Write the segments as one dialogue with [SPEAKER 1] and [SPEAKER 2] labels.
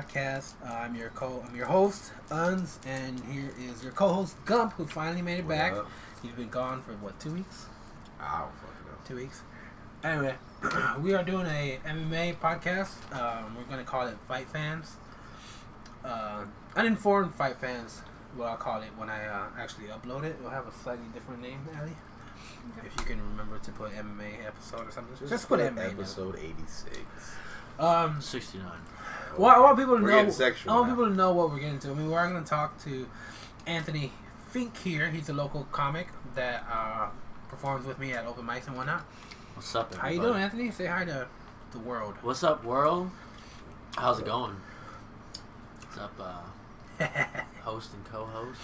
[SPEAKER 1] podcast. Uh, I'm your co I'm your host Uns, and here is your co-host Gump, who finally made it
[SPEAKER 2] What
[SPEAKER 1] back.
[SPEAKER 2] up?
[SPEAKER 1] You've been gone for what two weeks?
[SPEAKER 2] I don't fucking know.
[SPEAKER 1] Two weeks. Anyway, we are doing a MMA podcast. Um, we're gonna call it Fight Fans. Uh, uninformed Fight Fans. What I'll call it when I uh, actually upload it. It'll have a slightly different name, Ali. If you can remember to put MMA episode or something, just, put, MMA. in there.
[SPEAKER 2] episode eighty six.
[SPEAKER 1] Um,
[SPEAKER 3] 69.
[SPEAKER 1] Well, I want people to
[SPEAKER 2] We're
[SPEAKER 1] know.
[SPEAKER 2] getting sexual
[SPEAKER 1] I want
[SPEAKER 2] now.
[SPEAKER 1] people to know what we're getting into. I mean, we are going to talk to Anthony Fink here. He's a local comic that uh, performs with me at open mics and whatnot.
[SPEAKER 3] What's up,
[SPEAKER 1] How
[SPEAKER 3] everybody?
[SPEAKER 1] you doing, Anthony? Say hi to the world.
[SPEAKER 3] What's up, world? How's it going? What's up, uh, host and co-host?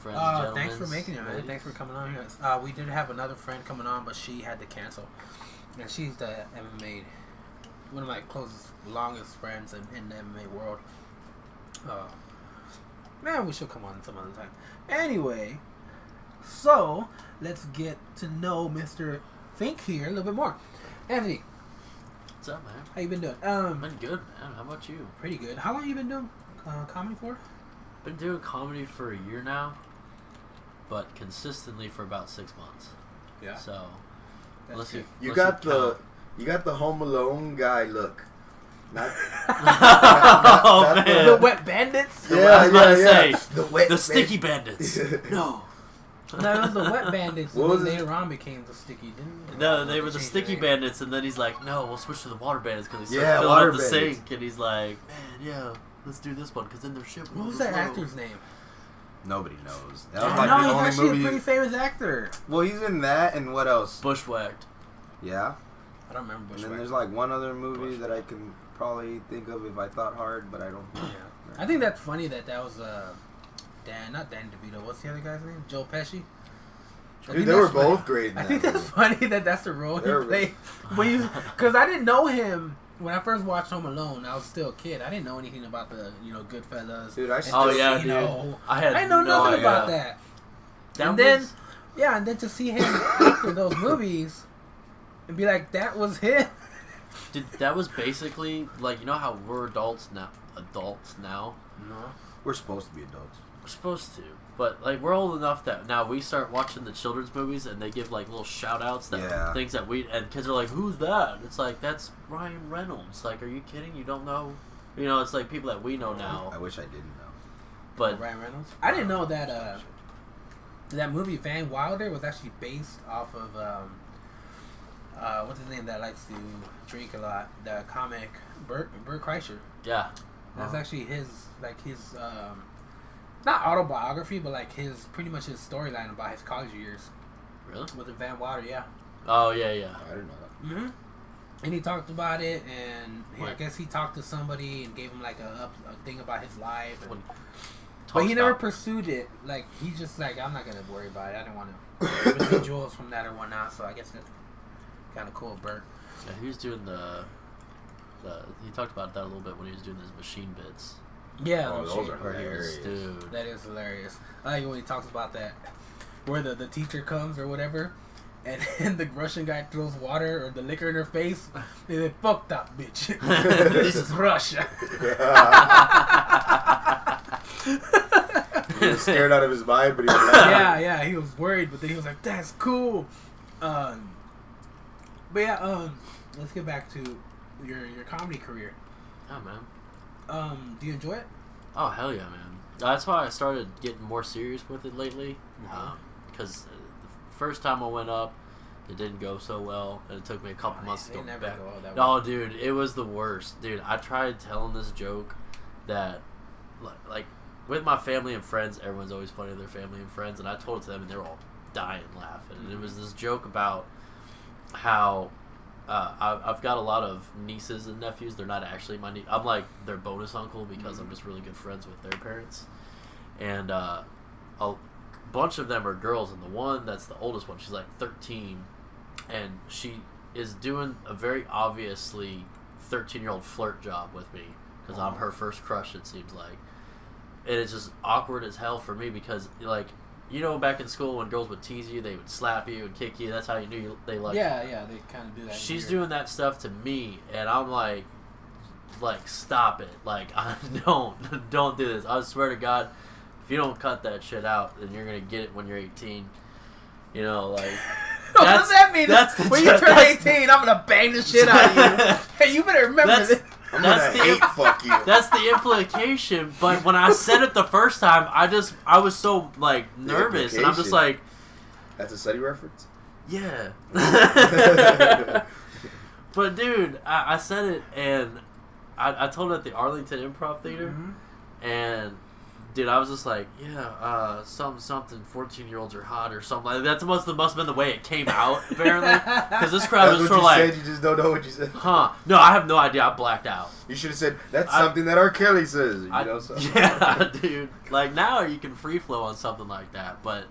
[SPEAKER 3] Friends,
[SPEAKER 1] uh,
[SPEAKER 3] gentlemen,
[SPEAKER 1] thanks for making it, man.
[SPEAKER 3] ladies?
[SPEAKER 1] Thanks for coming on here. Uh, we did have another friend coming on, but she had to cancel, and she's the MMA one of my closest, longest friends in, in the MMA world. Uh, man, we should come on some other time. Anyway, so let's get to know Mr. Fink here a little bit more. Anthony,
[SPEAKER 3] What's up, man?
[SPEAKER 1] how you been doing?
[SPEAKER 3] I've
[SPEAKER 1] Um,
[SPEAKER 3] been good, man. How about you?
[SPEAKER 1] pretty good. How long you been doing uh, comedy for?
[SPEAKER 3] Been doing comedy for a year now, but consistently for about six months.
[SPEAKER 1] Yeah,
[SPEAKER 3] So,
[SPEAKER 1] that's
[SPEAKER 3] let's see.
[SPEAKER 1] good.
[SPEAKER 2] You
[SPEAKER 3] let's
[SPEAKER 2] got
[SPEAKER 3] see
[SPEAKER 2] the
[SPEAKER 3] count.
[SPEAKER 2] you got the Home Alone guy look. Not,
[SPEAKER 3] oh,
[SPEAKER 2] That's
[SPEAKER 3] man.
[SPEAKER 1] The
[SPEAKER 3] The,
[SPEAKER 1] Wet Bandits.
[SPEAKER 2] yeah,
[SPEAKER 3] I was about
[SPEAKER 2] yeah,
[SPEAKER 3] to
[SPEAKER 2] yeah.
[SPEAKER 3] say,
[SPEAKER 2] the wet man-
[SPEAKER 3] sticky bandits. no.
[SPEAKER 1] No, it was the Wet Bandits.
[SPEAKER 2] What
[SPEAKER 1] and then
[SPEAKER 2] was it?
[SPEAKER 1] later on became the Sticky, didn't it?
[SPEAKER 3] No, they were the
[SPEAKER 1] Changed
[SPEAKER 3] sticky
[SPEAKER 1] their name.
[SPEAKER 3] bandits, and then he's like, "No, we'll switch to the water bandits because he's
[SPEAKER 2] Yeah,
[SPEAKER 3] yeah, filling
[SPEAKER 2] water
[SPEAKER 3] up the
[SPEAKER 2] bandits.
[SPEAKER 3] sink." And he's like, "Man, yeah, let's do this one because then their ship." will
[SPEAKER 1] What was that
[SPEAKER 3] overflow."
[SPEAKER 1] actor's name?
[SPEAKER 2] Nobody knows. That
[SPEAKER 1] Oh,
[SPEAKER 2] was
[SPEAKER 1] no,
[SPEAKER 2] like
[SPEAKER 1] he's
[SPEAKER 2] the
[SPEAKER 1] actually
[SPEAKER 2] only
[SPEAKER 1] a
[SPEAKER 2] movie.
[SPEAKER 1] pretty famous actor.
[SPEAKER 2] well, he's in that and what else?
[SPEAKER 3] Bushwhacked.
[SPEAKER 2] Yeah.
[SPEAKER 1] I don't remember
[SPEAKER 2] And
[SPEAKER 1] which
[SPEAKER 2] then
[SPEAKER 1] one.
[SPEAKER 2] there's like one other movie that I can probably think of if I thought hard, but I don't.
[SPEAKER 1] Yeah. I think that's funny that that was uh, Dan, not Dan DeVito. What's the other guy's name? Joe Pesci. I think
[SPEAKER 2] Dude, they were
[SPEAKER 1] that's funny.
[SPEAKER 2] both great. In
[SPEAKER 1] I
[SPEAKER 2] that
[SPEAKER 1] think
[SPEAKER 2] movie.
[SPEAKER 1] that's funny that that's the role
[SPEAKER 2] They're
[SPEAKER 1] he played. When you, because I didn't know him when I first watched Home Alone. I was still a kid. I didn't know anything about the you know Goodfellas.
[SPEAKER 2] Dude, I
[SPEAKER 1] and
[SPEAKER 2] still-
[SPEAKER 3] Oh, yeah,
[SPEAKER 1] you know,
[SPEAKER 3] I had
[SPEAKER 1] I didn't know
[SPEAKER 3] no
[SPEAKER 1] nothing
[SPEAKER 3] idea.
[SPEAKER 1] about that.
[SPEAKER 3] That
[SPEAKER 1] and then,
[SPEAKER 3] was-
[SPEAKER 1] yeah, and then to see him after those movies and be like, that was him.
[SPEAKER 3] did, that was basically like you know how we're adults now. Adults now,
[SPEAKER 1] No.
[SPEAKER 2] We're supposed to be adults.
[SPEAKER 3] we're supposed to, but like we're old enough that now we start watching the children's movies and they give like little shout outs that
[SPEAKER 2] Yeah.
[SPEAKER 3] things that we and kids are like, "Who's that?" It's like that's Ryan Reynolds. Like, are you kidding? You don't know. You know, it's like people that we know
[SPEAKER 2] I
[SPEAKER 3] now,
[SPEAKER 2] wish I didn't know.
[SPEAKER 3] but
[SPEAKER 1] Ryan Reynolds. Oh. I didn't know that uh, that movie Van Wilder was actually based off of um, uh, what's his name that likes to drink a lot. The comic Bert Bert Kreischer.
[SPEAKER 3] yeah,
[SPEAKER 1] That's
[SPEAKER 2] Wow.
[SPEAKER 1] actually his like his um, not autobiography, but like his pretty much his storyline about his college years
[SPEAKER 3] Really?
[SPEAKER 1] with the Van Wilder. Yeah.
[SPEAKER 3] Oh yeah, yeah.
[SPEAKER 2] I didn't know that.
[SPEAKER 1] hmm And he talked about it, and he- I
[SPEAKER 3] Right.
[SPEAKER 1] guess he talked to somebody and gave him like a, up- a thing about his life. And,
[SPEAKER 3] When-
[SPEAKER 1] But he
[SPEAKER 3] Toast
[SPEAKER 1] never
[SPEAKER 3] out.
[SPEAKER 1] pursued it. Like he just like I'm not gonna worry about it. I didn't want to residuals from that or whatnot. So I guess that's kind of cool, Bert.
[SPEAKER 3] Yeah, he was doing the, the. He talked about that a little bit when he was doing his machine bits.
[SPEAKER 1] Yeah,
[SPEAKER 2] Oh,
[SPEAKER 1] no
[SPEAKER 2] those
[SPEAKER 1] shit.
[SPEAKER 2] are hilarious.
[SPEAKER 3] Dude.
[SPEAKER 1] That is hilarious. I like it when he talks about that, where the, the teacher comes or whatever, and, and the Russian guy throws water or the liquor in her face. And then fuck that bitch. this is Russia.
[SPEAKER 2] he was scared out of his mind, but he was laughing.
[SPEAKER 1] yeah, yeah, he was worried, but then he was like, "That's cool." Um, but yeah, um, let's get back to your your comedy career.
[SPEAKER 3] Yeah, man.
[SPEAKER 1] Um, do you enjoy it?
[SPEAKER 3] Oh hell yeah, man. That's why I started getting more serious with it lately.
[SPEAKER 1] Mhm.
[SPEAKER 3] Um, because uh, the first time I went up, it didn't go so well, and it took me a couple months
[SPEAKER 1] They
[SPEAKER 3] to go
[SPEAKER 1] Oh, never
[SPEAKER 3] back.
[SPEAKER 1] go all that
[SPEAKER 3] No, dude, it was the worst, dude. I tried telling this joke that, li- like, with my family and friends, everyone's always funny to their family and friends, and I told it to them, and they were all dying laughing. And it was this joke about how uh, I, I've got a lot of nieces and nephews. They're not actually my nie- I'm like their bonus uncle because I'm just really good friends with their parents, and uh, a bunch of them are girls, and the one that's the oldest one, she's like 13, and she is doing a very obviously 13 year old flirt job with me because I'm her first crush, it seems like. And it's just awkward as hell for me because, like, you know, back in school when girls would tease you, they would slap you and kick you. That's how you knew you, they liked you.
[SPEAKER 1] yeah, yeah, they kind of do that.
[SPEAKER 3] She's
[SPEAKER 1] here.
[SPEAKER 3] doing that stuff to me, and I'm like, like stop it like I don't don't do this I swear to God if you don't cut that shit out then you're gonna get it when you're 18 you know like
[SPEAKER 1] what does
[SPEAKER 3] That's-
[SPEAKER 1] that mean?
[SPEAKER 3] that's the
[SPEAKER 1] when you
[SPEAKER 3] ju-
[SPEAKER 1] turn
[SPEAKER 3] that's
[SPEAKER 1] 18, I'm gonna bang the shit out of you. hey, you better remember
[SPEAKER 3] That's-
[SPEAKER 1] this.
[SPEAKER 2] I'm
[SPEAKER 3] That's
[SPEAKER 2] gonna
[SPEAKER 3] the-
[SPEAKER 2] hate fuck you.
[SPEAKER 3] that's the implication but when I said it the first time I just I was so like nervous and I'm just
[SPEAKER 2] implication.
[SPEAKER 3] like
[SPEAKER 2] That's a study reference.
[SPEAKER 3] yeah
[SPEAKER 2] That's
[SPEAKER 3] but dude I, I said it and I, I told it at the Arlington Improv Theater
[SPEAKER 1] Mm-hmm.
[SPEAKER 3] and dude, I was just like, yeah, uh, something, something. Fourteen year olds are hot or something. Like that must must have been the way it came out apparently, because this crowd
[SPEAKER 2] what
[SPEAKER 3] was
[SPEAKER 2] you
[SPEAKER 3] sort of like,
[SPEAKER 2] said. You just don't know what you said.
[SPEAKER 3] huh? No, I have no idea. I blacked out.
[SPEAKER 2] You should have said that's
[SPEAKER 3] I-
[SPEAKER 2] something that R. Kelly says. You
[SPEAKER 3] I,
[SPEAKER 2] know, so.
[SPEAKER 3] yeah, dude. Like now you can free flow on something like that, but.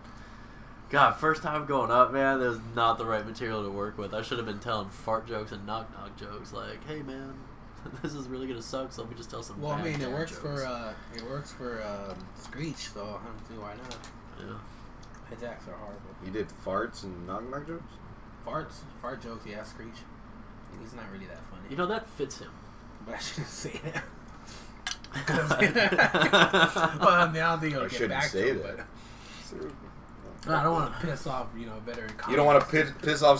[SPEAKER 3] God, first time going up, man. There's not the right material to work with. I should have been telling fart jokes and knock knock jokes. Like, hey, man, this is really gonna suck. So let me just tell some.
[SPEAKER 1] Well, I
[SPEAKER 3] bad
[SPEAKER 1] mean, it
[SPEAKER 3] dad
[SPEAKER 1] works
[SPEAKER 3] jokes."
[SPEAKER 1] for uh, it works for um, Screech, so I don't see why not.
[SPEAKER 3] Yeah.
[SPEAKER 1] His acts are horrible.
[SPEAKER 2] You did farts and knock knock jokes.
[SPEAKER 1] Farts, fart jokes, yeah, Screech. He's not really that funny.
[SPEAKER 3] You know that fits him.
[SPEAKER 1] but I shouldn't say that. well, I
[SPEAKER 3] well,
[SPEAKER 1] mean, I don't think it'll
[SPEAKER 2] I
[SPEAKER 1] get
[SPEAKER 2] shouldn't
[SPEAKER 1] back
[SPEAKER 2] say
[SPEAKER 1] to him,
[SPEAKER 2] that.
[SPEAKER 1] but I don't want to piss off, you know, better.
[SPEAKER 2] You don't want to piss, piss off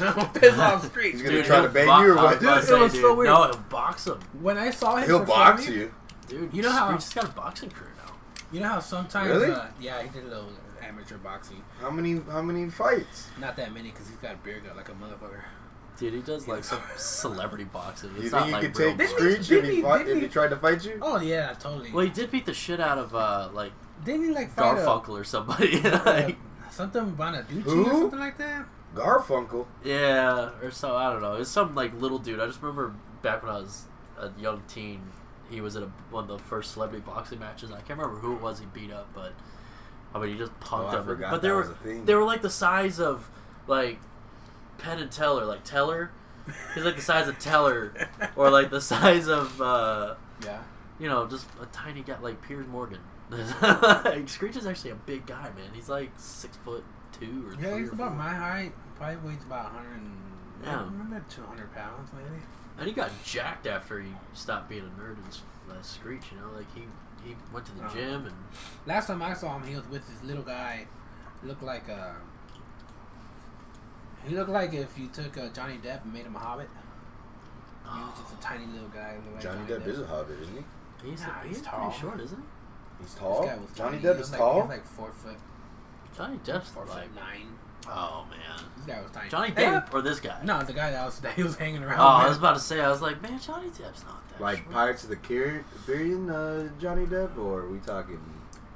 [SPEAKER 1] I don't wanna piss off Screech.
[SPEAKER 2] He's gonna try to bang you or what?
[SPEAKER 1] Dude, it was so weird.
[SPEAKER 3] No, he'll box him,
[SPEAKER 1] When I saw him,
[SPEAKER 2] He'll box
[SPEAKER 1] performing-
[SPEAKER 2] you.
[SPEAKER 3] dude.
[SPEAKER 1] You know how-
[SPEAKER 3] Screech has got a boxing career now.
[SPEAKER 1] You know how sometimes,
[SPEAKER 2] Really?
[SPEAKER 1] uh, yeah, he did a little amateur boxing.
[SPEAKER 2] How many? How many fights?
[SPEAKER 1] Not that many, cause he's got a beer gut like a motherfucker.
[SPEAKER 3] Dude, he does like some celebrity boxing. It's
[SPEAKER 2] you think
[SPEAKER 3] not
[SPEAKER 2] you
[SPEAKER 3] like
[SPEAKER 2] could
[SPEAKER 3] real
[SPEAKER 2] take
[SPEAKER 3] boxing.
[SPEAKER 1] Didn't he-
[SPEAKER 2] Screech if
[SPEAKER 1] didn't
[SPEAKER 2] he
[SPEAKER 1] he-
[SPEAKER 2] fought,
[SPEAKER 1] didn't
[SPEAKER 2] if he
[SPEAKER 1] he-
[SPEAKER 2] tried to fight you?
[SPEAKER 1] Oh yeah, totally.
[SPEAKER 3] Well, he did beat the shit out of uh like
[SPEAKER 1] Didn't he like fight a-
[SPEAKER 3] Garfunkel or somebody.
[SPEAKER 1] like,
[SPEAKER 3] like,
[SPEAKER 1] something Bonaducci or
[SPEAKER 2] Who?
[SPEAKER 1] something like that?
[SPEAKER 2] Garfunkel.
[SPEAKER 3] yeah, or so I don't know. It's some like little dude. I just remember back when I was a young teen, he was at a, one of the first celebrity boxing matches. I can't remember who it was he beat up, but I mean he just
[SPEAKER 2] Oh,
[SPEAKER 3] punked
[SPEAKER 2] I
[SPEAKER 3] him.
[SPEAKER 2] forgot that
[SPEAKER 3] But there were
[SPEAKER 2] was a thing.
[SPEAKER 3] They were like the size of like Penn and Teller, like Teller. He's like the size of Teller, or like the size of uh,
[SPEAKER 1] Yeah.
[SPEAKER 3] you know just a tiny guy like Piers Morgan. like, Screech is actually a big guy, man. He's like six foot two or
[SPEAKER 1] Yeah,
[SPEAKER 3] three
[SPEAKER 1] he's
[SPEAKER 3] or
[SPEAKER 1] about
[SPEAKER 3] four.
[SPEAKER 1] my height. Probably weighs about 100 and,
[SPEAKER 3] Yeah.
[SPEAKER 1] I don't remember 200 pounds maybe.
[SPEAKER 3] And he got jacked after he stopped being a nerd and s- uh, Screech. You know, like he he went to the
[SPEAKER 1] Oh.
[SPEAKER 3] gym and
[SPEAKER 1] Last time I saw him, he was with this little guy. Looked like a. He looked like if you took uh, Johnny Depp and made him a hobbit. He was just a tiny little guy. looked like
[SPEAKER 2] Johnny Depp is a hobbit, isn't he?
[SPEAKER 3] he's,
[SPEAKER 1] Nah,
[SPEAKER 3] he's,
[SPEAKER 1] he's
[SPEAKER 3] pretty
[SPEAKER 1] tall.
[SPEAKER 3] short, isn't
[SPEAKER 2] He's
[SPEAKER 1] This
[SPEAKER 2] tall.
[SPEAKER 1] guy was
[SPEAKER 2] Johnny
[SPEAKER 1] tiny. He
[SPEAKER 2] Depp is
[SPEAKER 1] was like, He
[SPEAKER 2] tall.
[SPEAKER 1] was like four foot,
[SPEAKER 3] he? Johnny Depp's
[SPEAKER 1] four
[SPEAKER 3] like
[SPEAKER 1] foot nine.
[SPEAKER 3] oh man,
[SPEAKER 1] This guy was tiny.
[SPEAKER 3] Johnny
[SPEAKER 1] They
[SPEAKER 3] Depp or this guy?
[SPEAKER 1] were- no, the guy that was that he was hanging around.
[SPEAKER 3] Oh, I
[SPEAKER 1] with.
[SPEAKER 3] was about to say, I was like, man, Johnny Depp's not that
[SPEAKER 2] Like
[SPEAKER 3] short.
[SPEAKER 2] Pirates of the Caribbean, uh, Johnny Depp, or are we talking?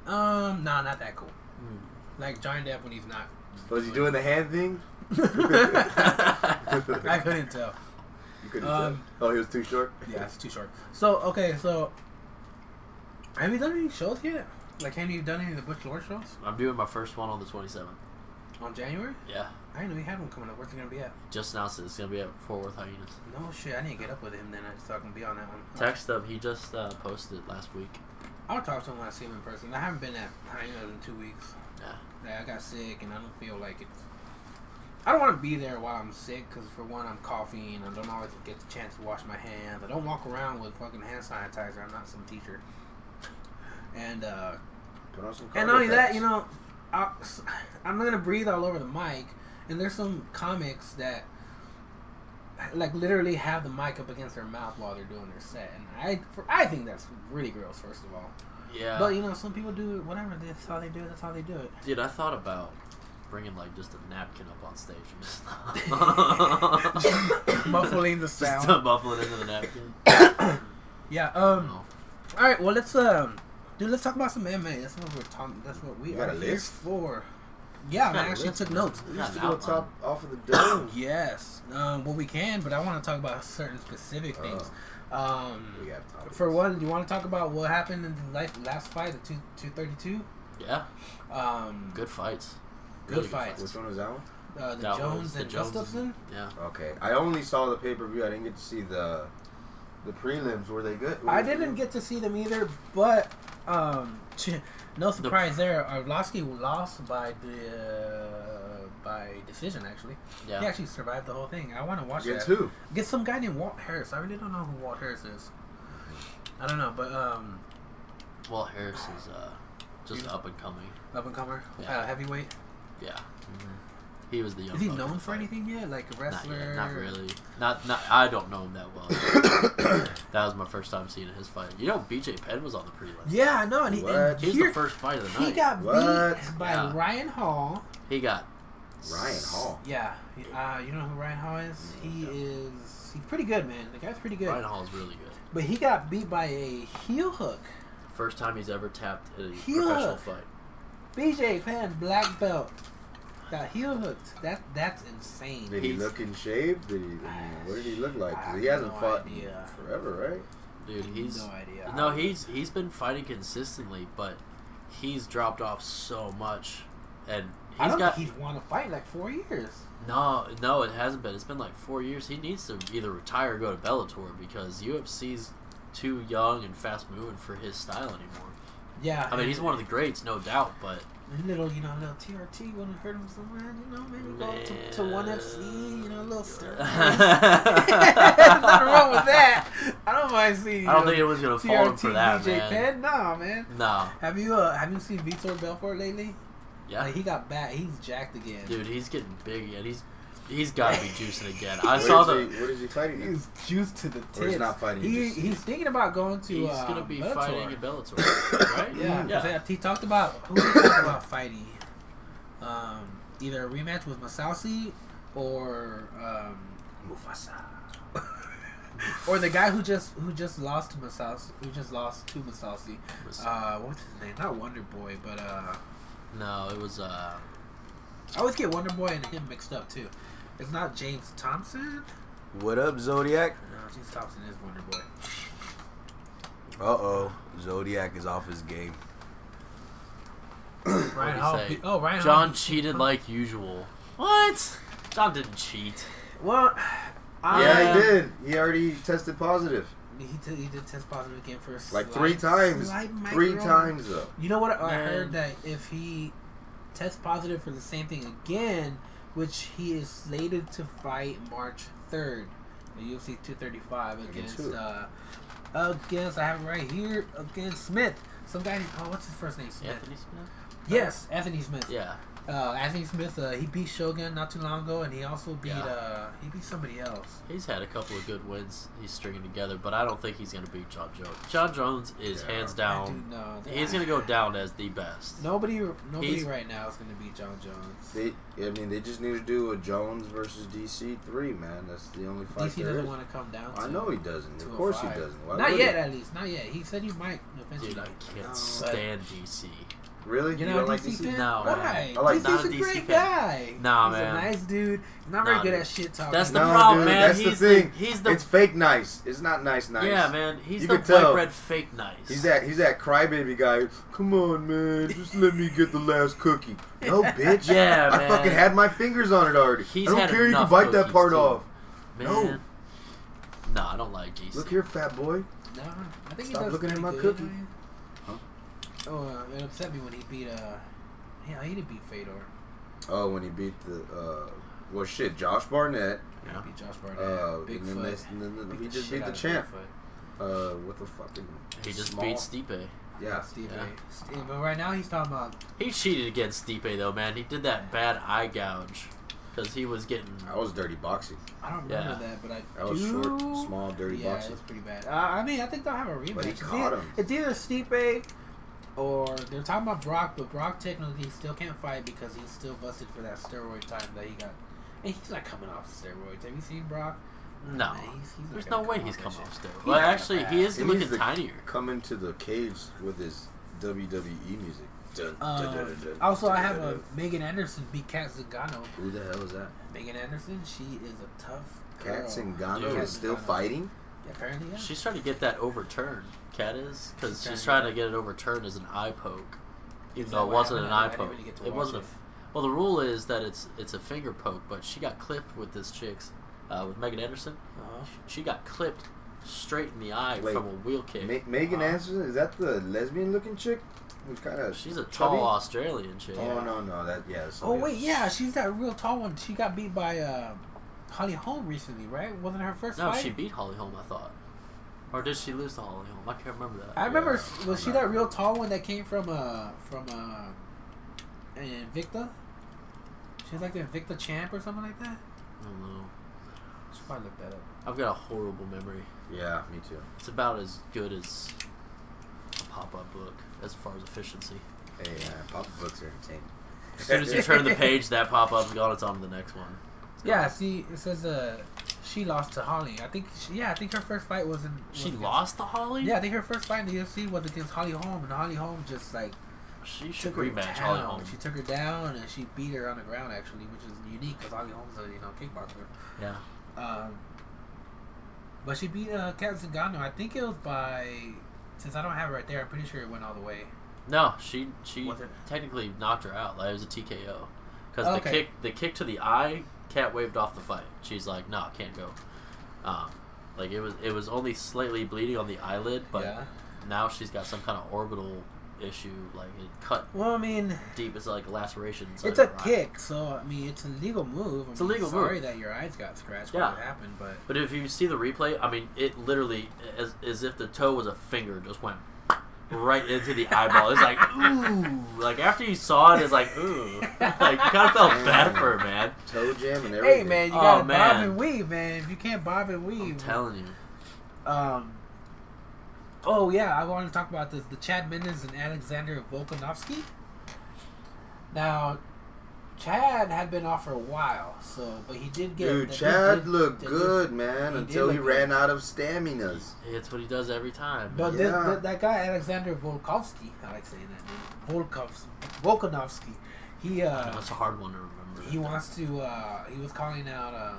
[SPEAKER 1] um, no, not that cool.
[SPEAKER 3] Mm.
[SPEAKER 1] Like Johnny Depp when he's not.
[SPEAKER 2] Was he doing the hand thing?
[SPEAKER 3] Hmm.
[SPEAKER 1] I couldn't tell.
[SPEAKER 2] You couldn't
[SPEAKER 1] Um,
[SPEAKER 2] tell. Oh, he was too short.
[SPEAKER 1] Yeah, it's too short. So okay, so have you done any shows yet? Like, have you done any of the Butch Lord shows
[SPEAKER 3] I'm doing my first one on the 27th.
[SPEAKER 1] on January?
[SPEAKER 3] Yeah,
[SPEAKER 1] I didn't know you had one coming up. Where's it gonna be at?
[SPEAKER 3] just announced it. It's gonna be at Fort Worth Hyenas.
[SPEAKER 1] No shit, I need to get up with him then, so I can be on that one.
[SPEAKER 3] Text up. He just uh, posted last week.
[SPEAKER 1] I'll talk to him when I see him in person. I haven't been at Hyenas in two weeks.
[SPEAKER 3] Yeah.
[SPEAKER 1] Like, I got sick and I don't feel like it's. I don't want to be there while I'm sick because, for one, I'm coughing. I don't always get the chance to wash my hands. I don't walk around with fucking hand sanitizer. I'm not some teacher. And, uh,
[SPEAKER 2] Put on some.
[SPEAKER 1] And
[SPEAKER 2] cargo
[SPEAKER 1] not only that,
[SPEAKER 2] pants.
[SPEAKER 1] you know, I, am not gonna breathe all over the mic. And there's some comics that, like, literally have the mic up against their mouth while they're doing their set, and I, for, I think that's really gross, first of all.
[SPEAKER 3] Yeah.
[SPEAKER 1] But you know, some people do it. Whatever, that's how they do it. That's how they do it.
[SPEAKER 3] Dude, I thought about bringing like just a napkin up on stage and just
[SPEAKER 1] Muffling the
[SPEAKER 3] Just
[SPEAKER 1] sound.
[SPEAKER 3] to muffle it into the napkin.
[SPEAKER 1] Yeah. Um.
[SPEAKER 3] No.
[SPEAKER 1] All right. Well, let's um, dude, let's talk about some MMA. That's what we're talking. That's what we
[SPEAKER 2] You
[SPEAKER 1] are
[SPEAKER 2] got a
[SPEAKER 1] here
[SPEAKER 2] list?
[SPEAKER 1] for. Yeah, man,
[SPEAKER 3] It's not
[SPEAKER 1] I actually
[SPEAKER 3] list,
[SPEAKER 1] took
[SPEAKER 3] man.
[SPEAKER 1] notes.
[SPEAKER 2] we
[SPEAKER 3] Yeah,
[SPEAKER 2] used to
[SPEAKER 3] an
[SPEAKER 2] go
[SPEAKER 3] outline.
[SPEAKER 2] top off of the dome.
[SPEAKER 1] Yes. Um. Well, we can, but I want to talk about certain specific
[SPEAKER 2] Oh.
[SPEAKER 1] things. Um.
[SPEAKER 2] We have topics.
[SPEAKER 1] For one, you want to talk about what happened in the life, last fight, the two two thirty two.
[SPEAKER 3] Yeah,
[SPEAKER 1] Um,
[SPEAKER 3] good fights.
[SPEAKER 1] Good fights.
[SPEAKER 2] Which one was that one?
[SPEAKER 1] uh, the
[SPEAKER 3] That
[SPEAKER 1] Jones
[SPEAKER 3] was the
[SPEAKER 1] and
[SPEAKER 3] Jones and-
[SPEAKER 1] Gustafson.
[SPEAKER 3] Yeah.
[SPEAKER 2] Okay, I only saw the pay per view. I didn't get to see the the prelims. Were they good?
[SPEAKER 1] I didn't get to see them either, but um, no surprise there. Arlovsky lost by the uh, by decision. Actually,
[SPEAKER 3] Yeah.
[SPEAKER 1] he actually survived the whole thing. I want to watch
[SPEAKER 2] Against
[SPEAKER 1] that.
[SPEAKER 2] who?
[SPEAKER 1] Get some guy named Walt Harris. I really don't know who Walt Harris is. I don't know, but um,
[SPEAKER 3] Well, Harris is uh, just
[SPEAKER 1] Yeah.
[SPEAKER 3] up and coming.
[SPEAKER 1] up and comer,
[SPEAKER 3] Yeah.
[SPEAKER 1] uh, heavyweight.
[SPEAKER 3] Yeah,
[SPEAKER 2] Mm-hmm.
[SPEAKER 3] he was the young.
[SPEAKER 1] Is he
[SPEAKER 3] buck in
[SPEAKER 1] known
[SPEAKER 3] the
[SPEAKER 1] for
[SPEAKER 3] fight.
[SPEAKER 1] anything yet? Like a
[SPEAKER 3] Not,
[SPEAKER 1] wrestler?
[SPEAKER 3] yet, not really. Not not. I don't know him that well. that was my first time seeing his fight. You know, BJ Penn was on the prelims.
[SPEAKER 1] Yeah, I know. And he, and
[SPEAKER 2] What?
[SPEAKER 3] He's
[SPEAKER 1] here,
[SPEAKER 3] the first fight of the night.
[SPEAKER 1] he got beat
[SPEAKER 2] What?
[SPEAKER 1] by
[SPEAKER 3] Yeah.
[SPEAKER 1] Ryan Hall.
[SPEAKER 3] He got
[SPEAKER 2] Ryan Hall.
[SPEAKER 1] Yeah, uh, you know who Ryan Hall is? He is he's pretty good, man. The guy's pretty good.
[SPEAKER 3] Ryan Hall's really good.
[SPEAKER 1] But he got beat by a heel hook.
[SPEAKER 3] First time he's ever tapped in a
[SPEAKER 1] He uh,
[SPEAKER 3] professional
[SPEAKER 1] looked-
[SPEAKER 3] fight.
[SPEAKER 1] BJ Penn, black belt, got heel hooked. That that's insane.
[SPEAKER 2] Did he
[SPEAKER 3] He's-
[SPEAKER 2] look in shape? Did he? I mean, what did he look like? 'Cause he
[SPEAKER 1] I have no
[SPEAKER 2] hasn't fought
[SPEAKER 1] idea.
[SPEAKER 2] in forever, right?
[SPEAKER 3] Dude, he's
[SPEAKER 1] no idea.
[SPEAKER 3] No, he's he's been fighting consistently, but he's dropped off so much, and
[SPEAKER 1] I
[SPEAKER 3] he's
[SPEAKER 1] don't
[SPEAKER 3] got
[SPEAKER 1] think he's won a fight like four years.
[SPEAKER 3] no, no. It hasn't been. It's been like four years. He needs to either retire or go to Bellator because UFC's too young and fast moving for his style anymore.
[SPEAKER 1] Yeah,
[SPEAKER 3] I mean, he's one of the greats, no doubt, but
[SPEAKER 1] A little, you know, a little TRT wouldn't hurt him so much, you know, maybe go to, to one FC, you know, a little stir. Nothing wrong with that. I don't mind seeing.
[SPEAKER 3] I don't
[SPEAKER 1] you
[SPEAKER 3] think it
[SPEAKER 1] know,
[SPEAKER 3] was gonna fall
[SPEAKER 1] TRT
[SPEAKER 3] for that,
[SPEAKER 1] DJ
[SPEAKER 3] man.
[SPEAKER 1] Penn. Nah, man.
[SPEAKER 3] No,
[SPEAKER 1] Have you uh, have you seen Vitor Belfort lately?
[SPEAKER 3] yeah,
[SPEAKER 1] Like he got back. He's jacked again.
[SPEAKER 3] dude, he's getting big again. He's he's got to be juicing again. I
[SPEAKER 2] What
[SPEAKER 3] saw
[SPEAKER 2] is
[SPEAKER 3] the.
[SPEAKER 2] He, what is he fighting? in?
[SPEAKER 1] He's juiced to the
[SPEAKER 2] Or
[SPEAKER 1] tits.
[SPEAKER 2] he's not fighting,
[SPEAKER 1] He,
[SPEAKER 2] just-
[SPEAKER 1] he's thinking about going to.
[SPEAKER 3] He's
[SPEAKER 1] uh,
[SPEAKER 3] gonna be
[SPEAKER 1] Bellator.
[SPEAKER 3] fighting in Bellator, right?
[SPEAKER 1] Yeah,
[SPEAKER 3] yeah.
[SPEAKER 1] 'cause he talked about who he talked about fighting, um, either a rematch with Masausi or um, Mufasa, or the guy who just who just lost to Masausi, who just lost to Masausi.
[SPEAKER 3] Was-
[SPEAKER 1] Uh, what's his name? Not Wonder Boy, but uh,
[SPEAKER 3] No, it was uh
[SPEAKER 1] I always get Wonder Boy and him mixed up too. It's not James Thompson.
[SPEAKER 2] What up, Zodiac?
[SPEAKER 1] No, James Thompson is Wonder Boy.
[SPEAKER 2] Uh oh, Zodiac is off his game.
[SPEAKER 1] Ryan
[SPEAKER 3] you
[SPEAKER 1] Hall.
[SPEAKER 3] say?
[SPEAKER 1] be- oh, Ryan
[SPEAKER 3] John
[SPEAKER 1] Hall.
[SPEAKER 3] cheated like usual. What? John didn't cheat.
[SPEAKER 1] Well, I,
[SPEAKER 2] Yeah,
[SPEAKER 3] Uh,
[SPEAKER 2] he did. He already tested positive
[SPEAKER 1] He, t- he did test positive again for a
[SPEAKER 2] like
[SPEAKER 1] slight-
[SPEAKER 2] three times.
[SPEAKER 1] slight
[SPEAKER 2] Three
[SPEAKER 1] micro-
[SPEAKER 2] times though.
[SPEAKER 1] You know what? I
[SPEAKER 3] Man.
[SPEAKER 1] heard that if he tests positive for the same thing again, which he is slated to fight March third, at UFC two thirty five against
[SPEAKER 2] who?
[SPEAKER 1] uh, against I have it right here against Smith. Some guy. Oh, what's his first name? Smith.
[SPEAKER 3] Anthony Smith?
[SPEAKER 1] Yes, Anthony Smith.
[SPEAKER 3] Yeah.
[SPEAKER 1] Uh, Anthony Smith. Uh, he beat Shogun not too long ago, and he also beat
[SPEAKER 3] Yeah.
[SPEAKER 1] uh, he beat somebody else.
[SPEAKER 3] He's had a couple of good wins he's stringing together, but I don't think he's gonna beat John Jones. John Jones is
[SPEAKER 2] Yeah.
[SPEAKER 3] hands
[SPEAKER 1] I do
[SPEAKER 3] down
[SPEAKER 1] know that-
[SPEAKER 3] he's gonna go down as the best.
[SPEAKER 1] Nobody, nobody
[SPEAKER 3] He's-
[SPEAKER 1] right now is going to beat John Jones.
[SPEAKER 2] They, I mean, they just need to do a Jones versus DC three, man. That's the only fight
[SPEAKER 1] DC
[SPEAKER 2] there
[SPEAKER 1] doesn't
[SPEAKER 2] is.
[SPEAKER 1] want to come down. To
[SPEAKER 2] I know he doesn't. Of course he
[SPEAKER 1] 205.
[SPEAKER 2] doesn't. Why
[SPEAKER 1] Not
[SPEAKER 2] would
[SPEAKER 1] yet,
[SPEAKER 2] he?
[SPEAKER 1] at least. Not yet. He said he might eventually.
[SPEAKER 3] Dude, I can't
[SPEAKER 1] No.
[SPEAKER 3] stand DC.
[SPEAKER 2] Really?
[SPEAKER 1] You're not
[SPEAKER 2] don't
[SPEAKER 1] a
[SPEAKER 2] like
[SPEAKER 1] DC
[SPEAKER 2] DC?
[SPEAKER 1] fan?
[SPEAKER 3] No,
[SPEAKER 1] Why?
[SPEAKER 3] man.
[SPEAKER 2] I like-
[SPEAKER 1] DC's
[SPEAKER 3] not
[SPEAKER 1] a
[SPEAKER 3] a DC
[SPEAKER 1] great
[SPEAKER 3] fan.
[SPEAKER 1] guy.
[SPEAKER 3] Nah,
[SPEAKER 1] He's
[SPEAKER 3] man.
[SPEAKER 1] a nice dude. He's not very
[SPEAKER 3] Nah,
[SPEAKER 1] good
[SPEAKER 3] dude.
[SPEAKER 1] at shit talking.
[SPEAKER 3] That's the
[SPEAKER 2] No,
[SPEAKER 3] problem,
[SPEAKER 2] dude,
[SPEAKER 3] man.
[SPEAKER 2] that's the
[SPEAKER 3] he's
[SPEAKER 2] thing.
[SPEAKER 3] he's the
[SPEAKER 2] It's fake nice. It's not nice. Nice.
[SPEAKER 3] Yeah, man. He's
[SPEAKER 2] You
[SPEAKER 3] the
[SPEAKER 2] could tell.
[SPEAKER 3] white bread fake nice.
[SPEAKER 2] He's that he's that crybaby guy. who, Come on, man, just let me get the last cookie. No, bitch.
[SPEAKER 3] Yeah,
[SPEAKER 2] I
[SPEAKER 3] man.
[SPEAKER 2] fucking had my fingers on it already.
[SPEAKER 3] He's
[SPEAKER 2] I don't
[SPEAKER 3] had
[SPEAKER 2] care. You can
[SPEAKER 3] enough
[SPEAKER 2] bite that
[SPEAKER 3] cookies,
[SPEAKER 2] part
[SPEAKER 3] too.
[SPEAKER 2] off.
[SPEAKER 3] man.
[SPEAKER 2] No.
[SPEAKER 3] No, I don't like DC.
[SPEAKER 2] Look here, fat boy.
[SPEAKER 1] Nah, I think he
[SPEAKER 2] Stop
[SPEAKER 1] does
[SPEAKER 2] looking at
[SPEAKER 1] pretty
[SPEAKER 2] my
[SPEAKER 1] good,
[SPEAKER 2] cookie.
[SPEAKER 1] man.
[SPEAKER 2] Huh?
[SPEAKER 1] Oh, uh, it upset me when he beat. uh Yeah, he didn't beat Fedor.
[SPEAKER 2] Oh, when he beat the uh, well, shit, Josh Barnett.
[SPEAKER 1] He
[SPEAKER 3] Yeah.
[SPEAKER 1] beat Josh Barnett.
[SPEAKER 2] Uh, and then
[SPEAKER 1] Bigfoot.
[SPEAKER 2] this- and then
[SPEAKER 1] Beat
[SPEAKER 2] he
[SPEAKER 1] the
[SPEAKER 2] just
[SPEAKER 1] shit
[SPEAKER 2] beat the
[SPEAKER 1] out of
[SPEAKER 2] champ.
[SPEAKER 1] Bigfoot.
[SPEAKER 2] Uh, with the fucking
[SPEAKER 3] He just
[SPEAKER 2] small-
[SPEAKER 3] beat Stipe.
[SPEAKER 2] Yeah,
[SPEAKER 1] Steve
[SPEAKER 3] Yeah.
[SPEAKER 1] A. Steve- But right now he's talking about
[SPEAKER 3] He cheated against Stipe though, man. He did that bad eye gouge because he was getting.
[SPEAKER 2] I was dirty boxing.
[SPEAKER 1] I don't
[SPEAKER 3] Yeah.
[SPEAKER 1] remember that, but I
[SPEAKER 2] I was
[SPEAKER 1] do.
[SPEAKER 2] short, small, dirty
[SPEAKER 1] yeah,
[SPEAKER 2] boxing.
[SPEAKER 1] it was pretty bad. Uh, I mean, I think they'll have a rematch.
[SPEAKER 2] But he
[SPEAKER 1] it's,
[SPEAKER 2] caught
[SPEAKER 1] either,
[SPEAKER 2] him.
[SPEAKER 1] it's either Stipe or they're talking about Brock, but Brock technically still can't fight because he's still busted for that steroid time that he got. And he's not coming off steroids. Have you seen Brock?
[SPEAKER 3] No.
[SPEAKER 1] Man, he's- he's not
[SPEAKER 3] There's no
[SPEAKER 1] gonna
[SPEAKER 3] way
[SPEAKER 1] come
[SPEAKER 3] he's
[SPEAKER 1] that
[SPEAKER 3] come
[SPEAKER 1] shit.
[SPEAKER 3] off steroids.
[SPEAKER 1] He's
[SPEAKER 3] Well,
[SPEAKER 1] not
[SPEAKER 3] actually,
[SPEAKER 1] bad.
[SPEAKER 3] he is
[SPEAKER 2] He
[SPEAKER 3] looking
[SPEAKER 2] needs to-
[SPEAKER 3] tinier.
[SPEAKER 2] Come into the caves with his WWE music. Dun, dun, dun,
[SPEAKER 1] Um,
[SPEAKER 2] dun, dun,
[SPEAKER 1] also, I
[SPEAKER 2] dun,
[SPEAKER 1] have
[SPEAKER 2] dun,
[SPEAKER 1] a
[SPEAKER 2] dun.
[SPEAKER 1] Megan Anderson beat Kat Zingano.
[SPEAKER 2] Who the hell is that?
[SPEAKER 1] Megan Anderson, she is a tough girl.
[SPEAKER 2] Kat Singano
[SPEAKER 3] Dude.
[SPEAKER 2] is still
[SPEAKER 1] Kat Zingano.
[SPEAKER 2] fighting.
[SPEAKER 1] Apparently, yeah.
[SPEAKER 3] She's trying to get that overturned. Cat is because
[SPEAKER 1] She's
[SPEAKER 3] she's
[SPEAKER 1] trying
[SPEAKER 3] trying to get it overturned as an eye poke.
[SPEAKER 1] Is
[SPEAKER 3] Even
[SPEAKER 1] that
[SPEAKER 3] though it
[SPEAKER 1] what
[SPEAKER 3] wasn't an
[SPEAKER 1] happened?
[SPEAKER 3] eye
[SPEAKER 1] I didn't
[SPEAKER 3] poke.
[SPEAKER 1] really get to
[SPEAKER 3] It
[SPEAKER 1] watch
[SPEAKER 3] wasn't a.
[SPEAKER 1] it.
[SPEAKER 3] f- Well, the rule is that it's it's a finger poke, but she got clipped with this chick's uh, with Megan Anderson.
[SPEAKER 1] Uh-huh.
[SPEAKER 3] She got clipped straight in the eye
[SPEAKER 2] Wait,
[SPEAKER 3] from a wheel kick.
[SPEAKER 2] Ma- Megan
[SPEAKER 3] Uh,
[SPEAKER 2] Anderson is that the lesbian-looking chick? Who's kind of
[SPEAKER 3] She's a tall Australian chick.
[SPEAKER 2] Oh no, no, that yeah. that's
[SPEAKER 1] Oh
[SPEAKER 2] somebody
[SPEAKER 1] wait,
[SPEAKER 2] else.
[SPEAKER 1] yeah, she's that real tall one. She got beat by uh, Holly Holm recently, right? Wasn't it her first
[SPEAKER 3] No,
[SPEAKER 1] fight?
[SPEAKER 3] she beat Holly Holm. I thought. Or did she lose to Holly Holm? I can't remember that.
[SPEAKER 1] I remember
[SPEAKER 2] Yeah.
[SPEAKER 1] was she that real tall one that came from uh from uh an Invicta? She was like the Invicta champ or something like that.
[SPEAKER 3] I don't know.
[SPEAKER 1] Should probably look that up.
[SPEAKER 3] I've got a horrible memory.
[SPEAKER 2] Yeah, me too.
[SPEAKER 3] It's about as good as a pop-up book as far as efficiency.
[SPEAKER 2] Hey, uh, pop books are insane.
[SPEAKER 3] As soon as you turn the page, that pop-up's gone. It's on to the next one.
[SPEAKER 1] Yeah, see, it says uh she lost to Holly. I think she, yeah, I think her first fight was in. was
[SPEAKER 3] She
[SPEAKER 1] against-
[SPEAKER 3] lost to Holly.
[SPEAKER 1] Yeah, I think her first fight in the UFC was against Holly Holm, and Holly Holm just like
[SPEAKER 3] she should
[SPEAKER 1] took her
[SPEAKER 3] rematch
[SPEAKER 1] down.
[SPEAKER 3] Holly Holm.
[SPEAKER 1] She took her down and she beat her on the ground actually, which is unique because Holly Holm's a you know kickboxer.
[SPEAKER 3] Yeah,
[SPEAKER 1] Um, but she beat uh, Kat Zingano. I think it was by. Since I don't have it right there, I'm pretty sure it went all the way.
[SPEAKER 3] no, she she
[SPEAKER 1] Was it?
[SPEAKER 3] technically knocked her out. Like, it was a TKO because the
[SPEAKER 1] Okay.
[SPEAKER 3] kick the kick to the eye, Cat waved off the fight. She's like, "No, nah, can't go." Um, like it was it was only slightly bleeding on the eyelid, but
[SPEAKER 1] yeah.
[SPEAKER 3] now she's got some kind of orbital issue. Like it cut
[SPEAKER 1] Well, I mean,
[SPEAKER 3] deep. It's like laceration. inside
[SPEAKER 1] it's a
[SPEAKER 3] her eye.
[SPEAKER 1] kick, so I mean, it's a legal move. I
[SPEAKER 3] It's a
[SPEAKER 1] mean,
[SPEAKER 3] legal
[SPEAKER 1] sorry
[SPEAKER 3] move.
[SPEAKER 1] that your eyes got scratched
[SPEAKER 3] Yeah.
[SPEAKER 1] when it happened, but
[SPEAKER 3] But if you see the replay, I mean, it literally as as if the toe was a finger, just went right into the eyeball. It's like ooh, like after you saw it, it's like ooh, like you kind of felt bad for her, man.
[SPEAKER 2] Toe jam and everything.
[SPEAKER 1] hey, man, you
[SPEAKER 3] Oh,
[SPEAKER 1] gotta bob
[SPEAKER 3] man.
[SPEAKER 1] and weave, man. If you can't bob and weave,
[SPEAKER 3] I'm telling you,
[SPEAKER 1] um. Oh yeah, I want to talk about this. The Chad Mendes and Alexander Volkanovski. Now, Chad had been off for a while, so but he did get
[SPEAKER 2] Dude,
[SPEAKER 1] they did-
[SPEAKER 2] Chad
[SPEAKER 1] did-
[SPEAKER 2] looked
[SPEAKER 1] they did-
[SPEAKER 2] good, man,
[SPEAKER 1] he did
[SPEAKER 2] until he
[SPEAKER 1] look
[SPEAKER 2] ran out of staminas.
[SPEAKER 3] it's what he does every time.
[SPEAKER 1] But
[SPEAKER 2] Yeah.
[SPEAKER 1] this, that- that guy Alexander Volkovsky, I like saying that name, Volkovs, Volkanovski, he
[SPEAKER 3] I know
[SPEAKER 1] uh,
[SPEAKER 3] it's a hard one to remember.
[SPEAKER 1] he wants to. Uh, he was calling out um,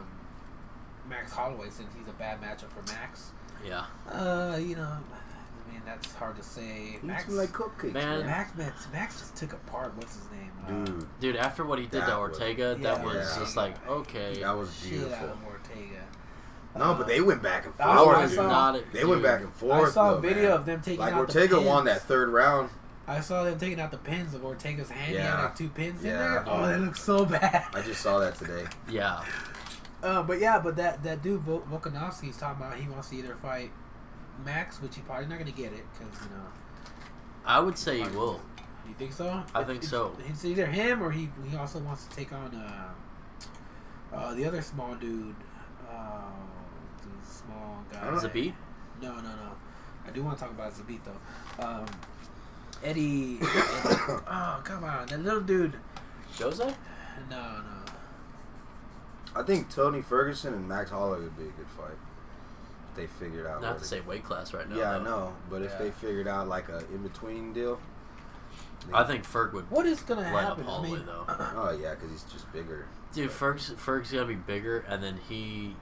[SPEAKER 1] Max Holloway since he's a bad matchup for Max.
[SPEAKER 3] yeah,
[SPEAKER 1] Uh, you know, I mean that's hard to say.
[SPEAKER 2] He
[SPEAKER 1] Max,
[SPEAKER 2] eats me like cupcakes,
[SPEAKER 3] Man.
[SPEAKER 2] man.
[SPEAKER 1] Max, Max, Max just took apart. What's his name? Uh,
[SPEAKER 2] Dude,
[SPEAKER 3] dude. After what he did
[SPEAKER 2] That
[SPEAKER 3] to
[SPEAKER 2] was-
[SPEAKER 3] Ortega,
[SPEAKER 1] Yeah.
[SPEAKER 3] that was
[SPEAKER 2] Yeah.
[SPEAKER 3] just like okay.
[SPEAKER 2] that was
[SPEAKER 1] shit out
[SPEAKER 2] beautiful.
[SPEAKER 1] of Ortega.
[SPEAKER 2] No, but they went back and
[SPEAKER 1] I saw-
[SPEAKER 2] forth.
[SPEAKER 1] I
[SPEAKER 2] dude.
[SPEAKER 1] saw-
[SPEAKER 3] it,
[SPEAKER 2] they went
[SPEAKER 3] dude.
[SPEAKER 2] back and
[SPEAKER 1] I
[SPEAKER 2] forth.
[SPEAKER 1] saw a
[SPEAKER 2] though,
[SPEAKER 1] video
[SPEAKER 2] man.
[SPEAKER 1] of them taking
[SPEAKER 2] like
[SPEAKER 1] out
[SPEAKER 2] Ortega
[SPEAKER 1] the pins.
[SPEAKER 2] won that third round.
[SPEAKER 1] I saw them taking out the pins of Ortega's hand. He had
[SPEAKER 2] Yeah.
[SPEAKER 1] like two pins in
[SPEAKER 2] Yeah,
[SPEAKER 1] there.
[SPEAKER 2] dude.
[SPEAKER 1] Oh, they look so bad.
[SPEAKER 2] I just saw that today.
[SPEAKER 3] Yeah,
[SPEAKER 1] Uh, but yeah, but that that dude Vol- Volkanovski's talking about he wants to either fight Max, which he probably not gonna get it because you know.
[SPEAKER 3] I would say he will.
[SPEAKER 1] You think so?
[SPEAKER 3] I think so.
[SPEAKER 1] It's either him or he. He also wants to take on uh, uh the other small dude. Uh, the small guy.
[SPEAKER 2] I don't-
[SPEAKER 3] Zabit,
[SPEAKER 1] No, no, no. I do want to talk about Zabit though. Um, Eddie. oh come on, that little dude.
[SPEAKER 3] Jose.
[SPEAKER 1] No, no.
[SPEAKER 2] I think Tony Ferguson and Max Holloway would be a good fight. If they figured out.
[SPEAKER 3] Not
[SPEAKER 2] where
[SPEAKER 3] the
[SPEAKER 2] to-
[SPEAKER 3] same weight class right now.
[SPEAKER 2] yeah, I
[SPEAKER 3] though.
[SPEAKER 2] know. But if
[SPEAKER 1] Yeah.
[SPEAKER 2] they figured out like a in between deal.
[SPEAKER 3] I think Ferg would
[SPEAKER 1] What is gonna
[SPEAKER 3] light
[SPEAKER 1] happen?
[SPEAKER 3] up Holloway
[SPEAKER 1] I mean,
[SPEAKER 3] though.
[SPEAKER 2] Oh yeah, because he's just bigger.
[SPEAKER 3] Dude, Ferg's Ferg's gotta be bigger, and then he,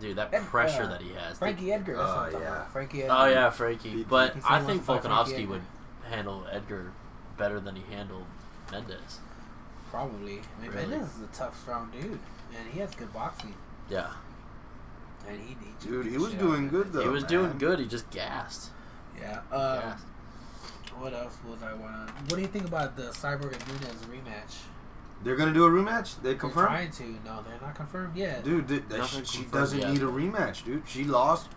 [SPEAKER 3] dude, that
[SPEAKER 1] And,
[SPEAKER 3] pressure
[SPEAKER 1] uh,
[SPEAKER 3] that he has.
[SPEAKER 1] Frankie Edgar. that's what I'm
[SPEAKER 2] Oh,
[SPEAKER 1] talking
[SPEAKER 2] yeah.
[SPEAKER 1] about. Frankie Edgar.
[SPEAKER 3] oh yeah, Frankie.
[SPEAKER 2] He-
[SPEAKER 3] But
[SPEAKER 1] he said
[SPEAKER 3] I
[SPEAKER 1] he
[SPEAKER 3] think
[SPEAKER 1] wants to fight Frankie
[SPEAKER 3] Volkanovski would handle Edgar better than he handled Mendez.
[SPEAKER 1] Probably. I mean,
[SPEAKER 3] Really?
[SPEAKER 1] Mendez is a tough, strong dude, and he has good boxing.
[SPEAKER 3] Yeah,
[SPEAKER 1] And he, he
[SPEAKER 2] Dude, he
[SPEAKER 1] beat
[SPEAKER 2] was
[SPEAKER 1] shit
[SPEAKER 2] doing
[SPEAKER 1] out of
[SPEAKER 2] good
[SPEAKER 1] him.
[SPEAKER 2] though.
[SPEAKER 3] he was
[SPEAKER 2] man.
[SPEAKER 3] doing good. He just gassed.
[SPEAKER 1] Yeah. Um,
[SPEAKER 3] gassed.
[SPEAKER 1] What else was I want to? What do you think about the Cyborg and Nunes rematch?
[SPEAKER 2] They're gonna do a rematch. They
[SPEAKER 1] They're
[SPEAKER 2] confirmed.
[SPEAKER 1] trying to. No, they're not confirmed yet.
[SPEAKER 2] Dude, th- that
[SPEAKER 3] Nothing
[SPEAKER 2] sh- she
[SPEAKER 3] confirmed
[SPEAKER 2] doesn't
[SPEAKER 3] yet.
[SPEAKER 2] need a rematch, dude. She lost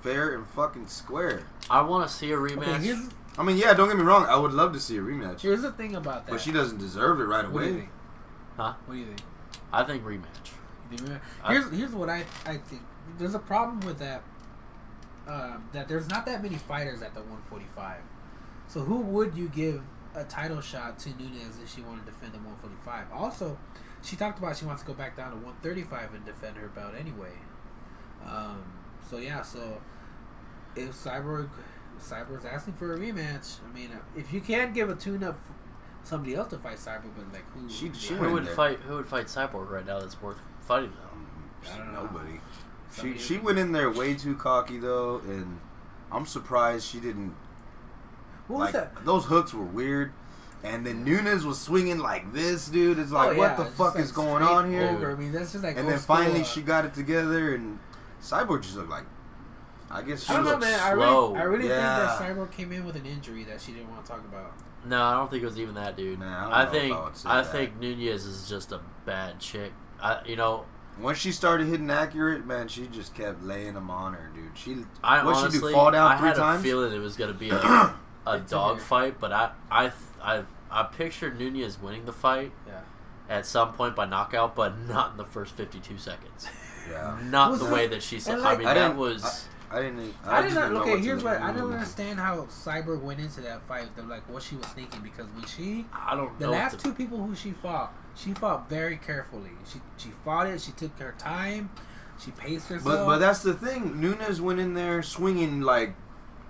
[SPEAKER 2] fair and fucking square.
[SPEAKER 3] I want to see a
[SPEAKER 1] okay,
[SPEAKER 3] rematch.
[SPEAKER 1] here's,
[SPEAKER 2] I mean, yeah, don't get me wrong. I would love to see a rematch,
[SPEAKER 1] here's the thing about that.
[SPEAKER 2] but she doesn't deserve it right
[SPEAKER 1] what do you
[SPEAKER 2] away.
[SPEAKER 1] think?
[SPEAKER 3] Huh?
[SPEAKER 1] What do you think?
[SPEAKER 3] I think rematch.
[SPEAKER 1] You think we-
[SPEAKER 3] I-
[SPEAKER 1] Here's here's what I I think. There's a problem with that. Um, that there's not that many fighters at the 145. So who would you give a title shot to Nunez if she wanted to defend the 145? Also, she talked about she wants to go back down to 135 and defend her belt anyway. Um, so yeah, so if Cyborg Cyborg's asking for a rematch, I mean, uh, if you can give a tune-up, for somebody else to fight Cyborg, but like who?
[SPEAKER 2] She-
[SPEAKER 1] would
[SPEAKER 2] she
[SPEAKER 1] it
[SPEAKER 3] Who
[SPEAKER 2] Win
[SPEAKER 3] would
[SPEAKER 2] there.
[SPEAKER 3] fight? Who would fight Cyborg right now? That's worth fighting though.
[SPEAKER 1] I don't know.
[SPEAKER 2] Mm, Nobody. She
[SPEAKER 1] Somebody-
[SPEAKER 2] she went in there way too cocky though, and I'm surprised she didn't.
[SPEAKER 1] What was
[SPEAKER 2] like,
[SPEAKER 1] that?
[SPEAKER 2] Those hooks were weird, and then Nunes was swinging like this, dude. It's like,
[SPEAKER 1] Oh,
[SPEAKER 2] what
[SPEAKER 1] yeah,
[SPEAKER 2] the
[SPEAKER 1] it's
[SPEAKER 2] fuck
[SPEAKER 1] just,
[SPEAKER 2] is
[SPEAKER 1] like,
[SPEAKER 2] going on
[SPEAKER 1] straight
[SPEAKER 2] here?
[SPEAKER 1] Over. I mean, that's just like.
[SPEAKER 2] And
[SPEAKER 1] old
[SPEAKER 2] then finally
[SPEAKER 1] school,
[SPEAKER 2] she got it together, and Cyborg just looked like, I guess
[SPEAKER 1] uh,
[SPEAKER 2] she
[SPEAKER 1] I don't know,
[SPEAKER 2] looked
[SPEAKER 1] man. I
[SPEAKER 3] slow.
[SPEAKER 1] really, I really
[SPEAKER 2] Yeah.
[SPEAKER 1] think that Cyborg came in with an injury that she didn't want to talk about.
[SPEAKER 3] No, I don't think it was even that dude.
[SPEAKER 2] Nah, I don't
[SPEAKER 3] I,
[SPEAKER 2] know if
[SPEAKER 3] think
[SPEAKER 2] I would say
[SPEAKER 3] I,
[SPEAKER 2] that.
[SPEAKER 3] think Nunez is just a bad chick. I you know
[SPEAKER 2] Once she started hitting accurate, man, she just kept laying them on her, dude. She
[SPEAKER 3] I
[SPEAKER 2] what
[SPEAKER 3] honestly,
[SPEAKER 2] she do fall down
[SPEAKER 3] I
[SPEAKER 2] three
[SPEAKER 3] had
[SPEAKER 2] times.
[SPEAKER 3] a feeling it was gonna be a, a
[SPEAKER 1] It's in
[SPEAKER 3] dog
[SPEAKER 1] here.
[SPEAKER 3] fight, but I, I, I, I pictured Nunez winning the fight
[SPEAKER 1] Yeah.
[SPEAKER 3] at some point by knockout, but not in the first fifty-two seconds.
[SPEAKER 2] yeah,
[SPEAKER 3] Not
[SPEAKER 1] Was
[SPEAKER 3] the
[SPEAKER 1] it-
[SPEAKER 3] way that she said.
[SPEAKER 1] and,
[SPEAKER 3] I
[SPEAKER 1] like,
[SPEAKER 3] mean,
[SPEAKER 2] I
[SPEAKER 3] that
[SPEAKER 2] didn't-
[SPEAKER 3] was
[SPEAKER 2] I didn't. e- I,
[SPEAKER 1] I did
[SPEAKER 2] just didn't
[SPEAKER 1] not.
[SPEAKER 2] know
[SPEAKER 1] Okay,
[SPEAKER 2] what to
[SPEAKER 1] here's
[SPEAKER 2] look-
[SPEAKER 1] what I don't understand how Cyber went into that fight. The, like what she was thinking because when she
[SPEAKER 3] I, don't
[SPEAKER 1] the
[SPEAKER 3] know.
[SPEAKER 1] last
[SPEAKER 3] what the-
[SPEAKER 1] two people who she fought, she fought very carefully. She she fought it. She took her time. She paced herself.
[SPEAKER 2] But but that's the thing. Nunes went in there swinging like,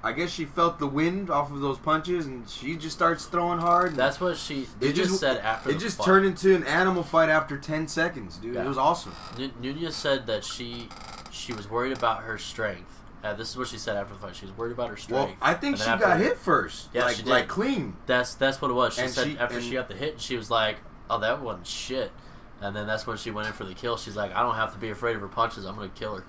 [SPEAKER 2] I guess she felt the wind off of those punches, and she just starts throwing hard. and
[SPEAKER 3] That's what she. They
[SPEAKER 2] It
[SPEAKER 3] just,
[SPEAKER 2] just-
[SPEAKER 3] said after.
[SPEAKER 2] it
[SPEAKER 3] the
[SPEAKER 2] just
[SPEAKER 3] fight.
[SPEAKER 2] turned into an animal fight after ten seconds, dude.
[SPEAKER 3] Yeah.
[SPEAKER 2] It was awesome.
[SPEAKER 3] Nu- Nunez said that she she was worried about her strength. Uh, this is what she said after the fight. She was worried about her strength.
[SPEAKER 2] Well, I think
[SPEAKER 3] And
[SPEAKER 2] she
[SPEAKER 3] then
[SPEAKER 2] got
[SPEAKER 3] after-
[SPEAKER 2] hit first.
[SPEAKER 3] Yeah,
[SPEAKER 2] like
[SPEAKER 3] she did.
[SPEAKER 2] like clean.
[SPEAKER 3] That's that's what it was. She
[SPEAKER 2] And
[SPEAKER 3] said
[SPEAKER 2] she-
[SPEAKER 3] after
[SPEAKER 2] and-
[SPEAKER 3] she got the hit, she was like, "Oh, that one's shit." And then that's when she went in for the kill. She's like, "I don't have to be afraid of her punches. I'm gonna kill her."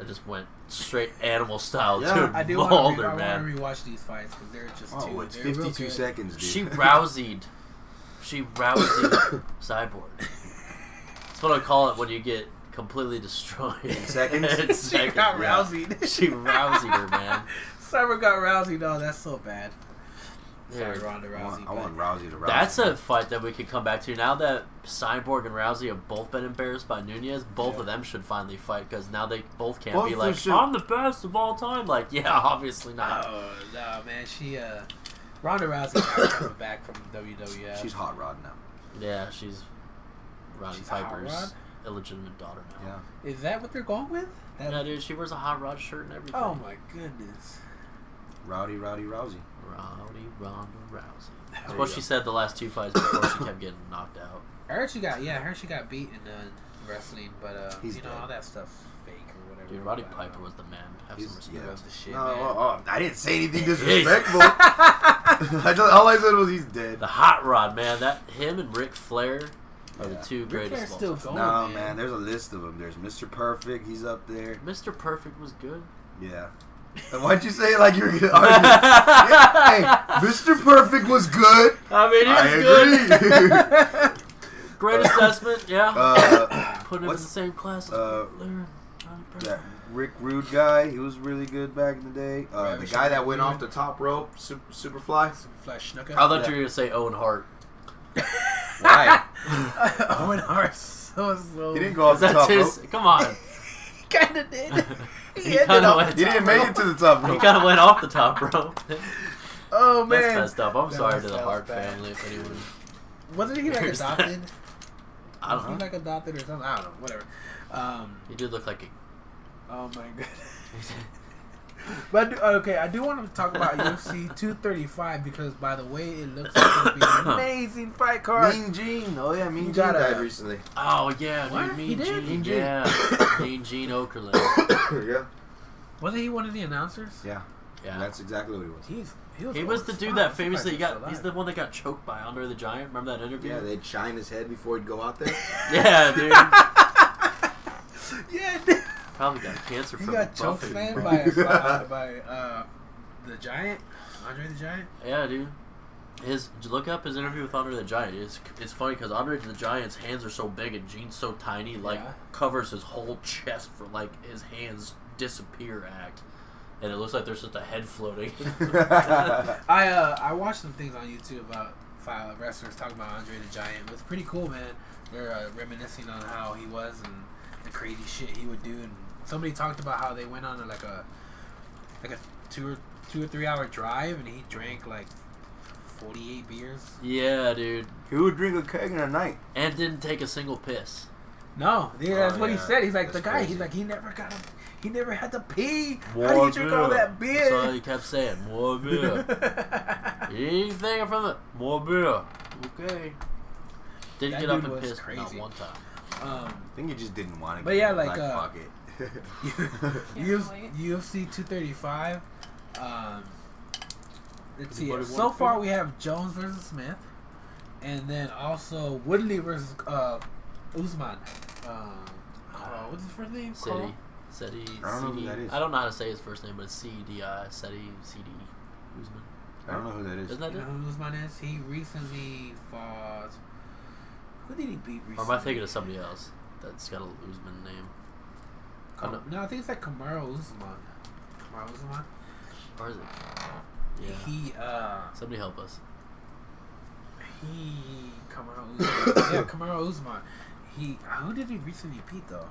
[SPEAKER 3] I just went straight animal style
[SPEAKER 2] Yeah.
[SPEAKER 3] dude.
[SPEAKER 1] I do
[SPEAKER 3] mauled
[SPEAKER 1] want to
[SPEAKER 3] her, man.
[SPEAKER 1] rewatch these fights because they're just too.
[SPEAKER 2] Oh, it's
[SPEAKER 1] they're real
[SPEAKER 2] fifty-two
[SPEAKER 1] good.
[SPEAKER 2] seconds, dude.
[SPEAKER 3] She rousied. She rousied Cyborg. That's what I call it when you get completely destroyed. In
[SPEAKER 2] seconds?
[SPEAKER 3] In
[SPEAKER 1] she
[SPEAKER 3] seconds,
[SPEAKER 1] got
[SPEAKER 3] yeah.
[SPEAKER 1] roused.
[SPEAKER 3] She rousied her, man.
[SPEAKER 1] Cyber got roused. No, that's so bad.
[SPEAKER 3] Yeah.
[SPEAKER 1] Sorry, Ronda
[SPEAKER 2] I
[SPEAKER 1] Rousey.
[SPEAKER 2] want, I
[SPEAKER 1] but-
[SPEAKER 2] want Rousey to rouse.
[SPEAKER 3] That's
[SPEAKER 2] me.
[SPEAKER 3] a fight that we could come back to now that Cyborg and Rousey have both been embarrassed by Nunez. Both
[SPEAKER 1] Yeah.
[SPEAKER 3] of them should finally fight because now they both can't
[SPEAKER 2] Both
[SPEAKER 3] be
[SPEAKER 2] of them
[SPEAKER 3] like,
[SPEAKER 2] should.
[SPEAKER 3] "I'm the best of all time." Like, yeah, obviously not.
[SPEAKER 1] Oh no, man, she uh, Ronda Rousey coming back from WWF.
[SPEAKER 2] She's hot rod now.
[SPEAKER 3] yeah, she's Roddy
[SPEAKER 1] She's a hot
[SPEAKER 3] Piper's
[SPEAKER 1] rod?
[SPEAKER 3] illegitimate daughter now.
[SPEAKER 2] Yeah.
[SPEAKER 1] Is that what they're going with? That-
[SPEAKER 3] Yeah, dude, she wears a hot rod shirt and everything.
[SPEAKER 1] oh my goodness.
[SPEAKER 2] Rowdy, rowdy, rousey.
[SPEAKER 3] Rowdy Ronda Rousey. That's
[SPEAKER 1] There
[SPEAKER 3] what
[SPEAKER 1] you
[SPEAKER 3] she said the last two fights before she kept getting knocked out.
[SPEAKER 1] I heard she got yeah, I heard she got beat in uh, wrestling, but uh,
[SPEAKER 2] He's
[SPEAKER 1] you know
[SPEAKER 2] dead.
[SPEAKER 1] all that stuff fake or whatever. Uh,
[SPEAKER 3] Dude, Roddy
[SPEAKER 1] I don't
[SPEAKER 3] Piper
[SPEAKER 1] know.
[SPEAKER 3] was the man. Have
[SPEAKER 2] He's-
[SPEAKER 3] some respect.
[SPEAKER 2] yeah.
[SPEAKER 1] Loves the shit,
[SPEAKER 2] No,
[SPEAKER 1] man.
[SPEAKER 2] oh, oh, I didn't say anything disrespectful. I just, all I said was he's dead.
[SPEAKER 3] The hot rod, man. That him and Ric Flair are the
[SPEAKER 2] Yeah.
[SPEAKER 3] two
[SPEAKER 1] Ric
[SPEAKER 3] greatest.
[SPEAKER 1] Flair's
[SPEAKER 3] of all
[SPEAKER 1] still going,
[SPEAKER 3] time.
[SPEAKER 2] no, man.
[SPEAKER 1] man.
[SPEAKER 2] there's a list of them. There's Mr. Perfect. He's up there.
[SPEAKER 3] Mr. Perfect was good.
[SPEAKER 2] Yeah. And why'd you say it like you were gonna argue? Yeah, hey, Mr. Perfect was good.
[SPEAKER 3] I mean, he was
[SPEAKER 2] I
[SPEAKER 3] good.
[SPEAKER 2] agree.
[SPEAKER 3] Great assessment, yeah.
[SPEAKER 2] uh,
[SPEAKER 3] Put him in
[SPEAKER 2] what's-
[SPEAKER 3] the same class. as
[SPEAKER 2] uh,
[SPEAKER 3] Ric Flair and Roddy Piper.
[SPEAKER 2] that Rick Rude guy, he was really good back in the day. Uh, the guy that went off the top rope, super, Superfly.
[SPEAKER 1] Some flesh snooker.
[SPEAKER 3] I thought you were gonna say Owen Hart.
[SPEAKER 2] Why?
[SPEAKER 1] Owen Hart so slow.
[SPEAKER 2] He didn't go off the
[SPEAKER 3] That's
[SPEAKER 2] top rope.
[SPEAKER 3] his. Come on.
[SPEAKER 1] kind of did.
[SPEAKER 3] He kinda went-
[SPEAKER 2] He didn't make it to the top
[SPEAKER 3] He
[SPEAKER 2] rope.
[SPEAKER 3] kind of went off the top rope.
[SPEAKER 1] Oh
[SPEAKER 3] That's
[SPEAKER 1] man,
[SPEAKER 3] messed up. I'm
[SPEAKER 1] That
[SPEAKER 3] sorry
[SPEAKER 1] was-
[SPEAKER 3] to the
[SPEAKER 1] that was
[SPEAKER 3] Hart
[SPEAKER 1] bad.
[SPEAKER 3] family if anyone.
[SPEAKER 1] wasn't he like
[SPEAKER 3] Here's that. Uh-huh.
[SPEAKER 1] adopted?
[SPEAKER 3] I
[SPEAKER 1] Was
[SPEAKER 3] don't
[SPEAKER 1] he
[SPEAKER 3] know.
[SPEAKER 1] like adopted or something? I don't know. Whatever. Um,
[SPEAKER 3] He did look like a.
[SPEAKER 1] oh my god. But I do- okay, I do want to talk about UFC 235 because, by the way, it looks like it'll be an amazing fight card.
[SPEAKER 2] Mean Gene. Oh yeah, Mean
[SPEAKER 1] You
[SPEAKER 2] Gene
[SPEAKER 1] gotta-
[SPEAKER 2] died recently.
[SPEAKER 3] Oh yeah,
[SPEAKER 1] What?
[SPEAKER 3] dude,
[SPEAKER 1] He
[SPEAKER 3] Mean
[SPEAKER 1] did?
[SPEAKER 3] Gene.
[SPEAKER 2] Mean Gene.
[SPEAKER 3] Yeah, Mean Gene Okerlund.
[SPEAKER 2] yeah.
[SPEAKER 1] Wasn't he one of the announcers?
[SPEAKER 2] Yeah.
[SPEAKER 3] Yeah.
[SPEAKER 2] That's exactly what he was.
[SPEAKER 1] He's, he was,
[SPEAKER 3] He
[SPEAKER 1] old
[SPEAKER 3] was
[SPEAKER 1] as
[SPEAKER 3] the
[SPEAKER 1] fuck.
[SPEAKER 3] dude that
[SPEAKER 1] I'm surprised
[SPEAKER 3] famously
[SPEAKER 1] still
[SPEAKER 3] got. He's the
[SPEAKER 1] alive.
[SPEAKER 3] one that got choked by Andre the Giant. Remember that interview?
[SPEAKER 2] Yeah, they'd shine his head before he'd go out there.
[SPEAKER 3] Yeah, dude.
[SPEAKER 1] Yeah, dude.
[SPEAKER 3] Probably got cancer
[SPEAKER 1] he
[SPEAKER 3] from
[SPEAKER 1] got choke
[SPEAKER 3] buffing,
[SPEAKER 1] slammed
[SPEAKER 3] bro.
[SPEAKER 1] by, by, by uh, the Giant, Andre the Giant.
[SPEAKER 3] Yeah, dude. His look up his interview with Andre the Giant. It's it's funny because Andre the Giant's hands are so big and Gene's so tiny, like
[SPEAKER 1] Yeah.
[SPEAKER 3] covers his whole chest for like his hands disappear act, and it looks like there's just a head floating.
[SPEAKER 1] I uh, I watched some things on YouTube about five wrestlers talking about Andre the Giant. It was pretty cool, man. They're uh, reminiscing on how he was and the crazy shit he would do. And somebody talked about how they went on a, like a like a two or two or three hour drive, and he drank like forty eight beers.
[SPEAKER 3] yeah, dude,
[SPEAKER 2] he would drink a keg in a night.
[SPEAKER 3] and didn't take a single piss.
[SPEAKER 1] No, yeah,
[SPEAKER 2] Oh,
[SPEAKER 1] that's what he
[SPEAKER 2] yeah.
[SPEAKER 1] said. He's like
[SPEAKER 2] That's
[SPEAKER 1] the guy.
[SPEAKER 2] crazy.
[SPEAKER 1] He's like he never got a, he never had to pee.
[SPEAKER 3] More
[SPEAKER 1] how do you drink all that
[SPEAKER 3] That's all
[SPEAKER 1] beer?
[SPEAKER 3] he kept saying. More beer. Anything from the more beer. Okay. Didn't
[SPEAKER 1] That
[SPEAKER 3] get up
[SPEAKER 1] dude
[SPEAKER 3] and
[SPEAKER 1] was
[SPEAKER 3] piss not
[SPEAKER 1] crazy.
[SPEAKER 3] one time.
[SPEAKER 1] um,
[SPEAKER 2] I think he just didn't want to.
[SPEAKER 1] But yeah, like, uh,
[SPEAKER 2] fuck it.
[SPEAKER 1] Uf-
[SPEAKER 4] wait.
[SPEAKER 1] UFC 235. Um, let's see.
[SPEAKER 3] Anybody
[SPEAKER 1] So
[SPEAKER 3] want to
[SPEAKER 1] far,
[SPEAKER 3] pick?
[SPEAKER 1] we have Jones versus Smith, and then also Woodley versus uh, Usman. Um, uh, what's his first name?
[SPEAKER 3] City.
[SPEAKER 1] Cole?
[SPEAKER 3] City.
[SPEAKER 2] I don't know who
[SPEAKER 3] CD.
[SPEAKER 2] that is.
[SPEAKER 3] I don't know how to say his first name, but it's C D I Seti CD E. Usman.
[SPEAKER 2] I don't know who that is.
[SPEAKER 3] Isn't that
[SPEAKER 1] You know
[SPEAKER 3] it?
[SPEAKER 1] who Usman is? He recently fought. Who did he beat recently?
[SPEAKER 3] Or am I thinking of somebody else? that's got a Usman name.
[SPEAKER 1] Com-
[SPEAKER 3] I don't-
[SPEAKER 1] no, I think it's like Kamaru Usman. Kamaru Usman.
[SPEAKER 3] Or is it? Yeah.
[SPEAKER 1] He uh
[SPEAKER 3] Somebody help us.
[SPEAKER 1] he Kamaru Usman. yeah, Kamaru Usman. He who did he recently beat though?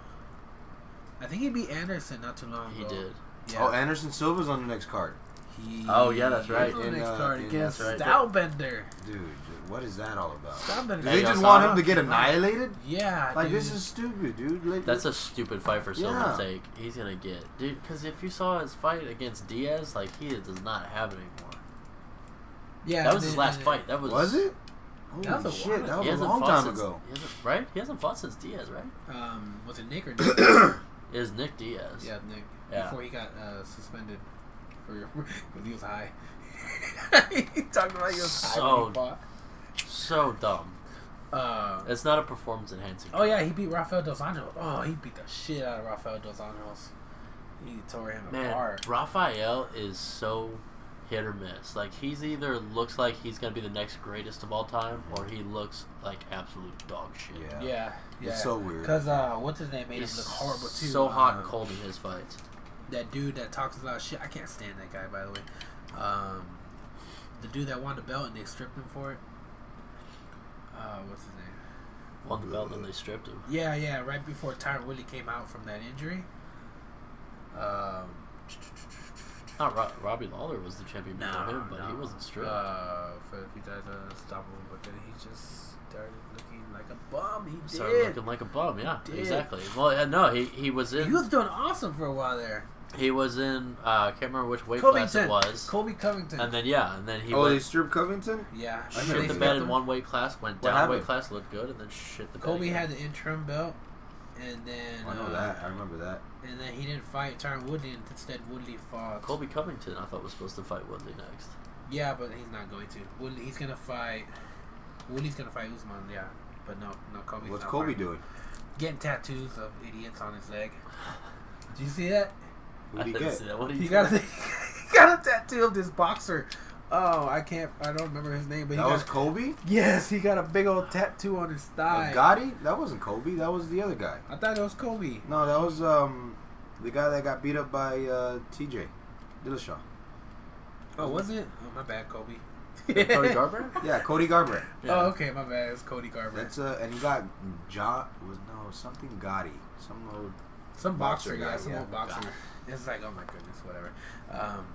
[SPEAKER 1] I think he beat Anderson not too long
[SPEAKER 3] He
[SPEAKER 1] ago.
[SPEAKER 3] did.
[SPEAKER 1] Yeah.
[SPEAKER 2] Oh, Anderson Silva's on the next card,
[SPEAKER 1] He,
[SPEAKER 3] Oh, yeah, that's right.
[SPEAKER 1] He's on the
[SPEAKER 2] In,
[SPEAKER 1] next
[SPEAKER 2] uh,
[SPEAKER 1] card
[SPEAKER 2] in-
[SPEAKER 1] against
[SPEAKER 3] that's right.
[SPEAKER 1] Stylebender.
[SPEAKER 2] dude. What is that all about?
[SPEAKER 1] Stylebender.
[SPEAKER 2] Do
[SPEAKER 3] Hey,
[SPEAKER 2] they
[SPEAKER 3] y'all
[SPEAKER 2] just
[SPEAKER 3] saw
[SPEAKER 2] want
[SPEAKER 3] that?
[SPEAKER 2] him to get annihilated?
[SPEAKER 1] Yeah,
[SPEAKER 2] Like
[SPEAKER 1] dude.
[SPEAKER 2] this is stupid, dude. Like,
[SPEAKER 3] That's a stupid fight for Silva
[SPEAKER 2] Yeah.
[SPEAKER 3] to take. He's gonna get dude. Because if you saw his fight against Diaz, like he does not have it anymore.
[SPEAKER 1] yeah.
[SPEAKER 3] That
[SPEAKER 1] and
[SPEAKER 3] was his
[SPEAKER 1] then- uh,
[SPEAKER 3] last fight. That was
[SPEAKER 2] was it? Holy
[SPEAKER 1] That was a
[SPEAKER 2] shit,
[SPEAKER 1] while-
[SPEAKER 2] that
[SPEAKER 3] he
[SPEAKER 2] was a
[SPEAKER 3] hasn't
[SPEAKER 2] long
[SPEAKER 3] fought
[SPEAKER 2] time
[SPEAKER 3] since-
[SPEAKER 2] ago.
[SPEAKER 3] he hasn't- right? He hasn't fought since Diaz, right?
[SPEAKER 1] Um, was it Nick or Nick?
[SPEAKER 3] It was Nick Diaz.
[SPEAKER 1] yeah, Nick.
[SPEAKER 3] Yeah.
[SPEAKER 1] Before he got uh, suspended for because he was high. he talked about he was high when
[SPEAKER 3] So-
[SPEAKER 1] he fought.
[SPEAKER 3] So dumb.
[SPEAKER 1] Uh,
[SPEAKER 3] It's not a performance enhancing.
[SPEAKER 1] Oh yeah, he beat Rafael Dos Anjos. Oh, he beat the shit out of Rafael Dos Anjos. He tore him
[SPEAKER 3] Man,
[SPEAKER 1] apart.
[SPEAKER 3] Raphael is so hit or miss. Like he's either looks like he's gonna be the next greatest of all time, or he looks like absolute dog shit.
[SPEAKER 2] Yeah.
[SPEAKER 1] Yeah, yeah.
[SPEAKER 2] It's so weird.
[SPEAKER 1] Cause uh, what's his name made
[SPEAKER 3] He's
[SPEAKER 1] him look horrible too.
[SPEAKER 3] so hot and
[SPEAKER 1] Um,
[SPEAKER 3] cold in his fights.
[SPEAKER 1] That dude that talks a lot of shit. I can't stand that guy. By the way, um, the dude that won the belt and they stripped him for it. Uh, what's his name?
[SPEAKER 3] Won the belt and they stripped him.
[SPEAKER 1] Yeah, yeah. Right before Tyron Willie came out from that injury. Um,
[SPEAKER 3] Not Ro- Robbie Lawler was the champion before
[SPEAKER 1] No,
[SPEAKER 3] him, but he
[SPEAKER 1] no.
[SPEAKER 3] wasn't stripped.
[SPEAKER 1] Uh, for if he does unstoppable, but then he just started looking like a bum. He
[SPEAKER 3] Started
[SPEAKER 1] did.
[SPEAKER 3] looking like a bum. Yeah,
[SPEAKER 1] Did.
[SPEAKER 3] exactly. Well, yeah, no, he he was in.
[SPEAKER 1] He was doing awesome for a while there.
[SPEAKER 3] He was in. Uh, I can't remember which weight class
[SPEAKER 1] Covington
[SPEAKER 3] it was.
[SPEAKER 1] Kobe Covington.
[SPEAKER 3] And then yeah, and then he
[SPEAKER 2] oh, they
[SPEAKER 3] went,
[SPEAKER 2] stripped Covington.
[SPEAKER 1] yeah,
[SPEAKER 2] I
[SPEAKER 1] They
[SPEAKER 3] shit the
[SPEAKER 2] remember
[SPEAKER 3] bed
[SPEAKER 1] got
[SPEAKER 3] in
[SPEAKER 1] the-
[SPEAKER 3] one weight class, went
[SPEAKER 2] What
[SPEAKER 3] down
[SPEAKER 2] happened?
[SPEAKER 3] weight class, looked good, and then shit the bed.
[SPEAKER 1] Kobe
[SPEAKER 3] again.
[SPEAKER 1] had the interim belt, and then
[SPEAKER 2] I know
[SPEAKER 1] uh,
[SPEAKER 2] that. I remember that.
[SPEAKER 1] And then he didn't fight Tyron Woodley. and Instead, Woodley fought
[SPEAKER 3] Colby Covington. I thought was supposed to fight Woodley next.
[SPEAKER 1] Yeah, but he's not going to. Woodley, he's gonna fight. Woodley's gonna fight Usman. Yeah, but no, no Kobe.
[SPEAKER 2] What's Kobe doing?
[SPEAKER 1] Getting tattoos of idiots on his leg. Did you see that?
[SPEAKER 2] Who did he
[SPEAKER 3] I didn't
[SPEAKER 2] get?
[SPEAKER 3] see that. What do
[SPEAKER 1] He
[SPEAKER 3] you
[SPEAKER 1] got a, he got a tattoo of this boxer. Oh, I can't. I don't remember his name, but he
[SPEAKER 2] That
[SPEAKER 1] got,
[SPEAKER 2] was Oh, Kobe.
[SPEAKER 1] yes, he got a big old tattoo on his thigh.
[SPEAKER 2] Of Gotti? That wasn't Kobe. That was the other guy.
[SPEAKER 1] I thought it was Kobe. Oh,
[SPEAKER 2] No, that was um the guy that got beat up by uh, T.J. Dillashaw.
[SPEAKER 1] Oh, was it? Oh, my bad, Kobe.
[SPEAKER 3] Cody Garber?
[SPEAKER 2] Yeah, Cody Garbrandt.
[SPEAKER 1] Oh, okay, my bad. It's Cody Garber.
[SPEAKER 2] That's uh, and he got John was no something Gotti, some old
[SPEAKER 1] some boxer,
[SPEAKER 2] boxer guy,
[SPEAKER 1] yeah, some
[SPEAKER 2] yeah.
[SPEAKER 1] old boxer. It's like, oh my goodness, whatever. Um,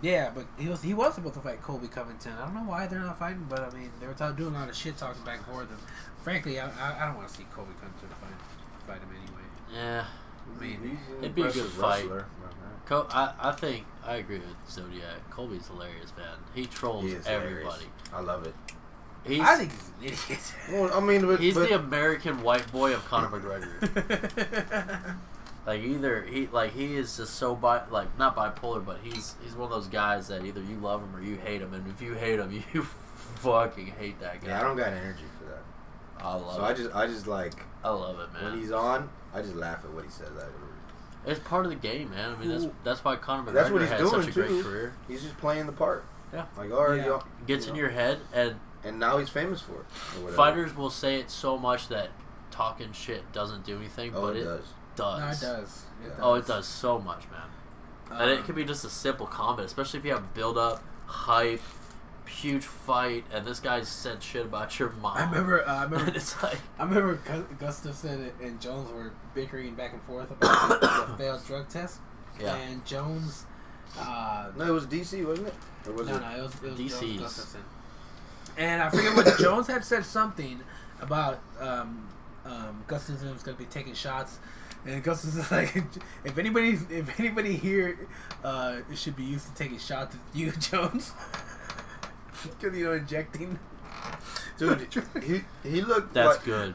[SPEAKER 1] yeah, but he was he was supposed to fight Kobe Covington. I don't know why they're not fighting, but I mean they were t- doing a lot of shit talking back and forth. And frankly, I, I, I don't want to see Kobe Covington fight fight him anyway.
[SPEAKER 3] Yeah.
[SPEAKER 1] I mean,
[SPEAKER 3] It'd be a good fight. Co- I, I think I agree with Zodiac. Colby's hilarious, man. He trolls
[SPEAKER 2] He is
[SPEAKER 3] everybody.
[SPEAKER 2] I love it.
[SPEAKER 1] I
[SPEAKER 3] He's
[SPEAKER 1] think he's an idiot.
[SPEAKER 2] Well, I mean, but,
[SPEAKER 3] he's
[SPEAKER 2] but
[SPEAKER 3] the American white boy of Conor McGregor. Like either he like he is just so bi like not bipolar, but he's he's one of those guys that either you love him or you hate him, and if you hate him, you fucking hate that guy.
[SPEAKER 2] yeah, I don't got energy for that.
[SPEAKER 3] I love
[SPEAKER 2] so
[SPEAKER 3] it. I,
[SPEAKER 2] I just I just like
[SPEAKER 3] love it, man.
[SPEAKER 2] when he's on, I just laugh at what he says. I,
[SPEAKER 3] It's part of the game, man. I mean, that's
[SPEAKER 2] Who-
[SPEAKER 3] that's why Conor McGregor
[SPEAKER 2] that's what
[SPEAKER 3] had
[SPEAKER 2] he's doing
[SPEAKER 3] such a great
[SPEAKER 2] too.
[SPEAKER 3] career.
[SPEAKER 2] he's just playing the part.
[SPEAKER 3] Yeah.
[SPEAKER 2] Like all right,
[SPEAKER 1] Yeah.
[SPEAKER 2] y'all.
[SPEAKER 3] Gets
[SPEAKER 2] you
[SPEAKER 3] in
[SPEAKER 2] know,
[SPEAKER 3] your head, and
[SPEAKER 2] and now he's famous for it. or whatever.
[SPEAKER 3] fighters will say it so much that talking shit doesn't do anything,
[SPEAKER 2] Oh,
[SPEAKER 3] but
[SPEAKER 2] it,
[SPEAKER 3] it,
[SPEAKER 2] does.
[SPEAKER 3] does.
[SPEAKER 1] No, it does. It does.
[SPEAKER 3] Oh, it does so much, man. and
[SPEAKER 1] Um,
[SPEAKER 3] it could be just a simple comment, especially if you have build up, hype, huge fight, and this guy said shit about your mom.
[SPEAKER 1] I remember. Uh, I
[SPEAKER 3] and
[SPEAKER 1] remember.
[SPEAKER 3] it's like,
[SPEAKER 1] I remember Gu- Gustafson and Jones were bickering back and forth about the, the failed drug test,
[SPEAKER 3] yeah.
[SPEAKER 1] and Jones. Uh,
[SPEAKER 2] No, it was DC, wasn't it? Or was
[SPEAKER 1] no,
[SPEAKER 2] it?
[SPEAKER 1] no, it was, it was
[SPEAKER 3] DC's.
[SPEAKER 1] Jones Gustafson. And I forget what Jones had said something about um, um, Gustafson was going to be taking shots, and Gustafson's like, if anybody, if anybody here uh, should be used to taking shots, it's you, Jones, because you know injecting.
[SPEAKER 2] Dude, he he looked.
[SPEAKER 3] That's
[SPEAKER 2] like,
[SPEAKER 3] good.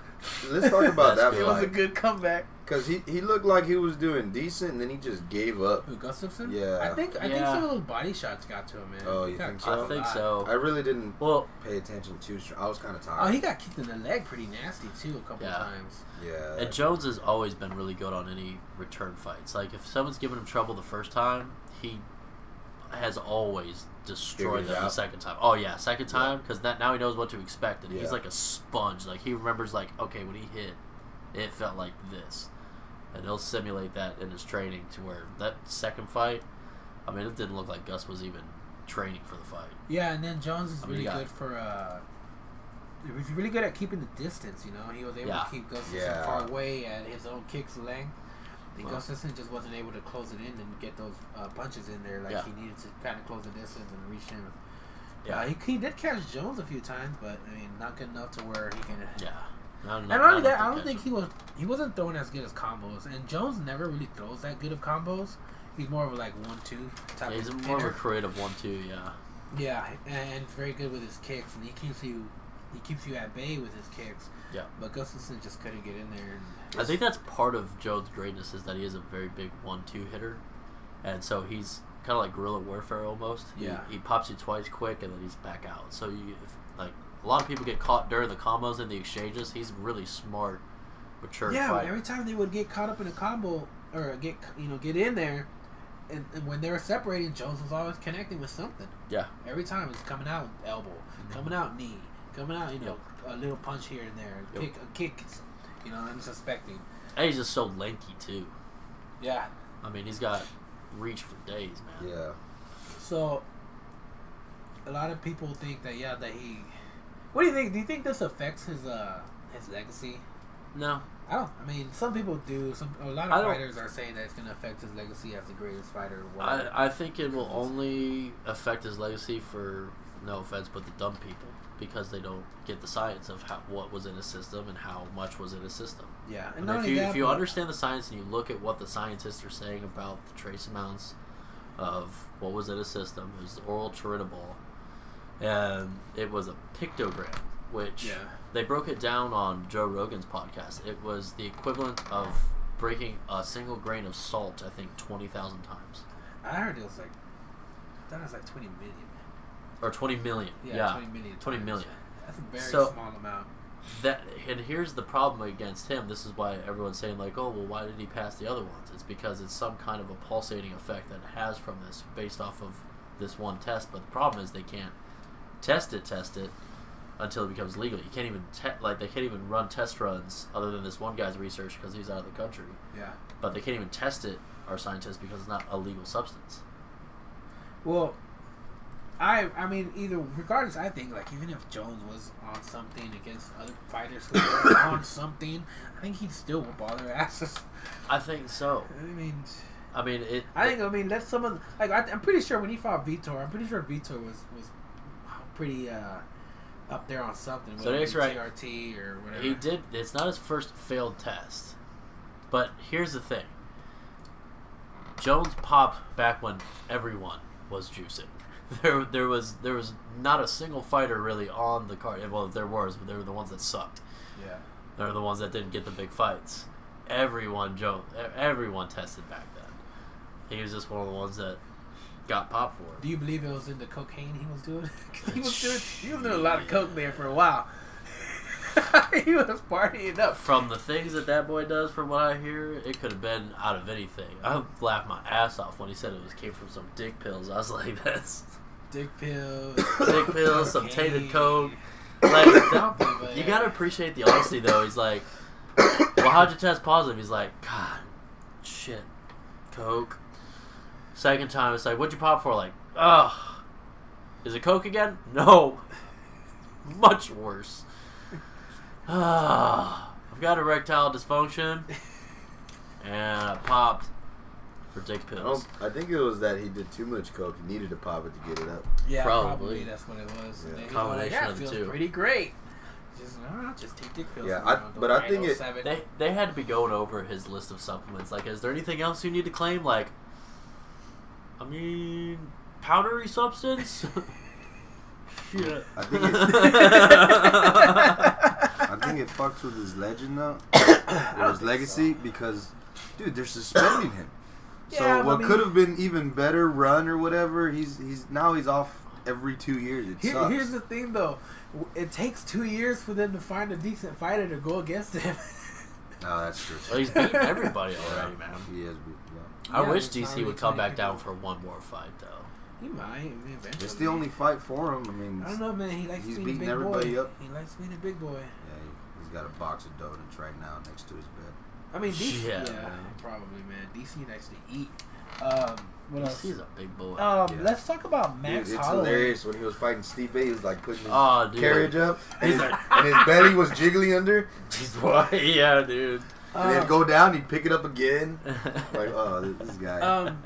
[SPEAKER 2] Let's talk about
[SPEAKER 3] That's
[SPEAKER 2] that
[SPEAKER 3] good.
[SPEAKER 1] It was a
[SPEAKER 2] fight
[SPEAKER 1] good comeback.
[SPEAKER 2] because he he looked like he was doing decent, and then he just gave up.
[SPEAKER 1] Who Gustafson?
[SPEAKER 2] Yeah.
[SPEAKER 1] I think I think
[SPEAKER 3] Yeah.
[SPEAKER 1] some of those body shots got to him, man.
[SPEAKER 2] Oh,
[SPEAKER 1] He
[SPEAKER 2] you
[SPEAKER 1] got
[SPEAKER 2] think
[SPEAKER 1] kicked
[SPEAKER 2] so?
[SPEAKER 1] a
[SPEAKER 3] I think
[SPEAKER 1] lot.
[SPEAKER 2] I
[SPEAKER 3] so.
[SPEAKER 2] really didn't
[SPEAKER 3] Well,
[SPEAKER 2] pay attention too. Str- I was kind of
[SPEAKER 1] Oh,
[SPEAKER 2] tired.
[SPEAKER 1] he got kicked in the leg pretty nasty too, a couple
[SPEAKER 3] Yeah.
[SPEAKER 1] times.
[SPEAKER 2] yeah.
[SPEAKER 3] And Jones has always been really good on any return fights. Like if someone's giving him trouble the first time, he has always destroyed
[SPEAKER 2] Figured it
[SPEAKER 3] them the
[SPEAKER 2] out.
[SPEAKER 3] second time. Oh yeah, second time because that now he knows what to expect, and he's
[SPEAKER 2] Yeah.
[SPEAKER 3] like a sponge. Like he remembers like okay when he hit it felt like this. And he'll simulate that in his training to where that second fight, I mean, it didn't look like Gus was even training for the fight.
[SPEAKER 1] Yeah, and then Jones is
[SPEAKER 3] I mean,
[SPEAKER 1] really
[SPEAKER 3] he got-
[SPEAKER 1] good for. uh he was really good at keeping the distance, you know. He was able
[SPEAKER 3] Yeah.
[SPEAKER 1] to keep Gustafson
[SPEAKER 2] Yeah.
[SPEAKER 1] far away at his own kicks length. And
[SPEAKER 3] Well.
[SPEAKER 1] Gustafson just wasn't able to close it in and get those uh, punches in there like
[SPEAKER 3] Yeah.
[SPEAKER 1] he needed to kind of close the distance and reach him.
[SPEAKER 3] Yeah.
[SPEAKER 1] Yeah, he, he did catch Jones a few times, but I mean, not good enough to where he can
[SPEAKER 3] Yeah. Not enough-
[SPEAKER 1] and
[SPEAKER 3] not
[SPEAKER 1] not only
[SPEAKER 3] enough
[SPEAKER 1] that,
[SPEAKER 3] to
[SPEAKER 1] I don't
[SPEAKER 3] catch
[SPEAKER 1] think
[SPEAKER 3] him.
[SPEAKER 1] he was he wasn't throwing as good as combos, and Jones never really throws that good of combos. He's more of like one two type.
[SPEAKER 3] Yeah, he's
[SPEAKER 1] of
[SPEAKER 3] more of a
[SPEAKER 1] hitter.
[SPEAKER 3] creative one too. Yeah.
[SPEAKER 1] yeah, and very good with his kicks, and he keeps you he keeps you at bay with his kicks.
[SPEAKER 3] Yeah.
[SPEAKER 1] but Gustafson just couldn't get in there. And
[SPEAKER 3] I think that's part of Jones' greatness is that he is a very big one-two hitter, and so he's kind of like guerrilla warfare almost. He-
[SPEAKER 1] Yeah.
[SPEAKER 3] he, pops you twice quick and then he's back out. So you if, like a lot of people get caught during the combos and the exchanges. He's really smart, mature.
[SPEAKER 1] yeah,
[SPEAKER 3] fighter.
[SPEAKER 1] every time they would get caught up in a combo or get you know get in there, and, and when they were separating, Jones was always connecting with something.
[SPEAKER 3] yeah, Mm-hmm.
[SPEAKER 1] Every time it's coming out elbow, coming out knee, coming out you know a little punch here and there,
[SPEAKER 3] Yep.
[SPEAKER 1] pick a kick, you know I'm suspecting.
[SPEAKER 3] and he's just so lanky too.
[SPEAKER 1] Yeah.
[SPEAKER 3] I mean, he's got reach for days, man.
[SPEAKER 2] Yeah.
[SPEAKER 1] So a lot of people think that yeah that he. What do you think? Do you think this affects his uh his legacy?
[SPEAKER 3] No,
[SPEAKER 1] I don't. I mean, some people do. Some a lot
[SPEAKER 3] I
[SPEAKER 1] of
[SPEAKER 3] don't-
[SPEAKER 1] fighters are saying that it's gonna affect his legacy as the greatest fighter. Or whatever.
[SPEAKER 3] I, I think it will only affect his legacy for no offense, but the dumb people because they don't get the science of how, what was in his system and how much was in his system.
[SPEAKER 1] yeah, and
[SPEAKER 3] And
[SPEAKER 1] not
[SPEAKER 3] if
[SPEAKER 1] only
[SPEAKER 3] you
[SPEAKER 1] that,
[SPEAKER 3] if you
[SPEAKER 1] but-
[SPEAKER 3] understand the science and you look at what the scientists are saying about the trace amounts of what was in his system, it was the oral trinitol, and it was a pictogram, which
[SPEAKER 1] yeah,
[SPEAKER 3] they broke it down on Joe Rogan's podcast. It was the equivalent of breaking a single grain of salt, I think, twenty thousand times.
[SPEAKER 1] I heard it was like that was like twenty million.
[SPEAKER 3] or 20 million.
[SPEAKER 1] Yeah,
[SPEAKER 3] Yeah.
[SPEAKER 1] twenty million.
[SPEAKER 3] 20
[SPEAKER 1] times.
[SPEAKER 3] million.
[SPEAKER 1] That's a very
[SPEAKER 3] So-
[SPEAKER 1] small amount.
[SPEAKER 3] That and here's the problem against him. This is why everyone's saying like, "Oh, well, why did he pass the other ones?" It's because it's some kind of a pulsating effect that it has from this based off of this one test, but the problem is they can't test it, test it until it becomes legal. You can't even te- like they can't even run test runs other than this one guy's research because he's out of the country.
[SPEAKER 1] Yeah.
[SPEAKER 3] But they can't even test it our scientists because it's not a legal substance.
[SPEAKER 1] Well, I I mean either regardless, I think like even if Jones was on something against other fighters who were on something, I think he still would bother asses.
[SPEAKER 3] I think so.
[SPEAKER 1] I mean,
[SPEAKER 3] I mean, it
[SPEAKER 1] I think I mean let someone like I, I'm pretty sure when he fought Vitor, I'm pretty sure Vitor was was pretty uh up there on something.
[SPEAKER 3] So
[SPEAKER 1] whether it
[SPEAKER 3] that's
[SPEAKER 1] be
[SPEAKER 3] right.
[SPEAKER 1] TRT or whatever.
[SPEAKER 3] He did. It's not his first failed test. But here's the thing Jones popped back when everyone was juicing. There, there was there was not a single fighter really on the card. Well, there was, but they were the ones that sucked.
[SPEAKER 1] Yeah.
[SPEAKER 3] They were the ones that didn't get the big fights. Everyone, Jones, everyone tested back then. He was just one of the ones that got popped for
[SPEAKER 1] Do
[SPEAKER 3] it.
[SPEAKER 1] you believe it was in the cocaine he was doing? 'Cause he was doing he was doing a lot of coke there for a while. he was partying up.
[SPEAKER 3] From the things that that boy does, from what I hear, it could have been out of anything. I laughed my ass off when he said it was came from some dick pills. I was like, that's
[SPEAKER 1] Dick pills.
[SPEAKER 3] dick pills, some
[SPEAKER 1] cocaine.
[SPEAKER 3] tainted coke. Like, that-
[SPEAKER 1] Something, but
[SPEAKER 3] you
[SPEAKER 1] yeah.
[SPEAKER 3] gotta appreciate the honesty though. He's like, well, how'd you test positive? He's like, God, shit, coke. Second time, it's like, what'd you pop for? Like, ugh, is it coke again? No, much worse. Ah, I've got erectile dysfunction, and I popped for dick
[SPEAKER 2] I,
[SPEAKER 3] pills.
[SPEAKER 2] don't, I think it was that he did too much coke. He needed to pop it to get it up.
[SPEAKER 1] yeah,
[SPEAKER 3] probably.
[SPEAKER 1] probably. that's what it was.
[SPEAKER 2] Yeah.
[SPEAKER 1] And he's like,
[SPEAKER 3] Combination
[SPEAKER 1] yeah,
[SPEAKER 3] of the
[SPEAKER 1] feels
[SPEAKER 3] two.
[SPEAKER 1] Pretty great. Just, nah, just take dick pills.
[SPEAKER 2] Yeah,
[SPEAKER 1] from
[SPEAKER 2] I-
[SPEAKER 1] now on.
[SPEAKER 2] but
[SPEAKER 1] Don't
[SPEAKER 2] I think
[SPEAKER 1] worry,
[SPEAKER 2] it-
[SPEAKER 1] no seven.
[SPEAKER 3] They they had to be going over his list of supplements. Like, is there anything else you need to claim? Like, I mean, powdery substance. Shit.
[SPEAKER 2] I think I think it fucks with his legend though, or his legacy, because dude, they're suspending him. So
[SPEAKER 1] Yeah, but I
[SPEAKER 2] what
[SPEAKER 1] mean-
[SPEAKER 2] could have been even better run or whatever, he's he's now he's off every two years. It
[SPEAKER 1] Here,
[SPEAKER 2] sucks.
[SPEAKER 1] here's the thing, though. W- It takes two years for them to find a decent fighter to go against him.
[SPEAKER 2] no, that's true.
[SPEAKER 3] well, he's beating everybody already, man.
[SPEAKER 2] He is. Yeah.
[SPEAKER 3] I
[SPEAKER 1] Yeah,
[SPEAKER 3] wish
[SPEAKER 1] it's
[SPEAKER 3] DC
[SPEAKER 1] already
[SPEAKER 3] would come
[SPEAKER 1] 20
[SPEAKER 3] back down for one more fight, though.
[SPEAKER 1] he might. I mean, eventually.
[SPEAKER 2] It's the only fight for him. I mean,
[SPEAKER 1] I don't know, man. He likes being
[SPEAKER 2] He's
[SPEAKER 1] a
[SPEAKER 2] beating
[SPEAKER 1] big
[SPEAKER 2] everybody
[SPEAKER 1] boy.
[SPEAKER 2] up.
[SPEAKER 1] He likes being a big boy.
[SPEAKER 2] Yeah, he- He's got a box of donuts right now next to his bed.
[SPEAKER 1] I mean, DC.
[SPEAKER 3] Yeah,
[SPEAKER 1] Yeah,
[SPEAKER 3] man.
[SPEAKER 1] probably, man. DC likes to eat. Um, what else?
[SPEAKER 3] He's a big boy.
[SPEAKER 1] Um,
[SPEAKER 2] Yeah.
[SPEAKER 1] let's talk about
[SPEAKER 2] Dude,
[SPEAKER 1] Max
[SPEAKER 2] it's
[SPEAKER 1] Holloway.
[SPEAKER 2] hilarious when he was fighting Steve A. He was like putting his
[SPEAKER 3] oh, dude.
[SPEAKER 2] carriage up, and
[SPEAKER 3] He's
[SPEAKER 2] his,
[SPEAKER 3] like-
[SPEAKER 2] and his belly was jiggly under.
[SPEAKER 3] He's why? Yeah, dude.
[SPEAKER 2] and then
[SPEAKER 1] Um,
[SPEAKER 2] go down, he'd pick it up again. Like, oh, this, this guy.
[SPEAKER 3] Uh,
[SPEAKER 1] um,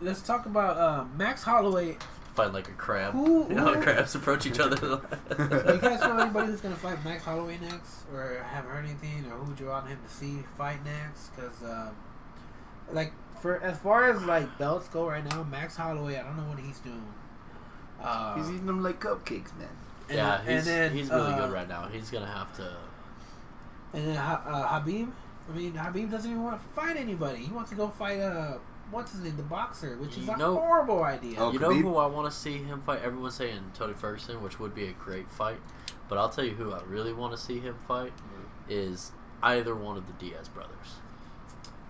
[SPEAKER 1] let's talk about uh, Max Holloway.
[SPEAKER 3] Fight like a crab.
[SPEAKER 1] Who-
[SPEAKER 3] You know,
[SPEAKER 1] who-
[SPEAKER 3] crabs approach each other.
[SPEAKER 1] Do you guys know anybody who's gonna fight Max Holloway next, or have heard anything, or who you want him to see fight next? Because, um, like, for as far as like belts go right now, Max Holloway, I don't know what he's doing. Uh,
[SPEAKER 2] He's eating them like cupcakes, man.
[SPEAKER 1] and-
[SPEAKER 3] yeah,
[SPEAKER 1] and
[SPEAKER 3] he's,
[SPEAKER 1] then,
[SPEAKER 3] he's really
[SPEAKER 1] uh,
[SPEAKER 3] good right now. He's gonna have to.
[SPEAKER 1] And then Ha- uh, Habib, I mean, Habib doesn't even want to fight anybody. He wants to go fight uh, what's his name, the boxer, which is
[SPEAKER 3] You
[SPEAKER 1] a
[SPEAKER 3] know-
[SPEAKER 1] horrible idea.
[SPEAKER 2] Oh,
[SPEAKER 3] you know
[SPEAKER 2] Khabib?
[SPEAKER 3] who I want to see him fight? Everyone's saying Tony Ferguson, which would be a great fight. But I'll tell you who I really want to see him fight is either one of the Diaz brothers.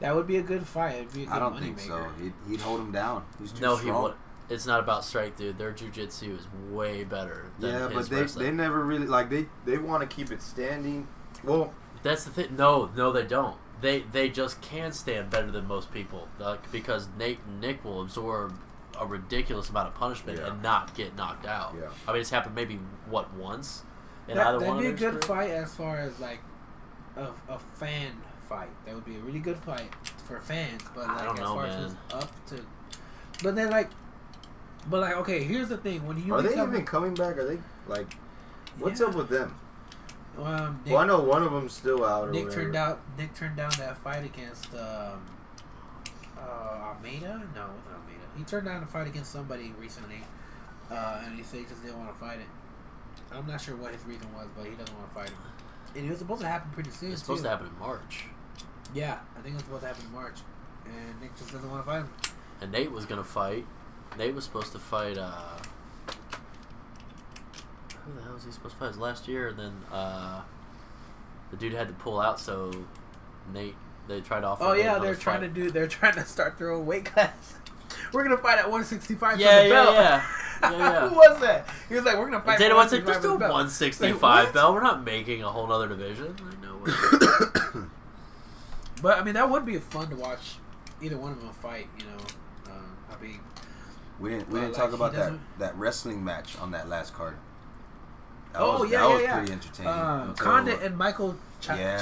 [SPEAKER 1] That would be a good fight. It'd be a good
[SPEAKER 2] I don't
[SPEAKER 1] moneymaker.
[SPEAKER 2] think so. He'd, he'd hold him down. He's too
[SPEAKER 3] no,
[SPEAKER 2] strong.
[SPEAKER 3] he would. It's not about strength, dude. Their jujitsu is way better. Than
[SPEAKER 2] Yeah, but
[SPEAKER 3] his
[SPEAKER 2] they,
[SPEAKER 3] wrestling.
[SPEAKER 2] they never really like they they want to keep it standing. Well,
[SPEAKER 3] That's the thing. No, no, they don't. They they just can stand better than most people like, because Nate Nick will absorb a ridiculous amount of punishment
[SPEAKER 2] Yeah.
[SPEAKER 3] and not get knocked out.
[SPEAKER 2] Yeah.
[SPEAKER 3] I mean, it's happened maybe what once in
[SPEAKER 1] That,
[SPEAKER 3] either
[SPEAKER 1] that'd
[SPEAKER 3] one
[SPEAKER 1] be a
[SPEAKER 3] of
[SPEAKER 1] good
[SPEAKER 3] their career.
[SPEAKER 1] fight as far as like a, a fan fight. That would be a really good fight for fans. But
[SPEAKER 3] I
[SPEAKER 1] like
[SPEAKER 3] don't
[SPEAKER 1] as
[SPEAKER 3] know,
[SPEAKER 1] far as
[SPEAKER 3] man.
[SPEAKER 1] who's up to, but then like, but like okay, here's the thing: when you
[SPEAKER 2] are they
[SPEAKER 1] become-
[SPEAKER 2] even coming back? Are they like what's
[SPEAKER 1] Yeah.
[SPEAKER 2] up with them?
[SPEAKER 1] Um, Nick,
[SPEAKER 2] well, I know one of them's still out. Or
[SPEAKER 1] Nick
[SPEAKER 2] whatever.
[SPEAKER 1] turned out. Nick turned down that fight against um, uh, Almeida. No, it wasn't Almeida. He turned down a fight against somebody recently, uh, and he said he just didn't want to fight it. I'm not sure what his reason was, but he doesn't want to fight him. And it was supposed to happen pretty soon.
[SPEAKER 3] It's supposed
[SPEAKER 1] too.
[SPEAKER 3] to happen in March,
[SPEAKER 1] Yeah, I think it was supposed to happen in March, and Nick just doesn't want to fight him.
[SPEAKER 3] and Nate was gonna fight. Nate was supposed to fight. uh Who the hell was he supposed to fight? It was last year, and then uh the dude had to pull out, so Nate they tried to offer.
[SPEAKER 1] Oh
[SPEAKER 3] Nate
[SPEAKER 1] yeah,
[SPEAKER 3] another
[SPEAKER 1] they're trying
[SPEAKER 3] fight.
[SPEAKER 1] to do. They're trying to start their own weight class. We're gonna fight at 165
[SPEAKER 3] Yeah,
[SPEAKER 1] for the
[SPEAKER 3] yeah,
[SPEAKER 1] belt.
[SPEAKER 3] yeah. Yeah, yeah.
[SPEAKER 1] Who was that? He was like, "We're gonna fight."
[SPEAKER 3] Dana
[SPEAKER 1] for
[SPEAKER 3] White's
[SPEAKER 1] 165
[SPEAKER 3] like, there's
[SPEAKER 1] for the
[SPEAKER 3] still
[SPEAKER 1] belt."
[SPEAKER 3] 165
[SPEAKER 1] what?
[SPEAKER 3] Bell. We're not making a whole other division. Like, no way.
[SPEAKER 1] But I mean, that would be fun to watch either one of them fight. You know, um, I mean,
[SPEAKER 2] We didn't we
[SPEAKER 1] Uh, like,
[SPEAKER 2] didn't talk
[SPEAKER 1] he
[SPEAKER 2] about that
[SPEAKER 1] doesn't-
[SPEAKER 2] that wrestling match on that last card. That
[SPEAKER 1] Oh,
[SPEAKER 2] was,
[SPEAKER 1] yeah,
[SPEAKER 2] that
[SPEAKER 1] yeah,
[SPEAKER 2] was
[SPEAKER 1] yeah.
[SPEAKER 2] pretty entertaining.
[SPEAKER 1] uh,
[SPEAKER 2] until-
[SPEAKER 1] Condit and Michael Ch-
[SPEAKER 2] yeah,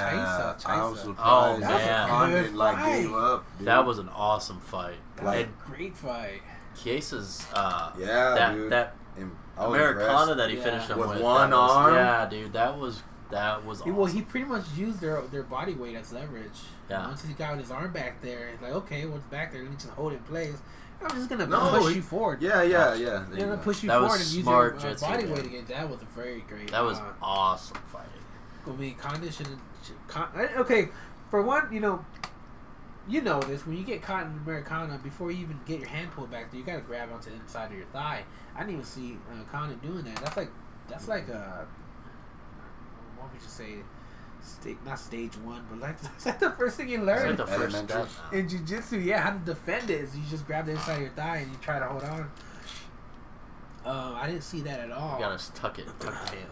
[SPEAKER 1] Chaisa.
[SPEAKER 2] I was
[SPEAKER 1] Chaisa.
[SPEAKER 2] surprised
[SPEAKER 3] Oh,
[SPEAKER 2] that
[SPEAKER 3] man.
[SPEAKER 2] Condit
[SPEAKER 1] Good
[SPEAKER 2] like
[SPEAKER 1] fight.
[SPEAKER 2] gave up. dude.
[SPEAKER 3] that was an awesome fight.
[SPEAKER 1] That was
[SPEAKER 2] like-
[SPEAKER 1] a great fight.
[SPEAKER 3] Chiesa's, uh,
[SPEAKER 2] yeah,
[SPEAKER 3] that,
[SPEAKER 2] dude.
[SPEAKER 3] that
[SPEAKER 2] And I was
[SPEAKER 3] Americana
[SPEAKER 2] impressed.
[SPEAKER 3] that he
[SPEAKER 1] Yeah.
[SPEAKER 3] finished him
[SPEAKER 2] With
[SPEAKER 3] with. that
[SPEAKER 2] one
[SPEAKER 3] was-
[SPEAKER 2] arm?
[SPEAKER 3] Yeah, dude, that was, that was
[SPEAKER 1] He-
[SPEAKER 3] awesome.
[SPEAKER 1] Well, he pretty much used their their body weight as leverage.
[SPEAKER 3] Yeah.
[SPEAKER 1] Once he got his arm back there, it's like, okay, what's back there? Let me just hold it in place. I'm just gonna
[SPEAKER 2] No,
[SPEAKER 1] push
[SPEAKER 2] he-
[SPEAKER 1] you forward.
[SPEAKER 2] Yeah, yeah, yeah. there
[SPEAKER 1] I'm
[SPEAKER 2] you
[SPEAKER 1] gonna
[SPEAKER 2] go.
[SPEAKER 1] push you
[SPEAKER 3] That was
[SPEAKER 1] forward and
[SPEAKER 3] smart
[SPEAKER 1] use your uh,
[SPEAKER 3] jiu-jitsu,
[SPEAKER 1] body
[SPEAKER 3] man.
[SPEAKER 1] weight again. That was a very great.
[SPEAKER 3] that was
[SPEAKER 1] uh,
[SPEAKER 3] awesome fighting.
[SPEAKER 1] I mean, Condit should. Con- I- okay, for one, you know, you know this when you get caught in Americana before you even get your hand pulled back there, you gotta grab onto the inside of your thigh. I didn't even see uh, Condit doing that. That's like that's like a what would you say? Sta- not stage one, but like that's like the first thing you
[SPEAKER 3] It's like
[SPEAKER 1] learn
[SPEAKER 3] the first
[SPEAKER 2] Elementary.
[SPEAKER 3] step. now.
[SPEAKER 1] in jiu-jitsu. Yeah, how to defend it is you just grab the inside of your thigh and you try to hold on. Uh, I didn't see that at all.
[SPEAKER 3] You gotta tuck it, tuck the hand.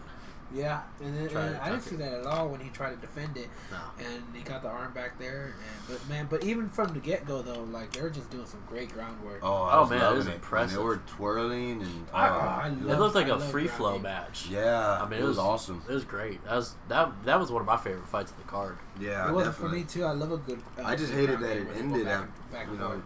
[SPEAKER 1] Yeah, and, then,
[SPEAKER 3] Try
[SPEAKER 1] and
[SPEAKER 3] to
[SPEAKER 1] I didn't
[SPEAKER 3] tuck
[SPEAKER 1] see
[SPEAKER 3] it.
[SPEAKER 1] that at all when he tried to defend it,
[SPEAKER 3] No.
[SPEAKER 1] and he got the arm back there. And, but man, but even from the get go though, like they were just doing some great groundwork.
[SPEAKER 2] Oh, I
[SPEAKER 3] Oh,
[SPEAKER 2] was
[SPEAKER 3] man, it
[SPEAKER 2] loving
[SPEAKER 3] was
[SPEAKER 2] it.
[SPEAKER 3] impressive.
[SPEAKER 2] And they were twirling and
[SPEAKER 1] I-
[SPEAKER 2] oh,
[SPEAKER 1] I
[SPEAKER 2] dude.
[SPEAKER 1] love-
[SPEAKER 3] It looked like
[SPEAKER 1] I
[SPEAKER 3] a
[SPEAKER 1] love
[SPEAKER 3] free flow
[SPEAKER 1] grappling.
[SPEAKER 3] match.
[SPEAKER 2] Yeah,
[SPEAKER 3] I mean,
[SPEAKER 2] it was awesome.
[SPEAKER 3] It was great. That was that. That was one of my favorite fights of the card.
[SPEAKER 2] Yeah,
[SPEAKER 1] it wasn't
[SPEAKER 2] definitely.
[SPEAKER 1] for me too. I love a good. Uh,
[SPEAKER 2] I just
[SPEAKER 1] good
[SPEAKER 2] hated
[SPEAKER 1] round
[SPEAKER 2] that
[SPEAKER 1] game
[SPEAKER 2] it
[SPEAKER 1] where they go
[SPEAKER 2] ended
[SPEAKER 1] back
[SPEAKER 2] after
[SPEAKER 1] and- back
[SPEAKER 2] you
[SPEAKER 1] and
[SPEAKER 2] know.
[SPEAKER 1] forth.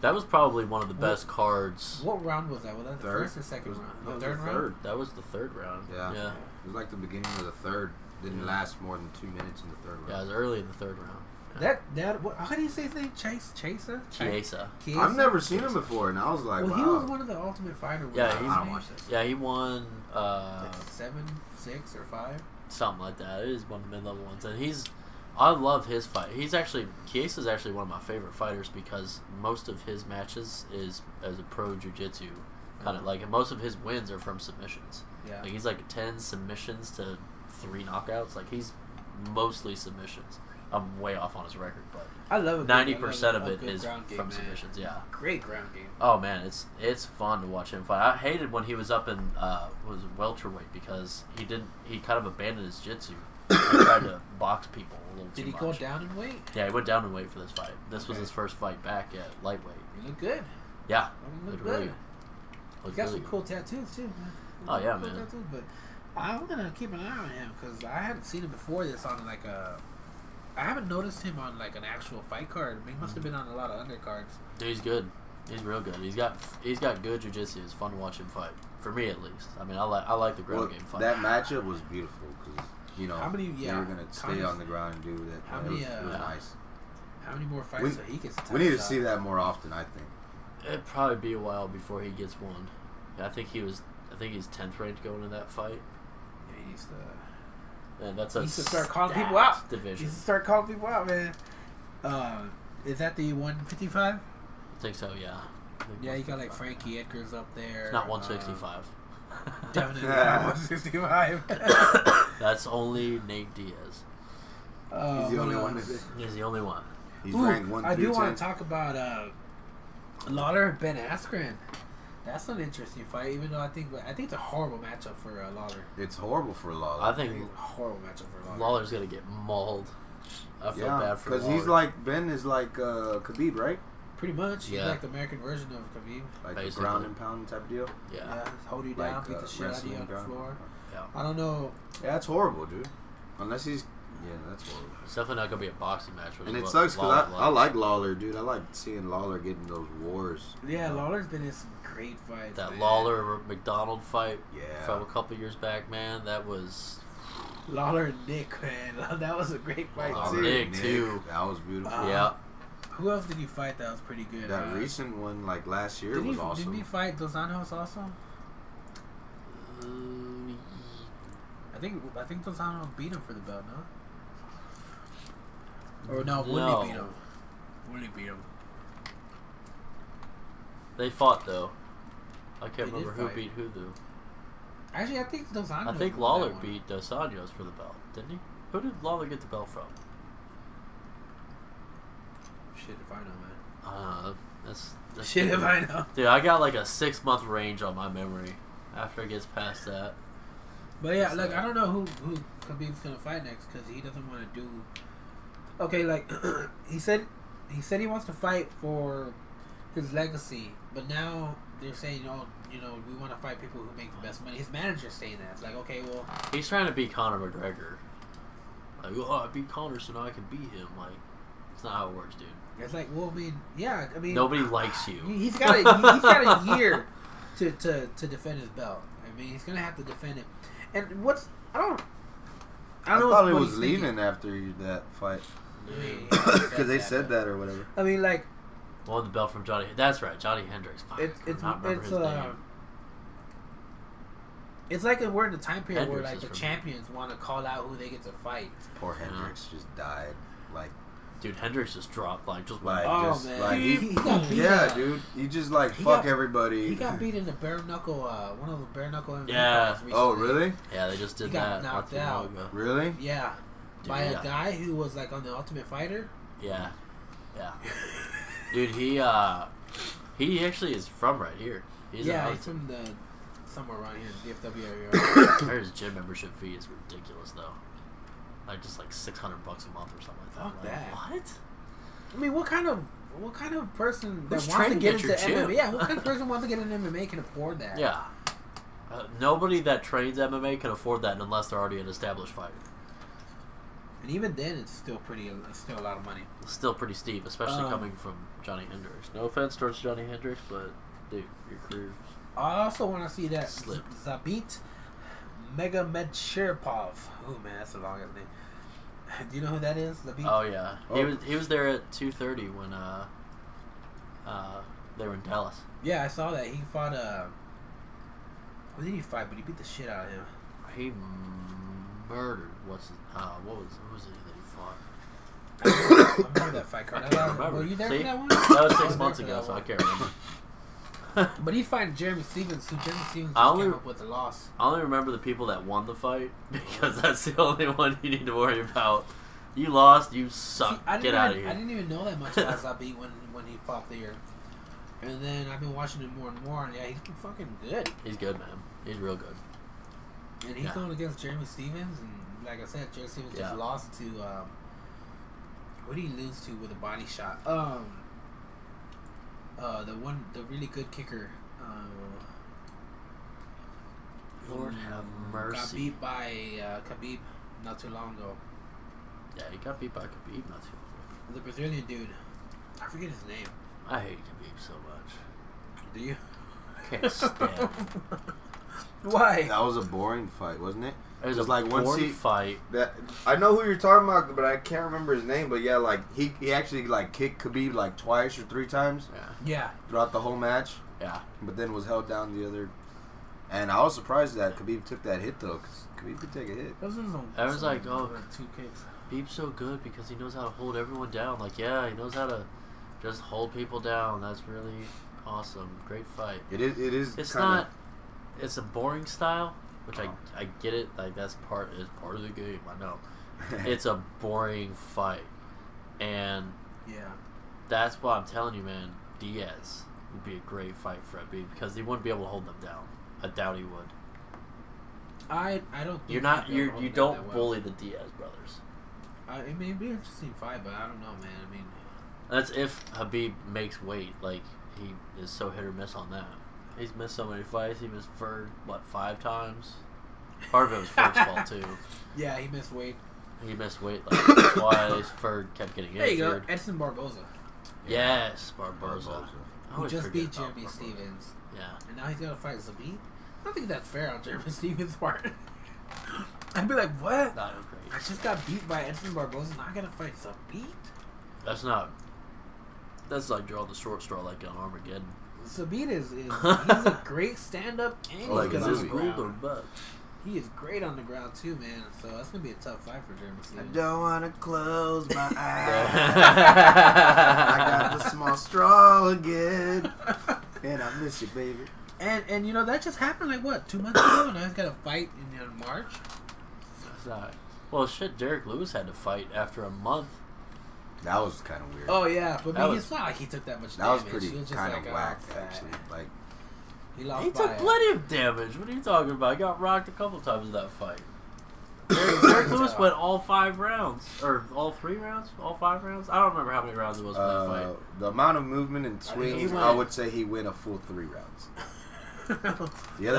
[SPEAKER 3] That was probably one of the best cards.
[SPEAKER 1] What round was that? Was that the
[SPEAKER 2] Third?
[SPEAKER 1] first or second
[SPEAKER 2] It was-
[SPEAKER 1] round?
[SPEAKER 2] no, it
[SPEAKER 1] The
[SPEAKER 2] was
[SPEAKER 1] third
[SPEAKER 2] the
[SPEAKER 1] round.
[SPEAKER 2] third.
[SPEAKER 3] That was the third round.
[SPEAKER 2] Yeah.
[SPEAKER 3] Yeah.
[SPEAKER 2] It was like the beginning of the third. Didn't last more than two minutes in the third
[SPEAKER 3] Yeah, it
[SPEAKER 2] round.
[SPEAKER 3] was early in the third round.
[SPEAKER 1] That that what, how do you say his name? Chase Chaser.
[SPEAKER 3] Chiesa.
[SPEAKER 1] Chiesa?
[SPEAKER 2] I've never seen him before, and I was like,
[SPEAKER 1] Well,
[SPEAKER 2] wow.
[SPEAKER 1] he was one of the Ultimate Fighter.
[SPEAKER 3] Yeah,
[SPEAKER 1] winners,
[SPEAKER 3] he's-
[SPEAKER 1] right?
[SPEAKER 2] I don't watch this.
[SPEAKER 3] Yeah, he won uh,
[SPEAKER 1] Like seven, six, or five.
[SPEAKER 3] something like that. It is one of the mid level ones, and he's. I love his fight. He's actually Chiesa's actually one of my favorite fighters because most of his matches is as a pro jujitsu kind of like, and most of his wins are from submissions.
[SPEAKER 1] Yeah.
[SPEAKER 3] Like he's like ten submissions to three knockouts. Like he's mostly submissions. I'm way off on his record, but
[SPEAKER 1] I love it.
[SPEAKER 3] ninety percent of it is from submissions. Yeah.
[SPEAKER 1] Great ground game.
[SPEAKER 3] Oh man, it's it's fun to watch him fight. I hated when he was up in uh, was welterweight because he didn't he kind of abandoned his jitsu. tried to box people a little
[SPEAKER 1] Did
[SPEAKER 3] too
[SPEAKER 1] he go
[SPEAKER 3] much.
[SPEAKER 1] down and wait?
[SPEAKER 3] Yeah, he went down and weight for this fight. This was
[SPEAKER 1] Okay.
[SPEAKER 3] his first fight back at lightweight.
[SPEAKER 1] He looked good.
[SPEAKER 3] Yeah,
[SPEAKER 1] He
[SPEAKER 3] looked
[SPEAKER 1] looked
[SPEAKER 3] really,
[SPEAKER 1] good. He
[SPEAKER 3] looked
[SPEAKER 1] got
[SPEAKER 3] really
[SPEAKER 1] some
[SPEAKER 3] good.
[SPEAKER 1] cool tattoos too. man.
[SPEAKER 3] Oh, yeah,
[SPEAKER 1] Cool
[SPEAKER 3] man.
[SPEAKER 1] tattoos, but I'm gonna keep an eye on him because I haven't seen him before this on like a. I haven't noticed him on like an actual fight card. He
[SPEAKER 3] Mm.
[SPEAKER 1] must have been on a lot of undercards.
[SPEAKER 3] Dude, he's good. He's real good. He's got he's got good jujitsu. It's fun to watch him fight. For me, at least. I mean, I like I like the ground
[SPEAKER 2] Well,
[SPEAKER 3] game fight.
[SPEAKER 2] that matchup was beautiful because you know
[SPEAKER 1] How many-
[SPEAKER 2] they
[SPEAKER 1] yeah,
[SPEAKER 2] were gonna stay
[SPEAKER 1] Connor's-
[SPEAKER 2] on the ground and do that.
[SPEAKER 1] How
[SPEAKER 2] it
[SPEAKER 1] many,
[SPEAKER 2] was, it was
[SPEAKER 3] uh,
[SPEAKER 2] nice.
[SPEAKER 1] How many more fights
[SPEAKER 2] We-
[SPEAKER 1] so he gets? a
[SPEAKER 2] We
[SPEAKER 1] title
[SPEAKER 2] need to
[SPEAKER 1] shot?
[SPEAKER 2] see that more often. I think.
[SPEAKER 3] It'd probably be a while before he gets one. I think he was. I think he's tenth ranked going into that fight,
[SPEAKER 1] Yeah, uh, he needs to.
[SPEAKER 3] and that's
[SPEAKER 1] He
[SPEAKER 3] a
[SPEAKER 1] needs to start calling people
[SPEAKER 3] stacked
[SPEAKER 1] out. He
[SPEAKER 3] Division.
[SPEAKER 1] needs to start calling people out, man. Um, is that the 155?
[SPEAKER 3] I think so. Yeah. I think
[SPEAKER 1] Yeah, you got like
[SPEAKER 3] 155.
[SPEAKER 1] Frankie Edgar's up there.
[SPEAKER 3] It's not
[SPEAKER 1] um,
[SPEAKER 3] one sixty five.
[SPEAKER 1] Definitely not 165.
[SPEAKER 3] that's only Nate Diaz.
[SPEAKER 1] Uh,
[SPEAKER 2] He's the
[SPEAKER 1] what
[SPEAKER 2] only one
[SPEAKER 1] else?
[SPEAKER 2] that-
[SPEAKER 3] He's the only one.
[SPEAKER 2] He's
[SPEAKER 1] Ooh,
[SPEAKER 2] ranked one
[SPEAKER 1] I
[SPEAKER 2] through
[SPEAKER 1] do want
[SPEAKER 2] ten.
[SPEAKER 1] to talk about uh, Lawler and Ben Askren. That's an interesting fight, even though I think I think it's a horrible matchup for uh, Lawler.
[SPEAKER 2] it's horrible for Lawler.
[SPEAKER 3] I
[SPEAKER 1] I think
[SPEAKER 3] think
[SPEAKER 1] it's a horrible matchup for Lawler.
[SPEAKER 3] Lawler's gonna get mauled. I feel
[SPEAKER 2] yeah,
[SPEAKER 3] bad for
[SPEAKER 2] because he's
[SPEAKER 3] Lawler.
[SPEAKER 2] like Ben is like uh, Khabib, right?
[SPEAKER 1] Pretty much, he's
[SPEAKER 3] Yeah.
[SPEAKER 1] like the American version of Khabib.
[SPEAKER 2] Like a
[SPEAKER 3] Basically.
[SPEAKER 2] ground and pound type deal.
[SPEAKER 3] yeah.
[SPEAKER 1] Yeah, hold you
[SPEAKER 2] Like
[SPEAKER 1] down, beat
[SPEAKER 2] uh,
[SPEAKER 1] the shit out of you
[SPEAKER 2] wrestling
[SPEAKER 1] on the
[SPEAKER 2] ground.
[SPEAKER 1] floor.
[SPEAKER 3] yeah.
[SPEAKER 1] I don't know.
[SPEAKER 2] Yeah, that's horrible, dude. Unless he's yeah, that's horrible.
[SPEAKER 3] It's definitely not gonna be a boxing match. which
[SPEAKER 2] And
[SPEAKER 3] is
[SPEAKER 2] it
[SPEAKER 3] what
[SPEAKER 2] sucks because
[SPEAKER 3] Lawler
[SPEAKER 2] I, I like
[SPEAKER 3] likes.
[SPEAKER 2] Lawler, dude. I like seeing Lawler getting those wars.
[SPEAKER 1] Yeah, Lawler's been in some great fights.
[SPEAKER 3] that
[SPEAKER 1] man.
[SPEAKER 3] Lawler McDonald fight
[SPEAKER 2] Yeah.
[SPEAKER 3] from a couple years back. Man, that was
[SPEAKER 1] Lawler and Nick, man, that was a great fight
[SPEAKER 3] Lawler
[SPEAKER 1] too.
[SPEAKER 3] and Nick, too.
[SPEAKER 2] That was beautiful.
[SPEAKER 1] Uh,
[SPEAKER 3] yeah.
[SPEAKER 1] Who else did you fight that was pretty good?
[SPEAKER 2] that
[SPEAKER 1] uh,
[SPEAKER 2] recent one, like last year,
[SPEAKER 1] Didn't
[SPEAKER 2] was
[SPEAKER 1] he,
[SPEAKER 2] awesome.
[SPEAKER 1] didn't he fight Dos Anjos also? mm.
[SPEAKER 3] Uh,
[SPEAKER 1] I think I think Dos Anjos beat him for the belt, no? Or no,
[SPEAKER 3] No.
[SPEAKER 1] Woodley beat him. Woodley beat him.
[SPEAKER 3] They fought though. I
[SPEAKER 1] They
[SPEAKER 3] can't
[SPEAKER 1] did
[SPEAKER 3] remember who
[SPEAKER 1] fight.
[SPEAKER 3] beat who though.
[SPEAKER 1] Actually, I think Dos Anjos.
[SPEAKER 3] I think
[SPEAKER 1] won
[SPEAKER 3] Lawler
[SPEAKER 1] that one.
[SPEAKER 3] beat Dos Anjos for the belt, didn't he? Who did Lawler get the belt from?
[SPEAKER 1] Shit if I know, man.
[SPEAKER 3] Uh, that's, that's
[SPEAKER 1] Shit if I know.
[SPEAKER 3] Dude, I got like a six month range on my memory. After it gets past that,
[SPEAKER 1] But yeah,
[SPEAKER 3] So-
[SPEAKER 1] look, I don't know who who Khabib's gonna fight next because he doesn't want to do. Okay, like he said, he said he wants to fight for his legacy, but now they're saying, oh, you know, we want to fight people who make the best money. His manager's saying that. It's like, okay, well,
[SPEAKER 3] he's trying to beat Conor McGregor. Like, oh, I beat Conor, so now I can beat him. Like, it's not how it works, dude.
[SPEAKER 1] it's like, well, I mean, yeah, I mean,
[SPEAKER 3] Nobody likes you.
[SPEAKER 1] He- He's got a, he's got a year to, to, to defend his belt. I mean, he's gonna have to defend it. And what's I don't I
[SPEAKER 2] I
[SPEAKER 1] don't know
[SPEAKER 2] thought
[SPEAKER 1] what
[SPEAKER 2] he was
[SPEAKER 1] he's
[SPEAKER 2] leaving
[SPEAKER 1] thinking.
[SPEAKER 2] after that fight
[SPEAKER 3] Dude.
[SPEAKER 2] because they said that or whatever.
[SPEAKER 1] I mean, like
[SPEAKER 3] Won the belt from Johnny. That's right, Johnny Hendricks. Fuck,
[SPEAKER 1] it's
[SPEAKER 3] I
[SPEAKER 1] it's
[SPEAKER 3] cannot remember
[SPEAKER 1] it's
[SPEAKER 3] his
[SPEAKER 1] uh,
[SPEAKER 3] name.
[SPEAKER 1] it's like we're in the time period where
[SPEAKER 3] Hendricks
[SPEAKER 1] like
[SPEAKER 3] is
[SPEAKER 1] the
[SPEAKER 3] from-
[SPEAKER 1] champions want to call out who they get to fight.
[SPEAKER 2] Poor Hendricks just died. Like,
[SPEAKER 3] Dude, Hendricks just dropped like just
[SPEAKER 2] like
[SPEAKER 1] Oh,
[SPEAKER 2] just
[SPEAKER 1] man.
[SPEAKER 2] like
[SPEAKER 1] He- he got beat
[SPEAKER 2] yeah,
[SPEAKER 1] up.
[SPEAKER 2] dude. He just like
[SPEAKER 1] He
[SPEAKER 2] fuck
[SPEAKER 1] got-
[SPEAKER 2] everybody.
[SPEAKER 1] He got beat in the bare knuckle uh one of the bare knuckle MMA
[SPEAKER 3] Yeah.
[SPEAKER 1] fights
[SPEAKER 2] oh,
[SPEAKER 1] recently.
[SPEAKER 2] really?
[SPEAKER 3] yeah, they just did
[SPEAKER 1] He got
[SPEAKER 3] that.
[SPEAKER 1] knocked
[SPEAKER 3] not too
[SPEAKER 1] out.
[SPEAKER 3] long ago.
[SPEAKER 2] Really?
[SPEAKER 1] Yeah,
[SPEAKER 3] Dude,
[SPEAKER 1] by
[SPEAKER 3] yeah.
[SPEAKER 1] a guy who was like on the Ultimate Fighter.
[SPEAKER 3] Yeah, yeah. Dude, he uh, he actually is from right here. He's
[SPEAKER 1] yeah,
[SPEAKER 3] a,
[SPEAKER 1] he's from the somewhere around here, the DFW area.
[SPEAKER 3] His gym membership fee is ridiculous though. Like just like six hundred bucks a month or something like that.
[SPEAKER 1] Fuck
[SPEAKER 3] Like,
[SPEAKER 1] that.
[SPEAKER 3] What?
[SPEAKER 1] I mean, what kind of what kind of person that wants
[SPEAKER 3] Who's
[SPEAKER 1] to
[SPEAKER 3] training
[SPEAKER 1] get
[SPEAKER 3] at
[SPEAKER 1] into
[SPEAKER 3] your gym?
[SPEAKER 1] MMA? Yeah, what kind of person wants to get into MMA can afford that?
[SPEAKER 3] Yeah. Uh, nobody that trains MMA can afford that unless they're already an established fighter.
[SPEAKER 1] and even then, it's still pretty, it's still a lot of money.
[SPEAKER 3] It's still pretty steep, especially
[SPEAKER 1] Um,
[SPEAKER 3] coming from Johnny Hendricks. No offense towards Johnny Hendricks, but dude, your career.
[SPEAKER 1] I also want to see that Z-
[SPEAKER 3] Slip.
[SPEAKER 1] Zabit Megamedshirpov. Oh man, that's a long ass name. Do you know who that is? Zabit.
[SPEAKER 3] Oh yeah, he
[SPEAKER 2] Oh.
[SPEAKER 3] was he was there at two thirty when uh uh they were in Dallas.
[SPEAKER 1] yeah, I saw that. He fought. Uh, who did he fight? But he beat the shit out of him.
[SPEAKER 3] He murdered what's his, uh what was who was it that he fought?
[SPEAKER 1] I remember that fight card.
[SPEAKER 3] I
[SPEAKER 1] I
[SPEAKER 3] can't
[SPEAKER 1] love-
[SPEAKER 3] remember.
[SPEAKER 1] Um, Were you there
[SPEAKER 3] See?
[SPEAKER 1] for that one?
[SPEAKER 3] That was
[SPEAKER 1] I
[SPEAKER 3] six
[SPEAKER 1] there
[SPEAKER 3] months
[SPEAKER 1] for
[SPEAKER 3] ago,
[SPEAKER 1] that
[SPEAKER 3] so I
[SPEAKER 1] one.
[SPEAKER 3] can't remember.
[SPEAKER 1] But he fought Jeremy Stevens, who Jeremy Stevens
[SPEAKER 3] I
[SPEAKER 1] just
[SPEAKER 3] only-
[SPEAKER 1] came up with a loss.
[SPEAKER 3] I only remember the people that won the fight because that's the only one you need to worry about. You lost, you
[SPEAKER 1] See,
[SPEAKER 3] suck.
[SPEAKER 1] I didn't
[SPEAKER 3] Get out of
[SPEAKER 1] even-
[SPEAKER 3] here.
[SPEAKER 1] I didn't even know that much about Zabi when when he fought there. And then I've been watching him more and more, and yeah, he's been fucking good.
[SPEAKER 3] He's good, man. He's real good.
[SPEAKER 1] And he's
[SPEAKER 3] Yeah.
[SPEAKER 1] going against Jeremy Stevens, and like I said, Jerry Stevens
[SPEAKER 3] Yeah.
[SPEAKER 1] just lost to. Um, what did he lose to with a body shot? Um, uh, the one, the really good kicker. Um,
[SPEAKER 3] Lord have
[SPEAKER 1] Got
[SPEAKER 3] mercy.
[SPEAKER 1] beat by uh, Khabib not too long ago.
[SPEAKER 3] Yeah, he got beat by Khabib not too long
[SPEAKER 1] The Brazilian dude, I forget his name.
[SPEAKER 3] ago. I hate Khabib so much.
[SPEAKER 1] Do you?
[SPEAKER 3] Can't stand. him.
[SPEAKER 1] Why?
[SPEAKER 2] That was a boring fight, wasn't it?
[SPEAKER 3] It was
[SPEAKER 2] Just
[SPEAKER 3] a
[SPEAKER 2] like once
[SPEAKER 3] boring
[SPEAKER 2] he-
[SPEAKER 3] fight.
[SPEAKER 2] That I know who you're talking about, but I can't remember his name. But yeah, like he, he actually like kicked Khabib like twice or three times
[SPEAKER 3] Yeah,
[SPEAKER 1] Yeah.
[SPEAKER 2] throughout the whole match,
[SPEAKER 3] yeah.
[SPEAKER 2] but then was held down the other. And I was surprised that Khabib took that hit though, because Khabib could take a hit.
[SPEAKER 1] Those ones don't-
[SPEAKER 3] I was
[SPEAKER 1] some
[SPEAKER 3] like, oh.
[SPEAKER 1] two kicks.
[SPEAKER 3] Khabib's so good because he knows how to hold everyone down. Like, yeah, he knows how to just hold people down. That's really awesome. Great fight.
[SPEAKER 2] It is. It is.
[SPEAKER 3] It's
[SPEAKER 2] kinda-
[SPEAKER 3] not. It's a boring style, which
[SPEAKER 2] Oh.
[SPEAKER 3] I I get it. Like that's part is part of the game. I know. it's a boring fight, and
[SPEAKER 1] Yeah.
[SPEAKER 3] that's why I'm telling you, man. Diaz would be a great fight for Khabib because he wouldn't be able to hold them down. I doubt he would.
[SPEAKER 1] I I don't. Think
[SPEAKER 3] You're not.
[SPEAKER 1] they'll
[SPEAKER 3] You
[SPEAKER 1] hold
[SPEAKER 3] you
[SPEAKER 1] that
[SPEAKER 3] don't
[SPEAKER 1] that well.
[SPEAKER 3] bully the Diaz brothers.
[SPEAKER 1] I, it may be an interesting fight, but I don't know, man. I mean,
[SPEAKER 3] That's if Habib makes weight. Like he is so hit or miss on that. He's missed so many fights. He missed Ferg what five times. Part of it was Ferg's fault too.
[SPEAKER 1] yeah, he missed weight.
[SPEAKER 3] He missed weight like twice. Ferg kept getting
[SPEAKER 1] There you go,
[SPEAKER 3] injured.
[SPEAKER 1] Edson Barboza.
[SPEAKER 3] Yes, Barboza. I
[SPEAKER 1] Who
[SPEAKER 3] always
[SPEAKER 1] just
[SPEAKER 3] forget
[SPEAKER 1] beat
[SPEAKER 3] about
[SPEAKER 1] Jeremy
[SPEAKER 3] Barboza.
[SPEAKER 1] Stevens,
[SPEAKER 3] Yeah,
[SPEAKER 1] and now he's gonna fight Zabit. I don't think that's fair on Jeremy Stevens' part. I'd be like, what?
[SPEAKER 3] not
[SPEAKER 1] I
[SPEAKER 3] great.
[SPEAKER 1] just got beat by Edson Barboza. Now I gotta fight Zabit.
[SPEAKER 3] That's not. That's like draw the short straw like on Armageddon.
[SPEAKER 1] Zabit is, is he's a great stand-up and
[SPEAKER 2] Oh, like
[SPEAKER 1] he's
[SPEAKER 2] his
[SPEAKER 1] good on
[SPEAKER 2] this
[SPEAKER 1] the
[SPEAKER 2] movie.
[SPEAKER 1] ground.
[SPEAKER 3] butt.
[SPEAKER 1] He is great on the ground too, man. So that's gonna be a tough fight for Jeremy
[SPEAKER 2] I
[SPEAKER 1] Stevens.
[SPEAKER 2] don't wanna close my eyes. I got
[SPEAKER 3] I
[SPEAKER 2] the small straw again, and I miss you, baby.
[SPEAKER 1] And and you know that just happened like what two months ago, and I just got a fight in uh, March.
[SPEAKER 3] That's not. Well, shit. Derek Lewis had to fight after a month.
[SPEAKER 2] That was kind of weird.
[SPEAKER 1] Oh yeah, but
[SPEAKER 3] That
[SPEAKER 1] I mean,
[SPEAKER 3] was-
[SPEAKER 1] it's not like he took that much
[SPEAKER 2] that was
[SPEAKER 1] damage.
[SPEAKER 2] pretty
[SPEAKER 1] He was just
[SPEAKER 2] kind of
[SPEAKER 1] like, oh,
[SPEAKER 2] whack,
[SPEAKER 1] fuck.
[SPEAKER 2] actually. Like,
[SPEAKER 1] He lost
[SPEAKER 3] He
[SPEAKER 1] by
[SPEAKER 3] took
[SPEAKER 1] a-
[SPEAKER 3] plenty of damage. What are you talking about? He got rocked a couple times in that fight. Derek, Derek Lewis went all five rounds, or all three rounds, all five rounds. I don't remember how many rounds it was for that
[SPEAKER 2] uh,
[SPEAKER 3] fight.
[SPEAKER 2] the amount of movement
[SPEAKER 1] I
[SPEAKER 2] and
[SPEAKER 1] mean, he
[SPEAKER 2] swings,
[SPEAKER 3] went-
[SPEAKER 2] I would say he went a full three rounds. The other
[SPEAKER 1] that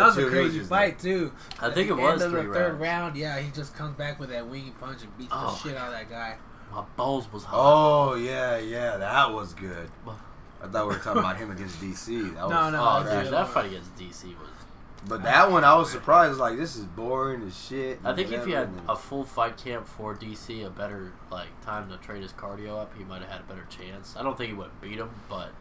[SPEAKER 1] was
[SPEAKER 2] two,
[SPEAKER 1] a
[SPEAKER 2] he
[SPEAKER 1] crazy
[SPEAKER 2] just
[SPEAKER 1] fight too.
[SPEAKER 3] I
[SPEAKER 1] At
[SPEAKER 3] think
[SPEAKER 1] Uh, the
[SPEAKER 3] it was
[SPEAKER 1] end of
[SPEAKER 3] three
[SPEAKER 1] the third
[SPEAKER 3] rounds.
[SPEAKER 1] round. Yeah, he just comes back with that winging punch and beats
[SPEAKER 3] Oh,
[SPEAKER 1] the shit out of that guy.
[SPEAKER 3] My balls was hot.
[SPEAKER 2] Oh yeah, yeah, that was good.
[SPEAKER 3] Well-
[SPEAKER 2] I thought we were talking about him against DC. That was,
[SPEAKER 1] No, no.
[SPEAKER 3] Oh,
[SPEAKER 2] Right.
[SPEAKER 3] dude, that fight against DC was.
[SPEAKER 2] But that one, I was surprised. Like this is boring as shit.
[SPEAKER 3] I think if he had
[SPEAKER 2] whatever, and
[SPEAKER 3] a full fight camp for DC, a better like time to trade his cardio up, he might have had a better chance. I don't think he would beat him, but
[SPEAKER 1] And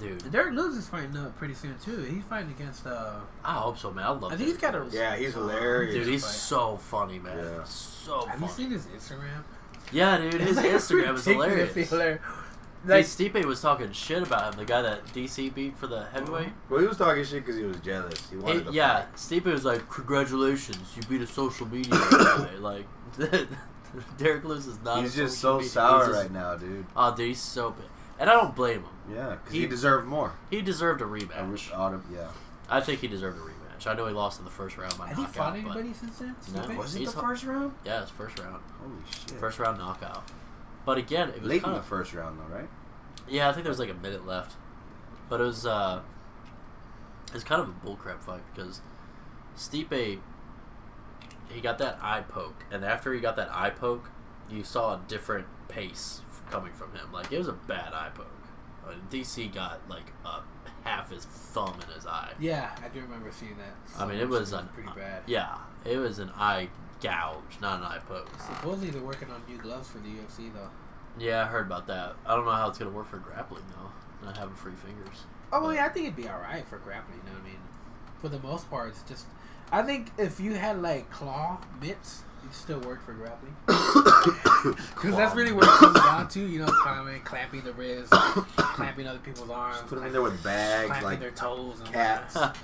[SPEAKER 3] dude,
[SPEAKER 1] Derek Lewis is fighting up pretty soon too. He's fighting against. uh
[SPEAKER 3] I hope so, man. I love.
[SPEAKER 1] I think he's got a.
[SPEAKER 3] Derrick Rose.
[SPEAKER 2] Yeah, he's hilarious.
[SPEAKER 3] Dude, he's
[SPEAKER 1] Fight.
[SPEAKER 3] so funny, man.
[SPEAKER 2] Yeah.
[SPEAKER 3] So
[SPEAKER 1] Have
[SPEAKER 3] funny.
[SPEAKER 1] you seen his Instagram?
[SPEAKER 3] yeah, dude, his
[SPEAKER 1] Like, it's
[SPEAKER 3] Instagram is
[SPEAKER 1] ridiculously
[SPEAKER 3] hilarious.
[SPEAKER 1] hilarious.
[SPEAKER 3] Like,
[SPEAKER 1] Like,
[SPEAKER 3] Stipe was talking shit about him, the guy that DC beat for the heavyweight.
[SPEAKER 2] well, he was talking shit because he was jealous. He wanted
[SPEAKER 3] It-
[SPEAKER 2] to
[SPEAKER 3] yeah,
[SPEAKER 2] fight.
[SPEAKER 3] Stipe was like, "Congratulations, you beat a social media guy." like, Derek Lewis is not.
[SPEAKER 2] He's
[SPEAKER 3] a
[SPEAKER 2] just so
[SPEAKER 3] social media-
[SPEAKER 2] sour
[SPEAKER 3] he's just-
[SPEAKER 2] right now, dude.
[SPEAKER 3] Oh, dude, he's so bad, and I don't blame him.
[SPEAKER 2] Yeah, because
[SPEAKER 3] He-
[SPEAKER 2] he, deserved more.
[SPEAKER 3] He deserved a
[SPEAKER 2] I re-
[SPEAKER 3] rematch.
[SPEAKER 2] oughta- yeah.
[SPEAKER 3] I think he deserved a rematch. I know he lost in the first round by
[SPEAKER 1] has he
[SPEAKER 3] knockout.
[SPEAKER 1] fought
[SPEAKER 3] Oh but-
[SPEAKER 1] anybody since then?
[SPEAKER 3] No.
[SPEAKER 1] Stupid?
[SPEAKER 3] Was it He's the hot.
[SPEAKER 2] first round?
[SPEAKER 3] yeah, it's first round.
[SPEAKER 2] Holy shit!
[SPEAKER 3] First round knockout. But again, it was
[SPEAKER 2] Late in
[SPEAKER 3] kind
[SPEAKER 2] the
[SPEAKER 3] of
[SPEAKER 2] first round, though, right?
[SPEAKER 3] yeah. I think there was like a minute left, but it was uh, it's kind of a bullcrap fight because Stipe he got that eye poke, and after he got that eye poke, you saw a different pace f- coming from him. Like it was a bad eye poke. I mean, DC got like a half his thumb in his eye.
[SPEAKER 1] Yeah, I do remember seeing that.
[SPEAKER 3] I mean, it was an,
[SPEAKER 1] pretty bad.
[SPEAKER 3] Yeah, it was an eye gouge, not an eye poke.
[SPEAKER 1] Supposedly they're working on new gloves for the UFC though.
[SPEAKER 3] Yeah, I heard about that. I don't know how it's gonna work for grappling though. Not having free fingers.
[SPEAKER 1] Oh well, yeah, I think it'd be all right for grappling. You know what I mean? For the most part, it's just. I think if you had like claw mitts, it still work for grappling. Because that's really what it comes down to, you know, climbing, clamping the wrist, clamping other people's arms,
[SPEAKER 2] Just put him in there with bags,
[SPEAKER 1] clamping
[SPEAKER 2] like
[SPEAKER 1] their toes, and
[SPEAKER 2] cats.
[SPEAKER 1] whatnot.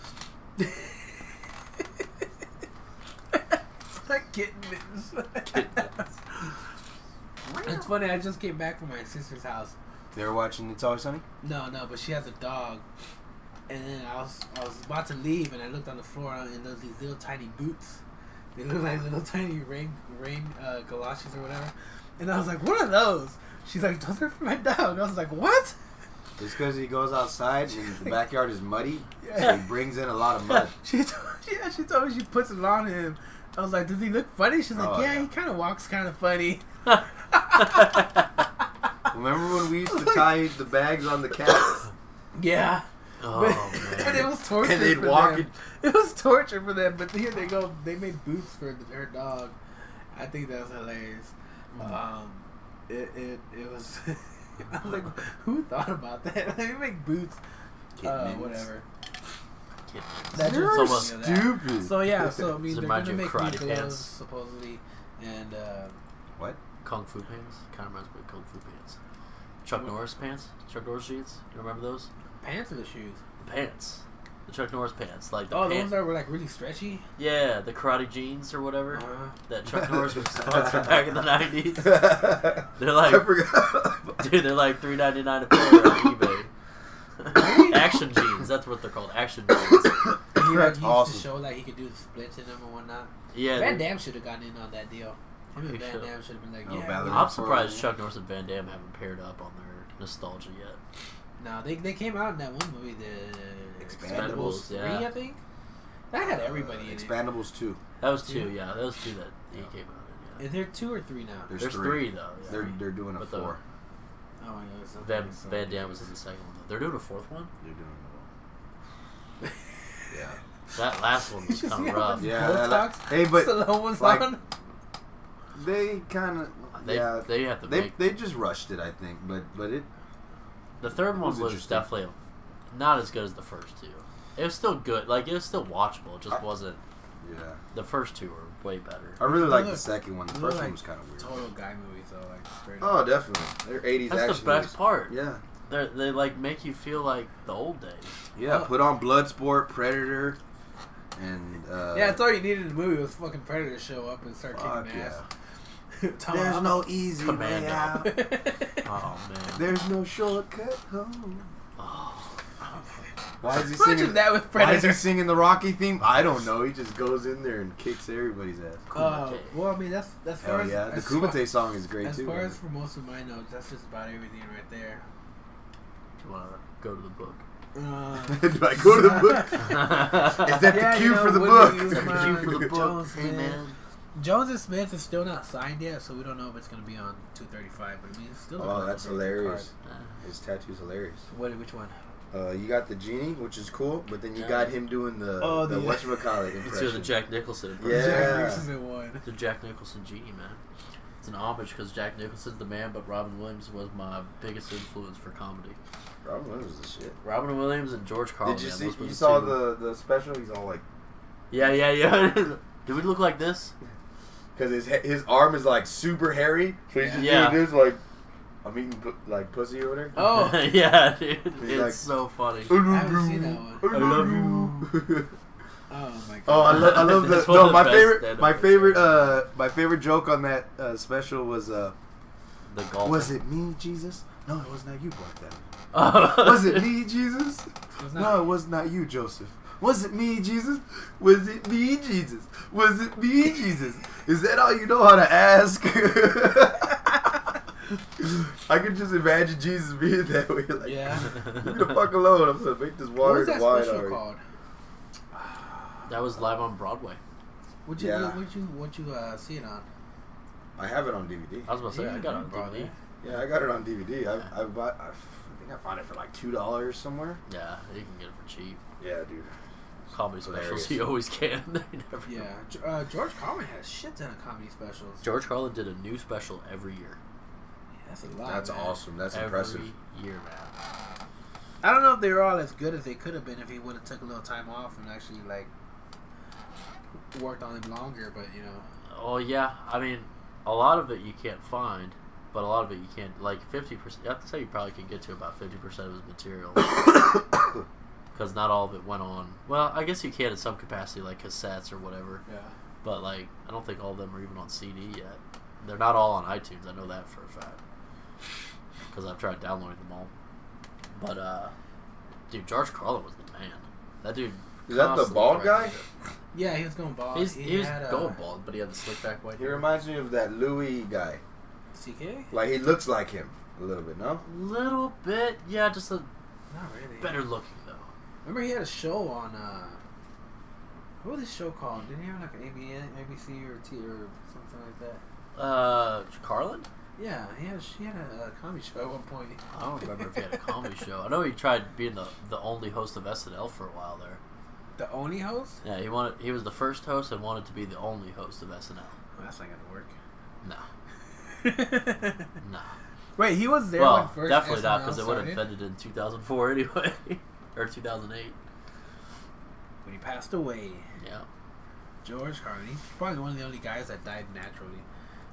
[SPEAKER 1] like kitten mitts.
[SPEAKER 3] Kitten mitts.
[SPEAKER 1] it's funny. I just came back from my sister's house.
[SPEAKER 2] They're watching It's Always Sunny.
[SPEAKER 1] No, no, but she has a dog. And then I was I was about to leave, and I looked on the floor, and there's these little tiny boots They look like little tiny rain rain uh, galoshes or whatever. And I was like, what are those? She's like, those are for my dog. I was like, what?
[SPEAKER 2] It's because he goes outside and the backyard is muddy. So
[SPEAKER 1] Yeah.
[SPEAKER 2] he brings in a lot of mud.
[SPEAKER 1] She told, yeah, she told me she puts it on him. I was like, does he look funny? She's like,
[SPEAKER 2] Oh,
[SPEAKER 1] yeah,
[SPEAKER 2] yeah.
[SPEAKER 1] he kind of walks kind of funny.
[SPEAKER 2] Remember when we used to tie the bags on the cats?
[SPEAKER 1] Yeah.
[SPEAKER 3] oh
[SPEAKER 1] and it
[SPEAKER 3] man.
[SPEAKER 1] was torture.
[SPEAKER 2] And they'd
[SPEAKER 1] for
[SPEAKER 2] walk
[SPEAKER 1] them. It was torture for them. But here they go. They made boots for th- her dog. I think that was hilarious.
[SPEAKER 2] Mm.
[SPEAKER 1] Um, it, it it was. I was like, who thought about that? They make boots. Uh,
[SPEAKER 2] Kittens.
[SPEAKER 1] whatever.
[SPEAKER 3] Kittens.
[SPEAKER 1] That
[SPEAKER 2] You're
[SPEAKER 1] just reminds me of that.
[SPEAKER 3] Hmm.
[SPEAKER 2] stupid.
[SPEAKER 1] So yeah, so I mean,
[SPEAKER 3] Does it
[SPEAKER 1] they're
[SPEAKER 3] remind
[SPEAKER 1] gonna
[SPEAKER 3] you
[SPEAKER 1] make
[SPEAKER 3] of
[SPEAKER 1] new
[SPEAKER 3] karate
[SPEAKER 1] gloves
[SPEAKER 3] pants?
[SPEAKER 1] supposedly, and uh,
[SPEAKER 2] what?
[SPEAKER 3] Kung Fu pants. Kind of reminds me of Kung Fu pants. Chuck
[SPEAKER 1] What?
[SPEAKER 3] Norris pants. Chuck Norris jeans. You remember those?
[SPEAKER 1] pants or the shoes.
[SPEAKER 3] The pants. The Chuck Norris pants. Like the
[SPEAKER 1] oh,
[SPEAKER 3] pants.
[SPEAKER 1] those are like really stretchy.
[SPEAKER 3] Yeah, the karate jeans or whatever.
[SPEAKER 1] Uh,
[SPEAKER 3] That Chuck Norris was sponsored back in the 90s. They're
[SPEAKER 2] I
[SPEAKER 3] like,
[SPEAKER 2] forgot.
[SPEAKER 3] dude, they're like three ninety nine a pair on eBay. Action jeans. That's what they're called. Action jeans.
[SPEAKER 1] he like, used to
[SPEAKER 2] awesome.
[SPEAKER 1] show like he could do the splits in them and whatnot.
[SPEAKER 3] Yeah.
[SPEAKER 1] Van
[SPEAKER 3] they're-
[SPEAKER 1] Damme should have gotten in on that deal. Him and
[SPEAKER 3] He
[SPEAKER 1] Van
[SPEAKER 3] should've.
[SPEAKER 1] Damme should have been like,
[SPEAKER 2] Oh,
[SPEAKER 1] yeah,
[SPEAKER 2] Valor.
[SPEAKER 1] we-
[SPEAKER 3] I'm surprised Chuck Norris and Van Damme haven't paired up on their nostalgia yet.
[SPEAKER 1] No, they, they came out in that one movie, the
[SPEAKER 2] Expendables,
[SPEAKER 1] three,
[SPEAKER 3] yeah.
[SPEAKER 1] I think. That
[SPEAKER 2] Uh,
[SPEAKER 1] had everybody in
[SPEAKER 2] Expandables two.
[SPEAKER 3] That was
[SPEAKER 1] Two?
[SPEAKER 3] two, yeah. That was two that he
[SPEAKER 2] Yeah.
[SPEAKER 3] came out
[SPEAKER 1] it.
[SPEAKER 3] in. Yeah.
[SPEAKER 1] Is there two or three now?
[SPEAKER 2] There's,
[SPEAKER 3] There's three, though. Yeah.
[SPEAKER 2] They're they're doing a
[SPEAKER 3] But the-
[SPEAKER 2] four.
[SPEAKER 1] Oh my god, it's
[SPEAKER 3] Van,
[SPEAKER 1] something so
[SPEAKER 3] Van Damme was in the second one. though. They're doing a fourth one.
[SPEAKER 2] They're doing a one. Yeah.
[SPEAKER 3] That last one was
[SPEAKER 1] You see
[SPEAKER 3] kind
[SPEAKER 1] how
[SPEAKER 3] of rough.
[SPEAKER 1] much
[SPEAKER 2] Yeah,
[SPEAKER 1] Botox
[SPEAKER 2] that- hey, but,
[SPEAKER 1] Stallone was
[SPEAKER 2] like,
[SPEAKER 1] on?
[SPEAKER 2] They kind of.
[SPEAKER 3] They
[SPEAKER 2] yeah.
[SPEAKER 3] they have to
[SPEAKER 2] They,
[SPEAKER 3] make
[SPEAKER 2] they just rushed it, I think, but but it
[SPEAKER 3] the third
[SPEAKER 2] it
[SPEAKER 3] one
[SPEAKER 2] was
[SPEAKER 3] was,
[SPEAKER 2] interesting.
[SPEAKER 3] definitely not as good as the first two. It was still good, like it was still watchable. It just
[SPEAKER 2] I-
[SPEAKER 3] wasn't.
[SPEAKER 2] yeah.
[SPEAKER 3] The first two were way better.
[SPEAKER 2] I really
[SPEAKER 1] They
[SPEAKER 2] like the
[SPEAKER 1] look-
[SPEAKER 2] second one. The
[SPEAKER 1] they
[SPEAKER 2] first
[SPEAKER 1] look
[SPEAKER 2] one
[SPEAKER 1] like
[SPEAKER 2] was kind of weird.
[SPEAKER 1] Total guy movie, so like straight up.
[SPEAKER 2] Oh, definitely. They're 80s
[SPEAKER 3] That's
[SPEAKER 2] action.
[SPEAKER 3] the best
[SPEAKER 2] movies.
[SPEAKER 3] part.
[SPEAKER 2] Yeah.
[SPEAKER 3] They they like make you feel like the old days.
[SPEAKER 2] Yeah,
[SPEAKER 1] Oh.
[SPEAKER 2] put on Bloodsport, Predator, and uh,
[SPEAKER 1] yeah, that's all you needed in the movie was fucking Predator to show up and start
[SPEAKER 2] fuck
[SPEAKER 1] kicking
[SPEAKER 2] yeah.
[SPEAKER 1] ass. Tom,
[SPEAKER 2] There's
[SPEAKER 1] I'm-
[SPEAKER 2] no easy way
[SPEAKER 3] Commando.
[SPEAKER 2] out.
[SPEAKER 3] Oh man.
[SPEAKER 2] There's no shortcut home.
[SPEAKER 3] Oh.
[SPEAKER 2] Why is he
[SPEAKER 1] Imagine
[SPEAKER 2] singing?
[SPEAKER 1] that with
[SPEAKER 2] Why is
[SPEAKER 1] Predator.
[SPEAKER 2] he singing the Rocky theme? I don't know. He just goes in there and kicks everybody's ass.
[SPEAKER 1] Uh,
[SPEAKER 3] Kumite.
[SPEAKER 1] well, I mean, that's that's far
[SPEAKER 2] Hell
[SPEAKER 1] as
[SPEAKER 2] yeah! The
[SPEAKER 1] as far-
[SPEAKER 2] Kumite song is great
[SPEAKER 1] As
[SPEAKER 2] too.
[SPEAKER 1] far
[SPEAKER 2] man.
[SPEAKER 1] as for most of my notes, that's just about everything right there.
[SPEAKER 3] Do you want to go to the book?
[SPEAKER 1] Um,
[SPEAKER 2] Do I go to the book? Is that
[SPEAKER 1] Yeah, you
[SPEAKER 2] the cue
[SPEAKER 1] know,
[SPEAKER 2] for the
[SPEAKER 1] Woody
[SPEAKER 2] book?
[SPEAKER 1] used my-
[SPEAKER 3] Cue for the book.
[SPEAKER 1] Jones,
[SPEAKER 3] hey,
[SPEAKER 1] man.
[SPEAKER 3] man.
[SPEAKER 1] Jones and Smith is still not signed yet, so we don't know if it's going to be on 235. But I mean, it's still.
[SPEAKER 2] Oh, that's hilarious.
[SPEAKER 3] Uh,
[SPEAKER 2] His tattoo's hilarious.
[SPEAKER 1] What? Which one?
[SPEAKER 2] Uh, you got the genie, which is cool, but then you got him doing the
[SPEAKER 1] Oh,
[SPEAKER 2] the
[SPEAKER 1] the-
[SPEAKER 2] whatchamacallit
[SPEAKER 3] Let's do the
[SPEAKER 2] impression.
[SPEAKER 3] Jack Nicholson.
[SPEAKER 2] Yeah.
[SPEAKER 1] Jack Nicholson one.
[SPEAKER 3] The Jack Nicholson genie, man. It's an homage because Jack Nicholson's the man, but Robin Williams was my biggest influence for comedy.
[SPEAKER 2] Robin Williams is the shit. Oh,
[SPEAKER 3] Robin Williams and George Carlin.
[SPEAKER 2] Did you
[SPEAKER 3] man,
[SPEAKER 2] see?
[SPEAKER 3] those were
[SPEAKER 2] You
[SPEAKER 3] the
[SPEAKER 2] saw
[SPEAKER 3] two.
[SPEAKER 2] the the special. He's all like,
[SPEAKER 3] Yeah, yeah, yeah. Do we look like this?
[SPEAKER 2] because his he- his arm is like super hairy, so he's just
[SPEAKER 3] Yeah.
[SPEAKER 2] doing this like, I'm eating pu- like pussy or whatever.
[SPEAKER 1] Oh,
[SPEAKER 3] yeah, dude.
[SPEAKER 2] He's
[SPEAKER 3] it's
[SPEAKER 2] like-
[SPEAKER 3] so funny.
[SPEAKER 1] haven't seen that one.
[SPEAKER 3] I love
[SPEAKER 2] you.
[SPEAKER 1] oh my god.
[SPEAKER 2] oh, I, lo- I love the
[SPEAKER 3] That's one of
[SPEAKER 2] no.
[SPEAKER 3] the
[SPEAKER 2] my
[SPEAKER 3] best
[SPEAKER 2] favorite,
[SPEAKER 3] stand-up
[SPEAKER 2] my
[SPEAKER 3] bits.
[SPEAKER 2] favorite, uh, my favorite joke on that uh, special was, uh,
[SPEAKER 3] The golf.
[SPEAKER 2] was it me, Jesus? No, it was not you bought that.
[SPEAKER 3] Oh.
[SPEAKER 2] Was it me, Jesus?
[SPEAKER 1] Was not-
[SPEAKER 2] No, it was not you, Joseph. Was it me, Jesus? Was it me, Jesus? Was it me, Jesus? Is that all you know how to ask? I can just imagine Jesus being that way. Like,
[SPEAKER 1] Yeah.
[SPEAKER 2] leave me the fuck alone. I'm gonna make this
[SPEAKER 1] What
[SPEAKER 2] water
[SPEAKER 1] was
[SPEAKER 2] and
[SPEAKER 1] that
[SPEAKER 2] wine
[SPEAKER 1] special
[SPEAKER 2] already.
[SPEAKER 1] called?
[SPEAKER 3] That was live on Broadway.
[SPEAKER 1] What you
[SPEAKER 2] Yeah.
[SPEAKER 1] what you what you uh, see it on?
[SPEAKER 2] I have it on DVD.
[SPEAKER 3] I was about to say,
[SPEAKER 1] Yeah,
[SPEAKER 3] I got it on
[SPEAKER 1] dude, Broadway.
[SPEAKER 3] DVD.
[SPEAKER 2] Yeah, I got it on DVD. I, I bought. I, f- I think I found it for like two dollars somewhere.
[SPEAKER 3] Yeah, you can get it for cheap.
[SPEAKER 2] Yeah, dude.
[SPEAKER 3] Comedy
[SPEAKER 2] Hilarious.
[SPEAKER 3] specials, you always can. They never-
[SPEAKER 1] Yeah, G- uh, George Carlin has shit ton of comedy specials.
[SPEAKER 3] George Carlin did a new special every year.
[SPEAKER 1] That's a lot.
[SPEAKER 2] That's
[SPEAKER 1] man.
[SPEAKER 2] awesome. That's
[SPEAKER 3] every
[SPEAKER 2] impressive.
[SPEAKER 3] year, man.
[SPEAKER 1] I don't know if they were all as good as they could have been if he would have took a little time off and actually like worked on them longer. But you know,
[SPEAKER 3] Oh yeah, I mean, a lot of it you can't find, but a lot of it you can't. Like fifty percent, I have to say you probably can get to about fifty percent of his material, because not all of it went on. Well, I guess you can in some capacity, like cassettes or whatever.
[SPEAKER 1] yeah.
[SPEAKER 3] But like, I don't think all of them are even on CD yet. They're not all on iTunes. I know that for a fact, because I've tried downloading them all. But uh, dude, George Carlin was the man. That dude.
[SPEAKER 2] Is that the
[SPEAKER 3] constantly
[SPEAKER 2] bald
[SPEAKER 3] directed
[SPEAKER 2] guy?
[SPEAKER 3] it.
[SPEAKER 1] Yeah, he was going bald.
[SPEAKER 3] He's, he, was
[SPEAKER 1] had, uh,
[SPEAKER 3] going bald, but he had the slick back white
[SPEAKER 2] He
[SPEAKER 3] hair.
[SPEAKER 2] reminds me of that Louis guy.
[SPEAKER 1] CK?
[SPEAKER 2] Like he looks like him a little bit, no?
[SPEAKER 3] Little bit, yeah, just a
[SPEAKER 1] Not really.
[SPEAKER 3] better looking though.
[SPEAKER 1] Remember he had a show on. uh What was his show called? Didn't he have like an ABN, ABC or T or something like that?
[SPEAKER 3] Uh, Carlin?
[SPEAKER 1] Yeah, he had she had a, uh comedy show at one point.
[SPEAKER 3] I don't remember if he had a comedy show. I know he tried being the, the only host of SNL for a while there.
[SPEAKER 1] The Oni host?
[SPEAKER 3] Yeah, he wanted he was the first host and wanted to be the only host of SNL.
[SPEAKER 1] Oh, that's not gonna
[SPEAKER 3] No,
[SPEAKER 1] work.
[SPEAKER 3] no.
[SPEAKER 1] Wait, he was there. when
[SPEAKER 3] well,
[SPEAKER 1] first
[SPEAKER 3] definitely not
[SPEAKER 1] SNL
[SPEAKER 3] because it would have
[SPEAKER 1] started?
[SPEAKER 3] ended in 2004 anyway, or 2008.
[SPEAKER 1] when he passed away.
[SPEAKER 3] Yeah,
[SPEAKER 1] George Carlin. He's probably one of the only guys that died naturally,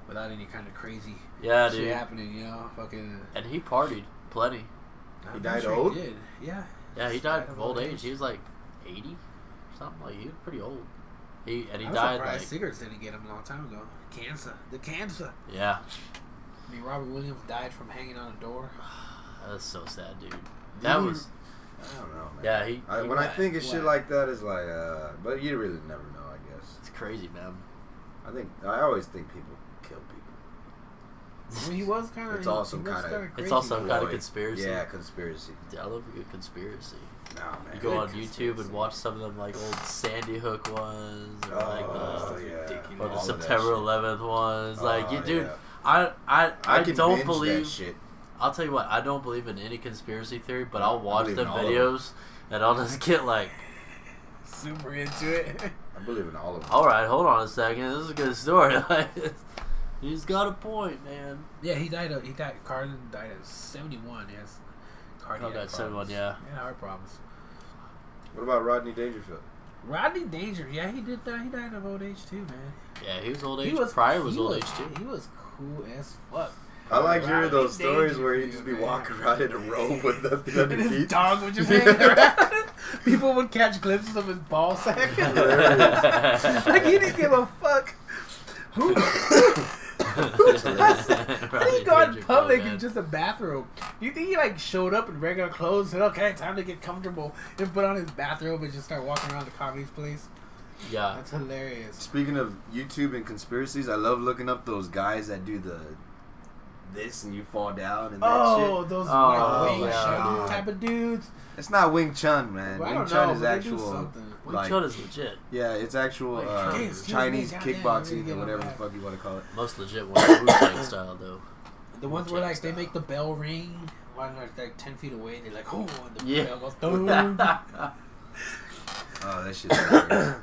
[SPEAKER 1] without any kind of crazy
[SPEAKER 3] yeah,
[SPEAKER 1] shit
[SPEAKER 3] dude.
[SPEAKER 1] happening. You know, fucking.
[SPEAKER 3] And he partied plenty.
[SPEAKER 1] I'm pretty
[SPEAKER 2] died
[SPEAKER 1] sure
[SPEAKER 2] old?
[SPEAKER 1] did. Yeah.
[SPEAKER 3] Yeah, he
[SPEAKER 1] Just
[SPEAKER 3] died
[SPEAKER 1] died
[SPEAKER 3] of
[SPEAKER 1] of
[SPEAKER 3] old
[SPEAKER 1] old
[SPEAKER 3] age.
[SPEAKER 1] age.
[SPEAKER 3] He was like 80, something like. He was pretty old. He and he
[SPEAKER 1] I'm
[SPEAKER 3] died
[SPEAKER 1] surprised
[SPEAKER 3] like
[SPEAKER 1] cigarettes didn't get him a long time ago. Cancer. The cancer.
[SPEAKER 3] yeah.
[SPEAKER 1] I mean, Robert Williams died from hanging on a door.
[SPEAKER 3] That's so sad, dude. That
[SPEAKER 2] You-
[SPEAKER 3] was
[SPEAKER 2] I don't know, man.
[SPEAKER 3] yeah. He,
[SPEAKER 2] I,
[SPEAKER 3] he
[SPEAKER 2] when I
[SPEAKER 3] went-
[SPEAKER 2] think of
[SPEAKER 1] what?
[SPEAKER 2] shit like that, it's like, uh, but you really never know, I guess.
[SPEAKER 3] it's crazy, man.
[SPEAKER 2] I think I always think people kill people.
[SPEAKER 1] I mean, he was kind of.
[SPEAKER 2] It's also kinda-
[SPEAKER 3] It's also
[SPEAKER 2] Boy.
[SPEAKER 3] kind of conspiracy.
[SPEAKER 2] Yeah, conspiracy.
[SPEAKER 3] Dude, I love a good conspiracy.
[SPEAKER 2] Nah, man.
[SPEAKER 3] You go on
[SPEAKER 2] Conspiracy.
[SPEAKER 3] YouTube and watch some of them like old Sandy Hook ones, or like
[SPEAKER 2] Oh,
[SPEAKER 3] the,
[SPEAKER 2] yeah.
[SPEAKER 3] or the
[SPEAKER 2] All of that
[SPEAKER 3] September
[SPEAKER 2] shit.
[SPEAKER 3] 11th ones. like,
[SPEAKER 2] Oh,
[SPEAKER 3] you, dude,
[SPEAKER 2] yeah.
[SPEAKER 3] I I I,
[SPEAKER 2] I, can binge
[SPEAKER 3] don't
[SPEAKER 2] that
[SPEAKER 3] believe.
[SPEAKER 2] shit.
[SPEAKER 3] I'll tell you what, I don't believe in any conspiracy theory, but I'll watch
[SPEAKER 2] believe
[SPEAKER 3] them
[SPEAKER 2] in all of
[SPEAKER 3] videos and I'll just get like,
[SPEAKER 1] super into it.
[SPEAKER 2] I believe in all of them.
[SPEAKER 3] all right, hold on a second, this is a good story. Like, he's got a point, man.
[SPEAKER 1] yeah, he died. Of, he died. Carlin died at seventy-one. He has cardiac
[SPEAKER 3] Oh, God,
[SPEAKER 1] problems.
[SPEAKER 3] 71, yeah.
[SPEAKER 1] Yeah, heart problems.
[SPEAKER 2] What about Rodney Dangerfield?
[SPEAKER 1] Rodney Danger. Yeah, he did die. He died of old age too, man.
[SPEAKER 3] Yeah, he was old age.
[SPEAKER 1] he was
[SPEAKER 3] Pryor
[SPEAKER 1] he
[SPEAKER 3] was old age too.
[SPEAKER 1] He was cool as fuck.
[SPEAKER 2] I like hearing
[SPEAKER 1] Rodney
[SPEAKER 2] those stories where he'd just be
[SPEAKER 1] Dangerfield, man.
[SPEAKER 2] walking around in a robe with nothing
[SPEAKER 1] And his
[SPEAKER 2] underneath.
[SPEAKER 1] dog would just hang around. People would catch glimpses of his ball sack. like he didn't give a fuck. Who? How do you go out in public in just a bathrobe? Do you think he like showed up in regular clothes and okay, time to get comfortable and put on his bathrobe and just start walking around the comedy's place?
[SPEAKER 3] Yeah.
[SPEAKER 1] That's hilarious.
[SPEAKER 2] Speaking of YouTube and conspiracies, I love looking up those guys that do the this and you fall down and that
[SPEAKER 1] Oh,
[SPEAKER 2] shit.
[SPEAKER 1] those
[SPEAKER 3] Oh,
[SPEAKER 1] like, wing
[SPEAKER 2] yeah,
[SPEAKER 1] chun
[SPEAKER 2] dude.
[SPEAKER 1] type of dudes.
[SPEAKER 2] It's not Wing Chun, man.
[SPEAKER 1] Well, I
[SPEAKER 2] Wing
[SPEAKER 1] don't
[SPEAKER 2] Chun
[SPEAKER 1] know,
[SPEAKER 2] is
[SPEAKER 1] but they do
[SPEAKER 2] actual.
[SPEAKER 1] something.
[SPEAKER 3] Wing
[SPEAKER 2] like-
[SPEAKER 3] Chun is legit.
[SPEAKER 2] Yeah, it's actual
[SPEAKER 1] Wing
[SPEAKER 2] uh,
[SPEAKER 1] Chun. Hey, excuse me,
[SPEAKER 2] Chinese
[SPEAKER 1] goddamn, you
[SPEAKER 2] kickboxing
[SPEAKER 1] get my
[SPEAKER 2] or whatever the
[SPEAKER 1] back.
[SPEAKER 2] fuck you want to call it.
[SPEAKER 3] Most legit one. Wu Tang style, though.
[SPEAKER 1] The ones where
[SPEAKER 3] Jack
[SPEAKER 1] like they
[SPEAKER 3] style.
[SPEAKER 1] make the bell ring while they're like ten feet away, they're like, oh, and the
[SPEAKER 3] Yeah.
[SPEAKER 1] bell goes boom.
[SPEAKER 2] Oh, that shit's hilarious.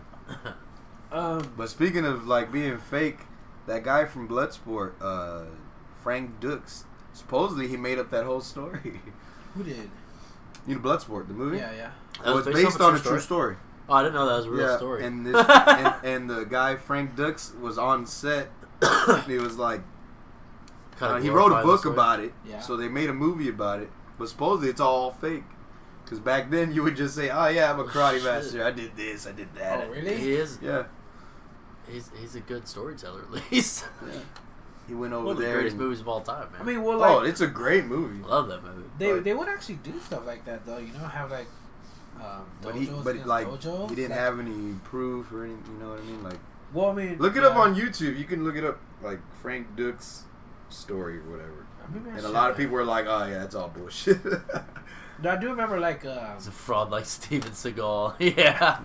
[SPEAKER 1] um,
[SPEAKER 2] But speaking of like being fake, that guy from Bloodsport, uh, Frank Dux, supposedly he made up that whole story.
[SPEAKER 1] who did?
[SPEAKER 2] you know, Bloodsport, the movie.
[SPEAKER 1] Yeah, yeah.
[SPEAKER 3] That
[SPEAKER 2] It was based, on
[SPEAKER 3] off
[SPEAKER 2] a true story.
[SPEAKER 3] story. Oh, I didn't know that was a real
[SPEAKER 2] yeah,
[SPEAKER 3] story.
[SPEAKER 2] and this and, and the guy Frank Dux was on set. and he was like,
[SPEAKER 3] Kinda
[SPEAKER 2] uh, he wrote a
[SPEAKER 3] glorifies the
[SPEAKER 2] book
[SPEAKER 3] story.
[SPEAKER 2] about it.
[SPEAKER 1] Yeah.
[SPEAKER 2] So they made a movie about it, but supposedly it's all fake. Because back then you would just say, "Oh yeah, I'm a karate
[SPEAKER 3] Shit.
[SPEAKER 2] master. I did this. I did that."
[SPEAKER 1] Oh, really?
[SPEAKER 3] He is.
[SPEAKER 2] Yeah.
[SPEAKER 3] He's, he's a good storyteller, at least.
[SPEAKER 2] He went over
[SPEAKER 3] One of the
[SPEAKER 2] there.
[SPEAKER 3] greatest
[SPEAKER 2] and-
[SPEAKER 3] movies of all time, man.
[SPEAKER 1] I mean, well, like
[SPEAKER 2] oh, it's a great movie.
[SPEAKER 3] love that movie.
[SPEAKER 1] they
[SPEAKER 2] but-
[SPEAKER 1] they would actually do stuff like that though. You know, have like um, dojos
[SPEAKER 2] But he, but
[SPEAKER 1] against
[SPEAKER 2] like,
[SPEAKER 1] dojos.
[SPEAKER 2] he didn't
[SPEAKER 1] like,
[SPEAKER 2] have any proof or any. You know what I mean? Like,
[SPEAKER 1] Well, I mean,
[SPEAKER 2] look it
[SPEAKER 1] yeah.
[SPEAKER 2] up on YouTube. You can look it up, like Frank Dukes story or whatever.
[SPEAKER 1] I mean,
[SPEAKER 2] And a lot of people are like, "Oh yeah, that's all bullshit."
[SPEAKER 1] No, I do remember like um,
[SPEAKER 3] He's a fraud like Steven Seagal. yeah.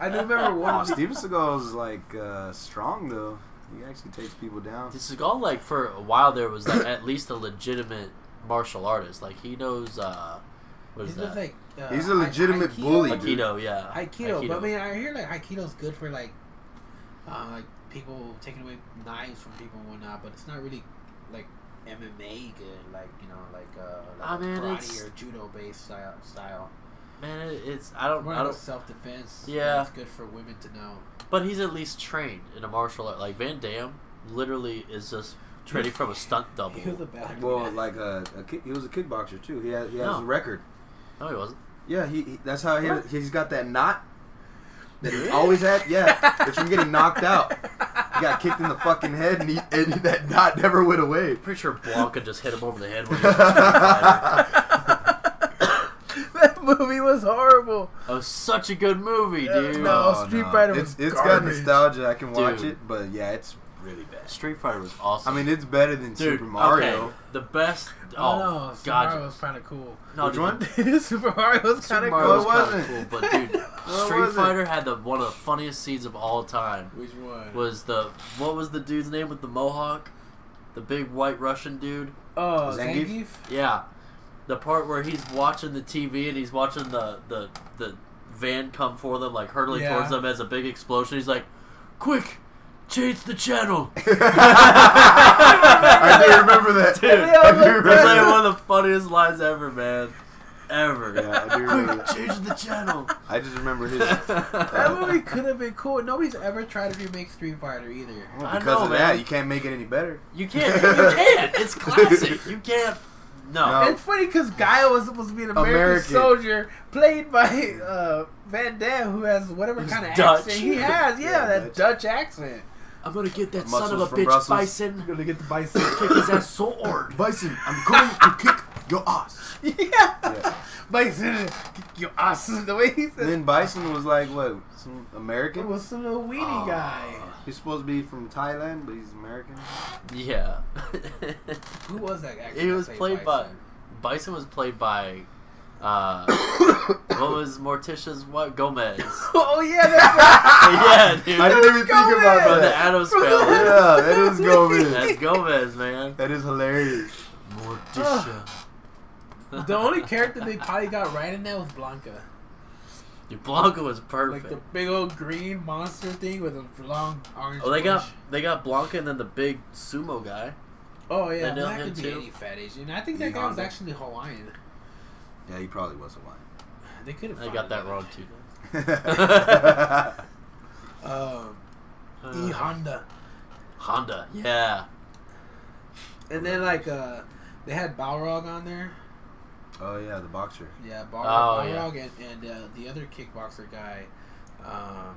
[SPEAKER 1] I do remember one.
[SPEAKER 2] wow,
[SPEAKER 1] of the-
[SPEAKER 2] Steven Seagal's like uh, strong though. He actually takes people down.
[SPEAKER 3] Did Seagal, like, for a while there was like, at least a legitimate martial artist. Like, he knows, uh, what is
[SPEAKER 1] He's
[SPEAKER 3] that?
[SPEAKER 1] just like uh,
[SPEAKER 2] He's a
[SPEAKER 1] Ai-
[SPEAKER 2] legitimate
[SPEAKER 1] Aikido?
[SPEAKER 2] bully.
[SPEAKER 1] Like,
[SPEAKER 3] Aikido, yeah.
[SPEAKER 1] Aikido, but I mean, I hear like Aikido's good for like, uh, like people taking away knives from people and whatnot, but it's not really like MMA good, like you know, like uh, like
[SPEAKER 3] I mean,
[SPEAKER 1] karate
[SPEAKER 3] Ah, it's-
[SPEAKER 1] or judo based style. style.
[SPEAKER 3] Man, it- it's I don't,
[SPEAKER 1] More
[SPEAKER 3] I
[SPEAKER 1] like
[SPEAKER 3] don't.
[SPEAKER 1] self defense.
[SPEAKER 3] Yeah.
[SPEAKER 1] it's good for women to know.
[SPEAKER 3] But he's at least trained in a martial art. Like Van Damme, literally is just training from a stunt double.
[SPEAKER 1] You're the bad
[SPEAKER 2] Well,
[SPEAKER 1] guy.
[SPEAKER 2] like a, a kick, he was a kickboxer too. He has, he has
[SPEAKER 3] No.
[SPEAKER 2] a record.
[SPEAKER 3] No, he wasn't.
[SPEAKER 2] Yeah, he, he that's how he,
[SPEAKER 1] What?
[SPEAKER 2] he's got that knot that he always had. Yeah, but from getting knocked out. He got kicked in the fucking head, and, he, and that knot never went away.
[SPEAKER 3] Pretty sure Blanca just hit him over the head when he was a fighter.
[SPEAKER 1] that movie was horrible.
[SPEAKER 3] That was such a good movie,
[SPEAKER 1] Yeah,
[SPEAKER 3] dude.
[SPEAKER 1] no. Street Fighter was
[SPEAKER 2] Oh, It's, it's got
[SPEAKER 1] garbage.
[SPEAKER 2] nostalgia. I can watch
[SPEAKER 3] Dude.
[SPEAKER 2] it, but yeah, it's really bad.
[SPEAKER 3] Street Fighter was awesome.
[SPEAKER 2] I mean, it's better than
[SPEAKER 3] Dude,
[SPEAKER 2] Super Mario.
[SPEAKER 3] okay, the best.
[SPEAKER 1] Oh,
[SPEAKER 3] Oh,
[SPEAKER 1] no, Super
[SPEAKER 3] God.
[SPEAKER 1] Mario was kind of cool.
[SPEAKER 3] no,
[SPEAKER 2] Which
[SPEAKER 3] dude,
[SPEAKER 2] one?
[SPEAKER 1] Super Mario was kind
[SPEAKER 3] Super
[SPEAKER 1] of
[SPEAKER 3] Mario
[SPEAKER 1] cool.
[SPEAKER 3] was
[SPEAKER 2] It
[SPEAKER 3] kind of cool,
[SPEAKER 2] wasn't.
[SPEAKER 3] but dude, Street
[SPEAKER 2] wasn't.
[SPEAKER 3] Fighter had the one of the funniest scenes of all time.
[SPEAKER 1] Which one?
[SPEAKER 3] Was the what was the dude's name with the mohawk? The big white Russian dude.
[SPEAKER 1] oh,
[SPEAKER 2] Zangief?
[SPEAKER 1] Zangief.
[SPEAKER 3] Yeah, the part where he's watching the TV and he's watching the the the van come for them, like hurtling
[SPEAKER 1] Yeah.
[SPEAKER 3] towards them as a big explosion. He's like, "Quick, change the channel."
[SPEAKER 2] I do remember that.
[SPEAKER 3] Dude,
[SPEAKER 2] I do remember
[SPEAKER 3] That's like
[SPEAKER 2] that.
[SPEAKER 3] one of the funniest lines ever, man. Ever.
[SPEAKER 2] Yeah, I do remember
[SPEAKER 3] Quick,
[SPEAKER 2] that.
[SPEAKER 3] change the channel.
[SPEAKER 2] I just remember his.
[SPEAKER 1] That movie could have been cool. Nobody's ever tried to remake Street Fighter either.
[SPEAKER 2] Well,
[SPEAKER 3] I
[SPEAKER 2] because
[SPEAKER 3] know,
[SPEAKER 2] of
[SPEAKER 3] man.
[SPEAKER 2] that, you can't make it any better.
[SPEAKER 3] You can't. You can't. It's classic. You can't. No.
[SPEAKER 2] No.
[SPEAKER 1] It's funny because Guile was supposed to be an American,
[SPEAKER 2] American.
[SPEAKER 1] soldier played by uh, Van Damme, who has whatever
[SPEAKER 3] He's
[SPEAKER 1] kind of
[SPEAKER 3] Dutch.
[SPEAKER 1] accent he has. Yeah,
[SPEAKER 2] Yeah,
[SPEAKER 1] that Dutch accent.
[SPEAKER 3] I'm gonna get that
[SPEAKER 2] Muscles
[SPEAKER 3] son of a
[SPEAKER 2] from
[SPEAKER 3] bitch
[SPEAKER 2] Brussels.
[SPEAKER 3] bison.
[SPEAKER 1] gonna get the bison.
[SPEAKER 3] Kick his ass so hard.
[SPEAKER 2] Bison, I'm going to kick your ass.
[SPEAKER 1] yeah.
[SPEAKER 2] Yeah.
[SPEAKER 1] bison, kick your ass. The way he
[SPEAKER 2] And
[SPEAKER 1] said
[SPEAKER 2] then Bison was like, what, some
[SPEAKER 1] it
[SPEAKER 2] American?
[SPEAKER 1] was some little weenie
[SPEAKER 3] Aw.
[SPEAKER 1] guy.
[SPEAKER 2] He's supposed to be from Thailand, but he's American.
[SPEAKER 3] Yeah.
[SPEAKER 1] Who was that actor?
[SPEAKER 3] He
[SPEAKER 1] that
[SPEAKER 3] was
[SPEAKER 1] played
[SPEAKER 3] played by-
[SPEAKER 1] bison?
[SPEAKER 3] bison was played by. Uh, what was Morticia's what Gomez?
[SPEAKER 1] Oh yeah, that's right.
[SPEAKER 3] yeah, dude.
[SPEAKER 2] I didn't even think
[SPEAKER 1] Gomez!
[SPEAKER 2] about
[SPEAKER 3] From the
[SPEAKER 2] that.
[SPEAKER 3] Adams
[SPEAKER 1] From the-
[SPEAKER 3] family.
[SPEAKER 2] Yeah, that is Gomez.
[SPEAKER 3] That's Gomez, man.
[SPEAKER 2] That is hilarious.
[SPEAKER 3] Morticia.
[SPEAKER 1] the only character they probably got right in that was Blanca.
[SPEAKER 3] Blanca was perfect.
[SPEAKER 1] Like the big old green monster thing with a long orange.
[SPEAKER 3] Oh, they got
[SPEAKER 1] bush.
[SPEAKER 3] they got Blanca and then the big sumo guy.
[SPEAKER 1] Oh yeah,
[SPEAKER 3] They know
[SPEAKER 1] that
[SPEAKER 3] him
[SPEAKER 1] could be
[SPEAKER 3] too.
[SPEAKER 1] any fat Asian. I think
[SPEAKER 2] Yeah,
[SPEAKER 1] that guy was
[SPEAKER 2] Honda.
[SPEAKER 1] actually Hawaiian.
[SPEAKER 2] Yeah, he probably was Hawaiian.
[SPEAKER 1] They could have.
[SPEAKER 3] I got that wrong too.
[SPEAKER 1] Um, E
[SPEAKER 3] Uh,
[SPEAKER 1] Honda,
[SPEAKER 3] Honda, yeah.
[SPEAKER 1] and then like uh, they had Balrog on there.
[SPEAKER 2] oh yeah, the boxer.
[SPEAKER 1] Yeah, Balrog,
[SPEAKER 3] Oh, yeah.
[SPEAKER 1] Balrog and, and uh, the other kickboxer guy, um,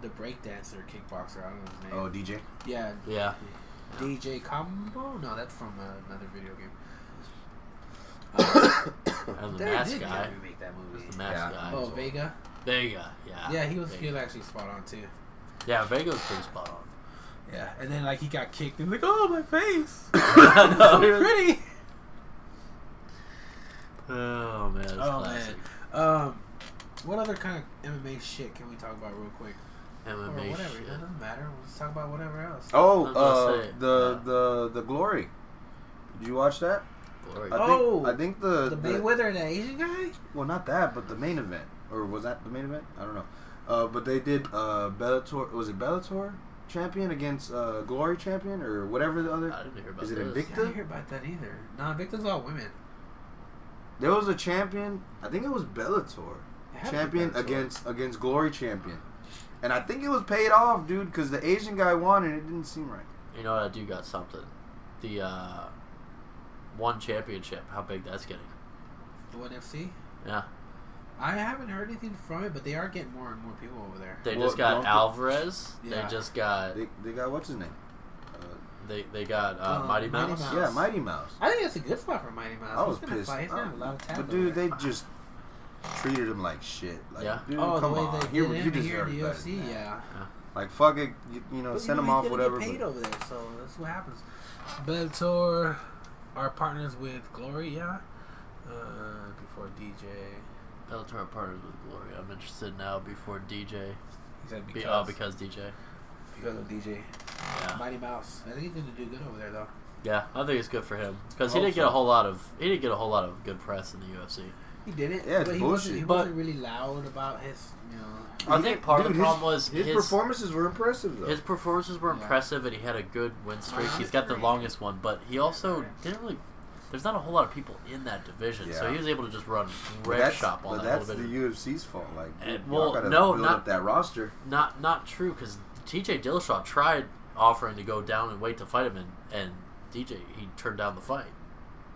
[SPEAKER 1] the breakdancer kickboxer. I don't know his name.
[SPEAKER 2] Oh DJ.
[SPEAKER 1] yeah,
[SPEAKER 3] Yeah.
[SPEAKER 1] DJ Combo. No, that's from uh, another video game. Uh,
[SPEAKER 3] And the
[SPEAKER 1] they
[SPEAKER 3] mask
[SPEAKER 1] did
[SPEAKER 3] guy.
[SPEAKER 1] kinda remake that movie.
[SPEAKER 3] The mask
[SPEAKER 2] Yeah.
[SPEAKER 3] guy.
[SPEAKER 1] Oh, Vega.
[SPEAKER 3] Vega, yeah.
[SPEAKER 1] Yeah, he was
[SPEAKER 3] Vega.
[SPEAKER 1] he was actually spot on too.
[SPEAKER 3] Yeah, Vega was pretty spot on.
[SPEAKER 1] Yeah, and then like he got kicked and like, oh my face,
[SPEAKER 3] I know, he was-
[SPEAKER 1] pretty.
[SPEAKER 3] Oh man, it's
[SPEAKER 1] Oh,
[SPEAKER 3] classic.
[SPEAKER 1] Um, what other kind of MMA shit can we talk about real quick? Or
[SPEAKER 3] MMA
[SPEAKER 1] whatever,
[SPEAKER 3] shit.
[SPEAKER 1] it doesn't matter. We'll just talk about whatever else.
[SPEAKER 2] Oh,
[SPEAKER 3] I was gonna
[SPEAKER 2] uh,
[SPEAKER 3] say,
[SPEAKER 2] the
[SPEAKER 3] yeah.
[SPEAKER 2] the the glory. Did you watch that?
[SPEAKER 3] Glory.
[SPEAKER 2] I
[SPEAKER 1] Oh,
[SPEAKER 2] think, I think the,
[SPEAKER 1] the
[SPEAKER 2] the
[SPEAKER 1] Mayweather and the Asian guy?
[SPEAKER 2] well, not that, but the main event, or was that the main event? I don't know. Uh, but they did uh, Bellator. Was it Bellator champion against uh, Glory champion or whatever the
[SPEAKER 3] I
[SPEAKER 2] other?
[SPEAKER 3] didn't hear about
[SPEAKER 2] Is it
[SPEAKER 3] this.
[SPEAKER 2] Invicta?
[SPEAKER 1] I didn't hear about that either. Nah, Victor's all women.
[SPEAKER 2] There was a champion. I think it was Bellator
[SPEAKER 1] It had to be
[SPEAKER 2] champion
[SPEAKER 1] Bellator.
[SPEAKER 2] against against Glory champion, and I think it was paid off, dude, because the Asian guy won, and it didn't seem right.
[SPEAKER 3] You know what? I do got something. The uh, one championship. How big that's getting?
[SPEAKER 1] the one FC.
[SPEAKER 3] Yeah,
[SPEAKER 1] I haven't heard anything from it, but they are getting more and more people over there.
[SPEAKER 3] they
[SPEAKER 2] Well,
[SPEAKER 3] just got
[SPEAKER 2] Blanca-
[SPEAKER 3] Alvarez.
[SPEAKER 1] Yeah.
[SPEAKER 3] They just got
[SPEAKER 2] They, they got what's his name? Uh,
[SPEAKER 3] they they got uh,
[SPEAKER 1] Um,
[SPEAKER 3] Mighty
[SPEAKER 1] Mighty
[SPEAKER 3] Mouse.
[SPEAKER 1] Mouse.
[SPEAKER 2] yeah, Oh, Mighty Mouse.
[SPEAKER 1] I think that's a good spot for Mighty Mouse.
[SPEAKER 2] I was
[SPEAKER 1] He's gonna
[SPEAKER 2] pissed.
[SPEAKER 1] Fight. He's gonna have a lot of
[SPEAKER 2] I-
[SPEAKER 1] talent
[SPEAKER 2] but dude,
[SPEAKER 1] over there.
[SPEAKER 2] they just treated him like shit. Like,
[SPEAKER 3] Yeah.
[SPEAKER 2] dude,
[SPEAKER 1] oh,
[SPEAKER 2] come
[SPEAKER 1] the way
[SPEAKER 2] on.
[SPEAKER 1] they
[SPEAKER 2] Here,
[SPEAKER 1] did
[SPEAKER 2] you
[SPEAKER 1] him here
[SPEAKER 2] deserve
[SPEAKER 1] in the
[SPEAKER 2] better
[SPEAKER 1] UFC,
[SPEAKER 2] than that.
[SPEAKER 1] yeah.
[SPEAKER 2] Like, fuck it. You, you know,
[SPEAKER 1] But
[SPEAKER 2] send
[SPEAKER 1] you
[SPEAKER 2] him
[SPEAKER 1] know
[SPEAKER 2] off,
[SPEAKER 1] he's gonna
[SPEAKER 2] whatever.
[SPEAKER 1] Get paid
[SPEAKER 2] but-
[SPEAKER 1] over there, so that's what happens. Bellator are partners with Glory, yeah. Uh, before DJ,
[SPEAKER 3] Bellator partners with Glory. I'm interested now before DJ.
[SPEAKER 1] he said
[SPEAKER 3] Be,
[SPEAKER 1] because
[SPEAKER 3] oh, because DJ.
[SPEAKER 1] because of DJ
[SPEAKER 3] Yeah,
[SPEAKER 1] Mighty Mouse. I think he's gonna do good over there though.
[SPEAKER 3] yeah. I think it's good for him because he
[SPEAKER 2] Hope
[SPEAKER 3] didn't get
[SPEAKER 2] so.
[SPEAKER 3] a whole lot of he didn't get a whole lot of good press in the UFC.
[SPEAKER 1] He didn't.
[SPEAKER 2] Yeah, it's
[SPEAKER 1] but he Wasn't,
[SPEAKER 2] bullshit.
[SPEAKER 1] he
[SPEAKER 3] But-
[SPEAKER 1] wasn't really loud about his, you know.
[SPEAKER 3] I think part of
[SPEAKER 2] Dude,
[SPEAKER 3] the
[SPEAKER 2] his-
[SPEAKER 3] problem was
[SPEAKER 2] His, performances were impressive, though.
[SPEAKER 3] His performances were
[SPEAKER 1] Yeah.
[SPEAKER 3] impressive, and he had a good win streak.
[SPEAKER 1] Uh-huh.
[SPEAKER 3] He's got the longest one, but he also didn't really. There's not a whole lot of people in that division, so
[SPEAKER 2] Yeah.
[SPEAKER 3] he was able to just run
[SPEAKER 2] but
[SPEAKER 3] red
[SPEAKER 2] that's,
[SPEAKER 3] shop on
[SPEAKER 2] but
[SPEAKER 3] that
[SPEAKER 2] that's the
[SPEAKER 3] little bit.
[SPEAKER 2] UFC's fault. Like,
[SPEAKER 3] Eh,
[SPEAKER 2] dude,
[SPEAKER 3] well,
[SPEAKER 2] y'all gotta
[SPEAKER 3] no,
[SPEAKER 2] build
[SPEAKER 3] not-
[SPEAKER 2] up that roster.
[SPEAKER 3] not not true because T.J. Dillashaw tried offering to go down and wait to fight him, and and DJ he turned down the fight.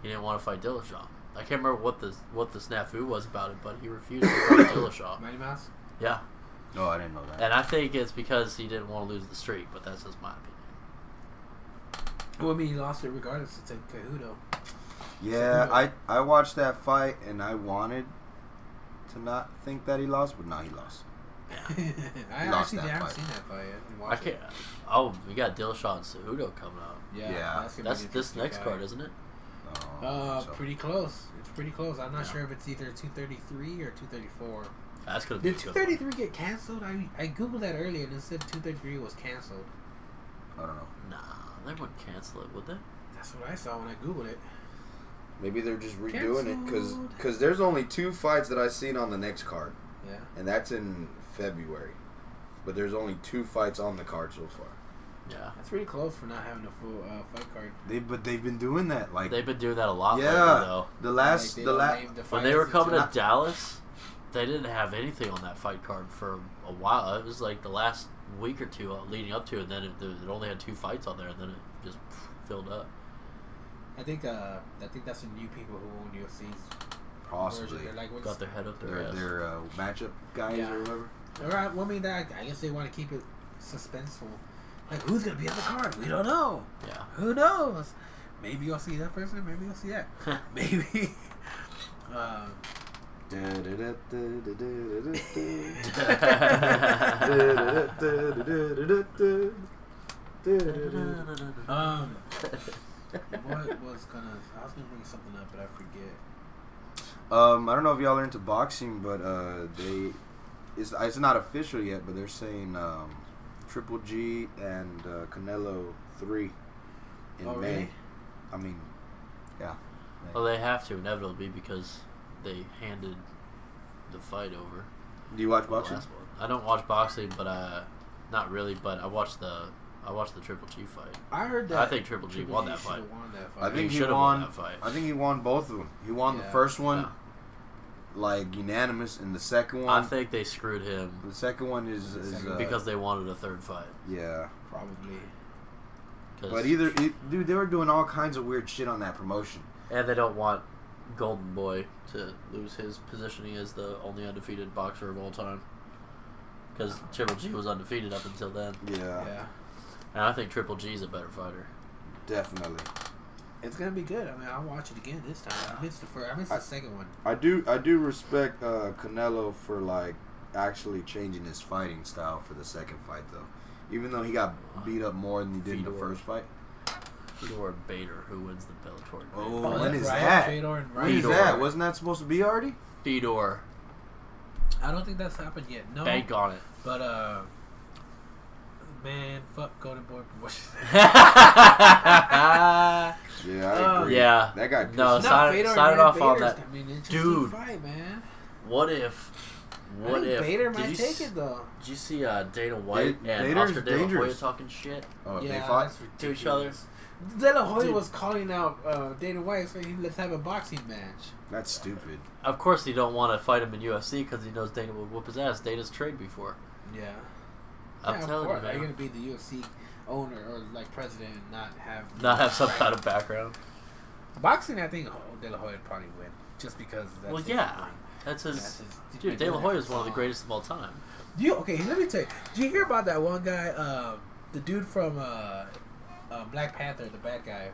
[SPEAKER 3] He didn't want to fight Dillashaw. I can't remember what the what the snafu was about it, but he refused to fight Dillashaw.
[SPEAKER 1] Mighty Mouse.
[SPEAKER 3] Yeah,
[SPEAKER 2] No, I didn't know that.
[SPEAKER 3] and I think it's because he didn't want to lose the streak, but that's just my opinion.
[SPEAKER 1] Well, I mean, he lost it regardless. It's a Cahudo.
[SPEAKER 2] Yeah, I I watched that fight and I wanted to not think that he lost, but nah, he lost.
[SPEAKER 1] I
[SPEAKER 2] Lost
[SPEAKER 1] actually
[SPEAKER 2] that
[SPEAKER 1] haven't
[SPEAKER 2] fight.
[SPEAKER 1] seen that fight. yet. I didn't watch
[SPEAKER 3] I
[SPEAKER 1] it.
[SPEAKER 3] can't. Oh, we got Dillashaw and Cejudo coming out.
[SPEAKER 1] Yeah,
[SPEAKER 2] Yeah.
[SPEAKER 1] gonna be
[SPEAKER 3] That's
[SPEAKER 1] an
[SPEAKER 3] this
[SPEAKER 1] interesting
[SPEAKER 3] next
[SPEAKER 1] fight.
[SPEAKER 3] card, isn't it?
[SPEAKER 2] Oh,
[SPEAKER 1] Uh,
[SPEAKER 2] so-
[SPEAKER 1] pretty close. It's pretty close. I'm not
[SPEAKER 3] Yeah.
[SPEAKER 1] sure if it's either 233 or 234.
[SPEAKER 3] That's gonna be.
[SPEAKER 1] Did
[SPEAKER 3] a good one.
[SPEAKER 1] 233 get canceled? I I googled that earlier and it said 233 was canceled.
[SPEAKER 2] I don't know.
[SPEAKER 3] Nah, they wouldn't cancel it, would they?
[SPEAKER 1] That's what I saw when I googled it.
[SPEAKER 2] Maybe they're just redoing it 'cause it
[SPEAKER 1] Canceled.
[SPEAKER 2] because there's only two fights that I seen on the next card,
[SPEAKER 1] Yeah.
[SPEAKER 2] and that's in February. But there's only two fights on the card so far.
[SPEAKER 3] Yeah.
[SPEAKER 1] That's pretty close for not having a full uh, fight card.
[SPEAKER 2] They but they've been doing that like
[SPEAKER 3] They've been doing that a lot lately,
[SPEAKER 2] Yeah.
[SPEAKER 3] though.
[SPEAKER 2] the last
[SPEAKER 1] Like, they
[SPEAKER 2] the
[SPEAKER 1] don't
[SPEAKER 2] last
[SPEAKER 1] name the
[SPEAKER 3] When
[SPEAKER 1] fighters
[SPEAKER 3] they were coming to
[SPEAKER 1] until-
[SPEAKER 3] Dallas, they didn't have anything on that fight card for a while. It was like the last week or two uh, leading up to it, and then it, it only had two fights on there, and then it just filled up.
[SPEAKER 1] I think uh I think that's the new people who own UFC's
[SPEAKER 2] possibly
[SPEAKER 1] version. They're like, what's-
[SPEAKER 3] Got their head up their
[SPEAKER 2] their
[SPEAKER 3] ass.
[SPEAKER 2] their uh, matchup guys
[SPEAKER 1] Yeah.
[SPEAKER 2] or whatever.
[SPEAKER 1] all right. Well, I mean, that, I guess they want to keep it suspenseful. Like, who's gonna be on the card? We don't know.
[SPEAKER 3] Yeah.
[SPEAKER 1] Who knows? Maybe you'll see that person. Maybe you'll see that. Maybe. uh, um. What was gonna? I was gonna bring something up, but I forget.
[SPEAKER 2] Um, I don't know if y'all are into boxing, but uh, they it's it's not official yet, but they're saying um, Triple G and uh, Canelo three in
[SPEAKER 1] Oh,
[SPEAKER 2] May.
[SPEAKER 1] really?
[SPEAKER 2] I mean, yeah,
[SPEAKER 3] Well, they have to inevitably because they handed the fight over.
[SPEAKER 2] do you watch
[SPEAKER 3] the
[SPEAKER 2] boxing?
[SPEAKER 3] last one. I don't watch boxing, but uh, not really. But I watched the I watched the Triple G fight.
[SPEAKER 1] I heard that.
[SPEAKER 3] I think Triple G won that
[SPEAKER 1] should've
[SPEAKER 3] fight.
[SPEAKER 1] Won that
[SPEAKER 2] I
[SPEAKER 1] fight.
[SPEAKER 2] think he
[SPEAKER 3] should have
[SPEAKER 2] won.
[SPEAKER 3] won that fight.
[SPEAKER 2] I think he won both of them. He won the
[SPEAKER 1] Yeah.
[SPEAKER 2] first one
[SPEAKER 3] Yeah.
[SPEAKER 2] like unanimous, and the second
[SPEAKER 3] I
[SPEAKER 2] one.
[SPEAKER 3] think they screwed him
[SPEAKER 2] the second one is,
[SPEAKER 1] The
[SPEAKER 2] is
[SPEAKER 1] second-
[SPEAKER 2] uh,
[SPEAKER 3] because they wanted a third fight.
[SPEAKER 2] yeah,
[SPEAKER 1] probably.
[SPEAKER 3] 'Cause-
[SPEAKER 2] but either it, dude, they were doing all kinds of weird shit on that promotion.
[SPEAKER 3] and they don't want Golden Boy to lose his positioning as the only undefeated boxer of all time. Because Triple G was undefeated up until then,
[SPEAKER 1] Yeah.
[SPEAKER 3] and I think Triple G is a better fighter.
[SPEAKER 2] definitely.
[SPEAKER 1] It's gonna be good. I mean, I'll watch it again this time. I missed the first. I missed
[SPEAKER 2] I-
[SPEAKER 1] the second one.
[SPEAKER 2] I do I do respect uh, Canelo for like actually changing his fighting style for the second fight though. Even though he got beat up more than he did in the
[SPEAKER 3] Fedor.
[SPEAKER 2] first fight.
[SPEAKER 3] Fedor Bader, who wins the Bellator?
[SPEAKER 2] Oh,
[SPEAKER 1] that's
[SPEAKER 2] when is
[SPEAKER 1] right.
[SPEAKER 2] that?
[SPEAKER 1] Fedor and
[SPEAKER 2] When is
[SPEAKER 1] Ryan.
[SPEAKER 3] Fedor.
[SPEAKER 2] that? Wasn't that supposed to be already?
[SPEAKER 3] Fedor,
[SPEAKER 1] I don't think that's happened yet. No.
[SPEAKER 3] bank on it.
[SPEAKER 1] But uh, man, fuck Golden Boy Promotions.
[SPEAKER 3] yeah,
[SPEAKER 2] Yeah,
[SPEAKER 1] I agree.
[SPEAKER 2] That guy
[SPEAKER 3] No,
[SPEAKER 2] pissed
[SPEAKER 3] sign,
[SPEAKER 1] Fedor and
[SPEAKER 3] sign it
[SPEAKER 1] Ryan
[SPEAKER 3] off on
[SPEAKER 1] Bader's
[SPEAKER 3] that.
[SPEAKER 1] gonna be an interesting
[SPEAKER 3] Dude.
[SPEAKER 1] fight, man.
[SPEAKER 3] What if?
[SPEAKER 1] I
[SPEAKER 3] What
[SPEAKER 1] think
[SPEAKER 3] if?
[SPEAKER 1] Bader
[SPEAKER 3] did you
[SPEAKER 1] might take
[SPEAKER 3] s-
[SPEAKER 1] it though?
[SPEAKER 3] Did you see uh, Dana White
[SPEAKER 2] Da-
[SPEAKER 3] and
[SPEAKER 2] Bader's
[SPEAKER 3] Oscar De La Hoya
[SPEAKER 2] dangerous.
[SPEAKER 3] talking shit?
[SPEAKER 2] Oh,
[SPEAKER 1] yeah,
[SPEAKER 2] they fought.
[SPEAKER 1] that's
[SPEAKER 3] to each
[SPEAKER 1] ridiculous. De La Hoya
[SPEAKER 3] Dude.
[SPEAKER 1] was calling out uh, Dana White saying he let's have a boxing match.
[SPEAKER 2] That's stupid.
[SPEAKER 3] Of course, he don't want to fight him in UFC because he knows Dana will whoop his ass. Dana's trade before.
[SPEAKER 1] Yeah.
[SPEAKER 3] I'm
[SPEAKER 1] yeah, of
[SPEAKER 3] telling you,
[SPEAKER 1] course. Are you
[SPEAKER 3] man.
[SPEAKER 1] gonna be the UFC owner or like president and not have
[SPEAKER 3] Not have some kind of background.
[SPEAKER 1] boxing? I think De La Hoya would probably win just because. That's
[SPEAKER 3] Well,
[SPEAKER 1] his
[SPEAKER 3] yeah.
[SPEAKER 1] thing.
[SPEAKER 3] That's
[SPEAKER 1] That's
[SPEAKER 3] his.
[SPEAKER 1] his-
[SPEAKER 3] Dude, De La Hoya is one of the
[SPEAKER 1] Oh.
[SPEAKER 3] greatest of all time.
[SPEAKER 1] Do you okay? Let me tell you. Do you hear about that one guy? Um, the dude from uh, uh, Black Panther, the bad guy.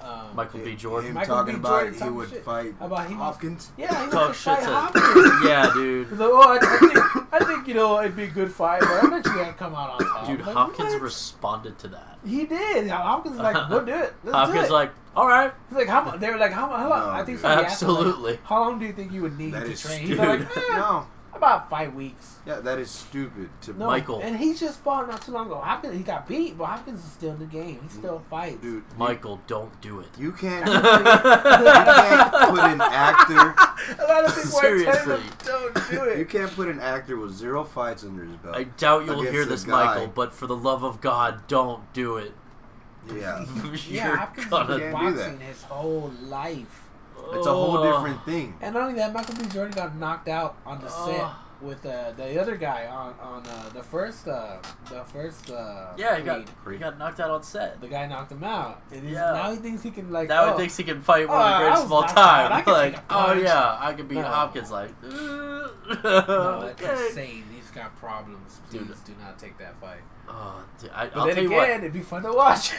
[SPEAKER 1] Um,
[SPEAKER 3] Michael B. Jordan.
[SPEAKER 2] Him
[SPEAKER 1] Michael
[SPEAKER 2] talking
[SPEAKER 1] B.
[SPEAKER 2] about
[SPEAKER 1] Jordan
[SPEAKER 2] he
[SPEAKER 1] talking
[SPEAKER 2] would
[SPEAKER 1] shit
[SPEAKER 2] fight
[SPEAKER 1] about he was-
[SPEAKER 2] Hopkins.
[SPEAKER 1] Yeah, he
[SPEAKER 3] Talk
[SPEAKER 1] was
[SPEAKER 3] shit
[SPEAKER 1] fight
[SPEAKER 3] to.
[SPEAKER 1] Hopkins.
[SPEAKER 3] yeah, dude.
[SPEAKER 1] He's like, oh, I, I, think, I think you know it'd be a good fight, but I bet you I'd come out on top.
[SPEAKER 3] Dude,
[SPEAKER 1] Like,
[SPEAKER 3] Hopkins
[SPEAKER 1] what?
[SPEAKER 3] responded to that.
[SPEAKER 1] he did. Hopkins is like, we'll do it. Let's do
[SPEAKER 3] Hopkins
[SPEAKER 1] it.
[SPEAKER 3] like, all right,
[SPEAKER 1] He's like, how mu- They were like, how, mu- how long?
[SPEAKER 2] No,
[SPEAKER 1] I think
[SPEAKER 2] dude.
[SPEAKER 1] somebody asked him, like,
[SPEAKER 3] Absolutely.
[SPEAKER 1] how long do you think you would need
[SPEAKER 2] That
[SPEAKER 1] to
[SPEAKER 2] is
[SPEAKER 1] train? He's
[SPEAKER 3] stupid.
[SPEAKER 1] like, eh,
[SPEAKER 2] No.
[SPEAKER 1] about five weeks.
[SPEAKER 2] Yeah, that is stupid to
[SPEAKER 1] No,
[SPEAKER 3] Michael.
[SPEAKER 1] And he's just fought not too long ago. Hopkins, he got beat, but Hopkins is still in the game. He still fights.
[SPEAKER 2] dude.
[SPEAKER 3] Michael, don't do it.
[SPEAKER 2] You can't, you can't put an actor
[SPEAKER 1] A lot of people are telling
[SPEAKER 3] Seriously.
[SPEAKER 1] him, don't do
[SPEAKER 2] you
[SPEAKER 1] it.
[SPEAKER 2] can't put an actor with zero fights under his belt.
[SPEAKER 3] I doubt you'll
[SPEAKER 2] Against
[SPEAKER 3] hear
[SPEAKER 2] a
[SPEAKER 3] this,
[SPEAKER 2] guy.
[SPEAKER 3] Michael, but for the love of God, don't do it.
[SPEAKER 2] yeah.
[SPEAKER 1] Yeah, Hopkins has been
[SPEAKER 2] Can't do that.
[SPEAKER 1] boxing his whole life.
[SPEAKER 2] It's a whole
[SPEAKER 3] Oh.
[SPEAKER 2] different thing.
[SPEAKER 1] And not only that, Michael B. Jordan got knocked out on the
[SPEAKER 3] Oh.
[SPEAKER 1] set with uh, the other guy on on uh, the first uh, the first uh,
[SPEAKER 3] Yeah, he got,
[SPEAKER 1] Creed.
[SPEAKER 3] he got knocked out on set.
[SPEAKER 1] the guy knocked him out. And he's,
[SPEAKER 3] Yeah.
[SPEAKER 1] now he thinks he can like
[SPEAKER 3] Now
[SPEAKER 1] oh,
[SPEAKER 3] he thinks he can fight one of
[SPEAKER 1] Oh, I
[SPEAKER 3] the greatest
[SPEAKER 1] was
[SPEAKER 3] of all
[SPEAKER 1] knocked out. I
[SPEAKER 3] time.
[SPEAKER 1] can
[SPEAKER 3] Like,
[SPEAKER 1] take a
[SPEAKER 3] oh
[SPEAKER 1] punch.
[SPEAKER 3] yeah, I can beat
[SPEAKER 1] No.
[SPEAKER 3] Hopkins. Like,
[SPEAKER 1] no, that's
[SPEAKER 3] oh, okay.
[SPEAKER 1] insane. He's got problems. Please
[SPEAKER 3] Dude.
[SPEAKER 1] do not take that fight.
[SPEAKER 3] Oh, dude, I,
[SPEAKER 1] But
[SPEAKER 3] I'll
[SPEAKER 1] then
[SPEAKER 3] tell you
[SPEAKER 1] again,
[SPEAKER 3] what.
[SPEAKER 1] it'd be fun to watch.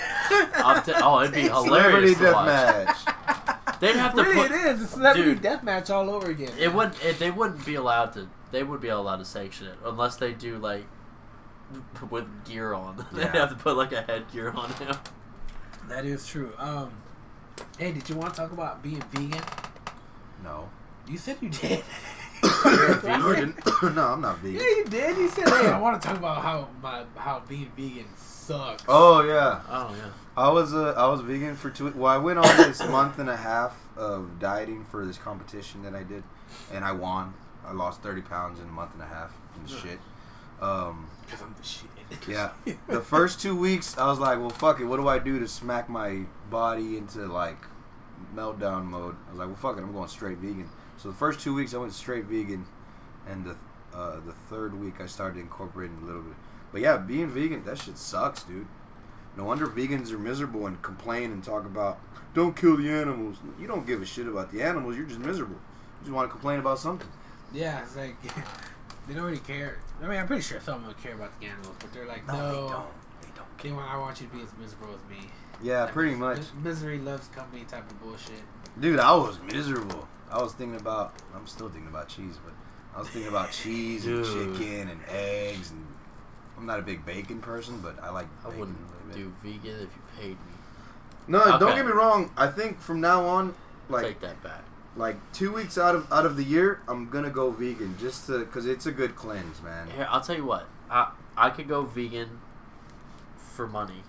[SPEAKER 3] I'll t- oh, it'd be
[SPEAKER 2] Celebrity
[SPEAKER 3] hilarious to watch.
[SPEAKER 2] deathmatch.
[SPEAKER 3] They'd have to
[SPEAKER 1] really,
[SPEAKER 3] put-
[SPEAKER 1] it is. It's celebrity
[SPEAKER 3] Dude.
[SPEAKER 1] deathmatch all over again.
[SPEAKER 3] It wouldn't. It, they wouldn't be allowed to. They would be allowed to sanction it unless they do like with gear on. They'd
[SPEAKER 2] Yeah.
[SPEAKER 3] have to put like a headgear on him.
[SPEAKER 1] That is true. Um, hey, did you want to talk about being vegan?
[SPEAKER 2] No.
[SPEAKER 1] You said you did.
[SPEAKER 2] no, I didn't. no, I'm not
[SPEAKER 1] Yeah,
[SPEAKER 2] vegan.
[SPEAKER 1] you did. You said, "Hey, I want to talk about how my how being vegan sucks."
[SPEAKER 2] Oh yeah,
[SPEAKER 3] Oh yeah.
[SPEAKER 2] I was uh, I was vegan for two. Well, I went on this month and a half of dieting for this competition that I did, and I won. I lost thirty pounds in a month and a half. From the shit. Um,
[SPEAKER 1] because I'm the shit.
[SPEAKER 2] yeah. The first two weeks, I was like, well, fuck it. What do I do to smack my body into like meltdown mode? I was like, well, fuck it. I'm going straight vegan. So the first two weeks, I went straight vegan, and the uh, the third week, I started incorporating a little bit. But yeah, being vegan, that shit sucks, dude. No wonder vegans are miserable and complain and talk about don't kill the animals. You don't give a shit about the animals. You're just miserable. You just want to complain about something.
[SPEAKER 1] Yeah, it's like they don't really care. I mean, I'm pretty sure some would care about the animals, but they're like, "No,
[SPEAKER 2] They don't.
[SPEAKER 1] they want- I want you to be as miserable as me."
[SPEAKER 2] Yeah,
[SPEAKER 1] Like,
[SPEAKER 2] pretty
[SPEAKER 1] mis-
[SPEAKER 2] much.
[SPEAKER 1] Misery loves company type of bullshit.
[SPEAKER 2] Dude, I was miserable. I was thinking about. I'm still thinking about cheese, but I was thinking about cheese and
[SPEAKER 3] Dude.
[SPEAKER 2] chicken and eggs. And I'm not a big bacon person, but I like.
[SPEAKER 3] I
[SPEAKER 2] bacon
[SPEAKER 3] wouldn't
[SPEAKER 2] a little bit.
[SPEAKER 3] do vegan if you paid me.
[SPEAKER 2] No, don't
[SPEAKER 3] Okay.
[SPEAKER 2] get me wrong. I think from now on, like
[SPEAKER 3] Take that back.
[SPEAKER 2] like two weeks out of out of the year, I'm gonna go vegan just to because it's a good cleanse, man.
[SPEAKER 3] Here, I'll tell you what. I I could go vegan for money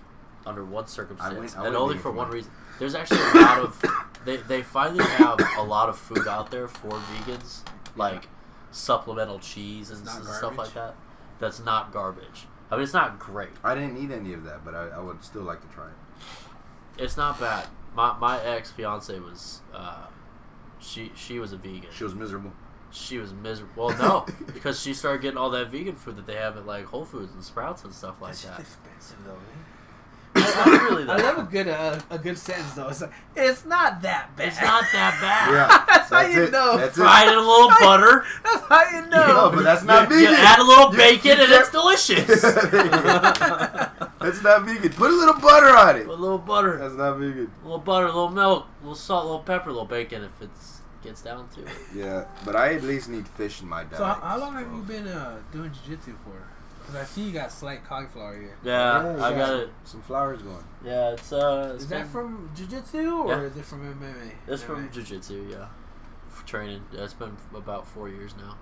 [SPEAKER 3] under one circumstance,
[SPEAKER 2] I went- I
[SPEAKER 3] and
[SPEAKER 2] went
[SPEAKER 3] only
[SPEAKER 2] vegan
[SPEAKER 3] for
[SPEAKER 2] for
[SPEAKER 3] one
[SPEAKER 2] money.
[SPEAKER 3] reason. There's actually a lot of they they finally have a lot of food out there for vegans, like supplemental cheese and,
[SPEAKER 1] It's not
[SPEAKER 3] s- stuff
[SPEAKER 1] garbage.
[SPEAKER 3] like that. That's not garbage. I mean, it's not great.
[SPEAKER 2] I didn't eat any of that, but I, I would still like to try it.
[SPEAKER 3] It's not bad. My my ex fiance was. Uh, she, she was a vegan.
[SPEAKER 2] She was miserable.
[SPEAKER 3] She was miserable. Well, no, because she started getting all that vegan food that they have at like Whole Foods and Sprouts and stuff like
[SPEAKER 1] That's
[SPEAKER 3] that.
[SPEAKER 1] expensive though. Man.
[SPEAKER 3] It's not really
[SPEAKER 1] uh, I
[SPEAKER 3] that.
[SPEAKER 1] love a good uh, a good sentence though. It's like it's not that bad.
[SPEAKER 3] It's not that bad.
[SPEAKER 2] Yeah,
[SPEAKER 1] That's how you
[SPEAKER 2] it,
[SPEAKER 1] know.
[SPEAKER 2] That's
[SPEAKER 3] Fry
[SPEAKER 2] it.
[SPEAKER 3] it in a little butter.
[SPEAKER 1] That's how you
[SPEAKER 2] No,
[SPEAKER 1] know.
[SPEAKER 2] but that's not
[SPEAKER 3] you,
[SPEAKER 2] vegan.
[SPEAKER 3] you add a little
[SPEAKER 2] You-
[SPEAKER 3] bacon
[SPEAKER 2] you
[SPEAKER 3] and it's
[SPEAKER 2] can't-
[SPEAKER 3] delicious.
[SPEAKER 2] That's not vegan. Put a little butter on
[SPEAKER 3] a
[SPEAKER 2] it.
[SPEAKER 3] little butter,
[SPEAKER 2] That's not vegan.
[SPEAKER 3] a little butter, a little milk, a little salt, a little pepper, a little bacon if it gets down to it.
[SPEAKER 2] Yeah, but I at least need fish in my diet.
[SPEAKER 1] so how, how long have you been uh, doing jujitsu for? Because I see you got slight cauliflower here.
[SPEAKER 3] Yeah, I got it.
[SPEAKER 2] Some flowers going.
[SPEAKER 3] Yeah, it's uh, it's
[SPEAKER 1] Is that
[SPEAKER 3] been-
[SPEAKER 1] from jujitsu or
[SPEAKER 3] Yeah.
[SPEAKER 1] is it from MMA?
[SPEAKER 3] It's from
[SPEAKER 1] MMA.
[SPEAKER 3] jujitsu. Yeah, for training. Yeah, it's been about four years now.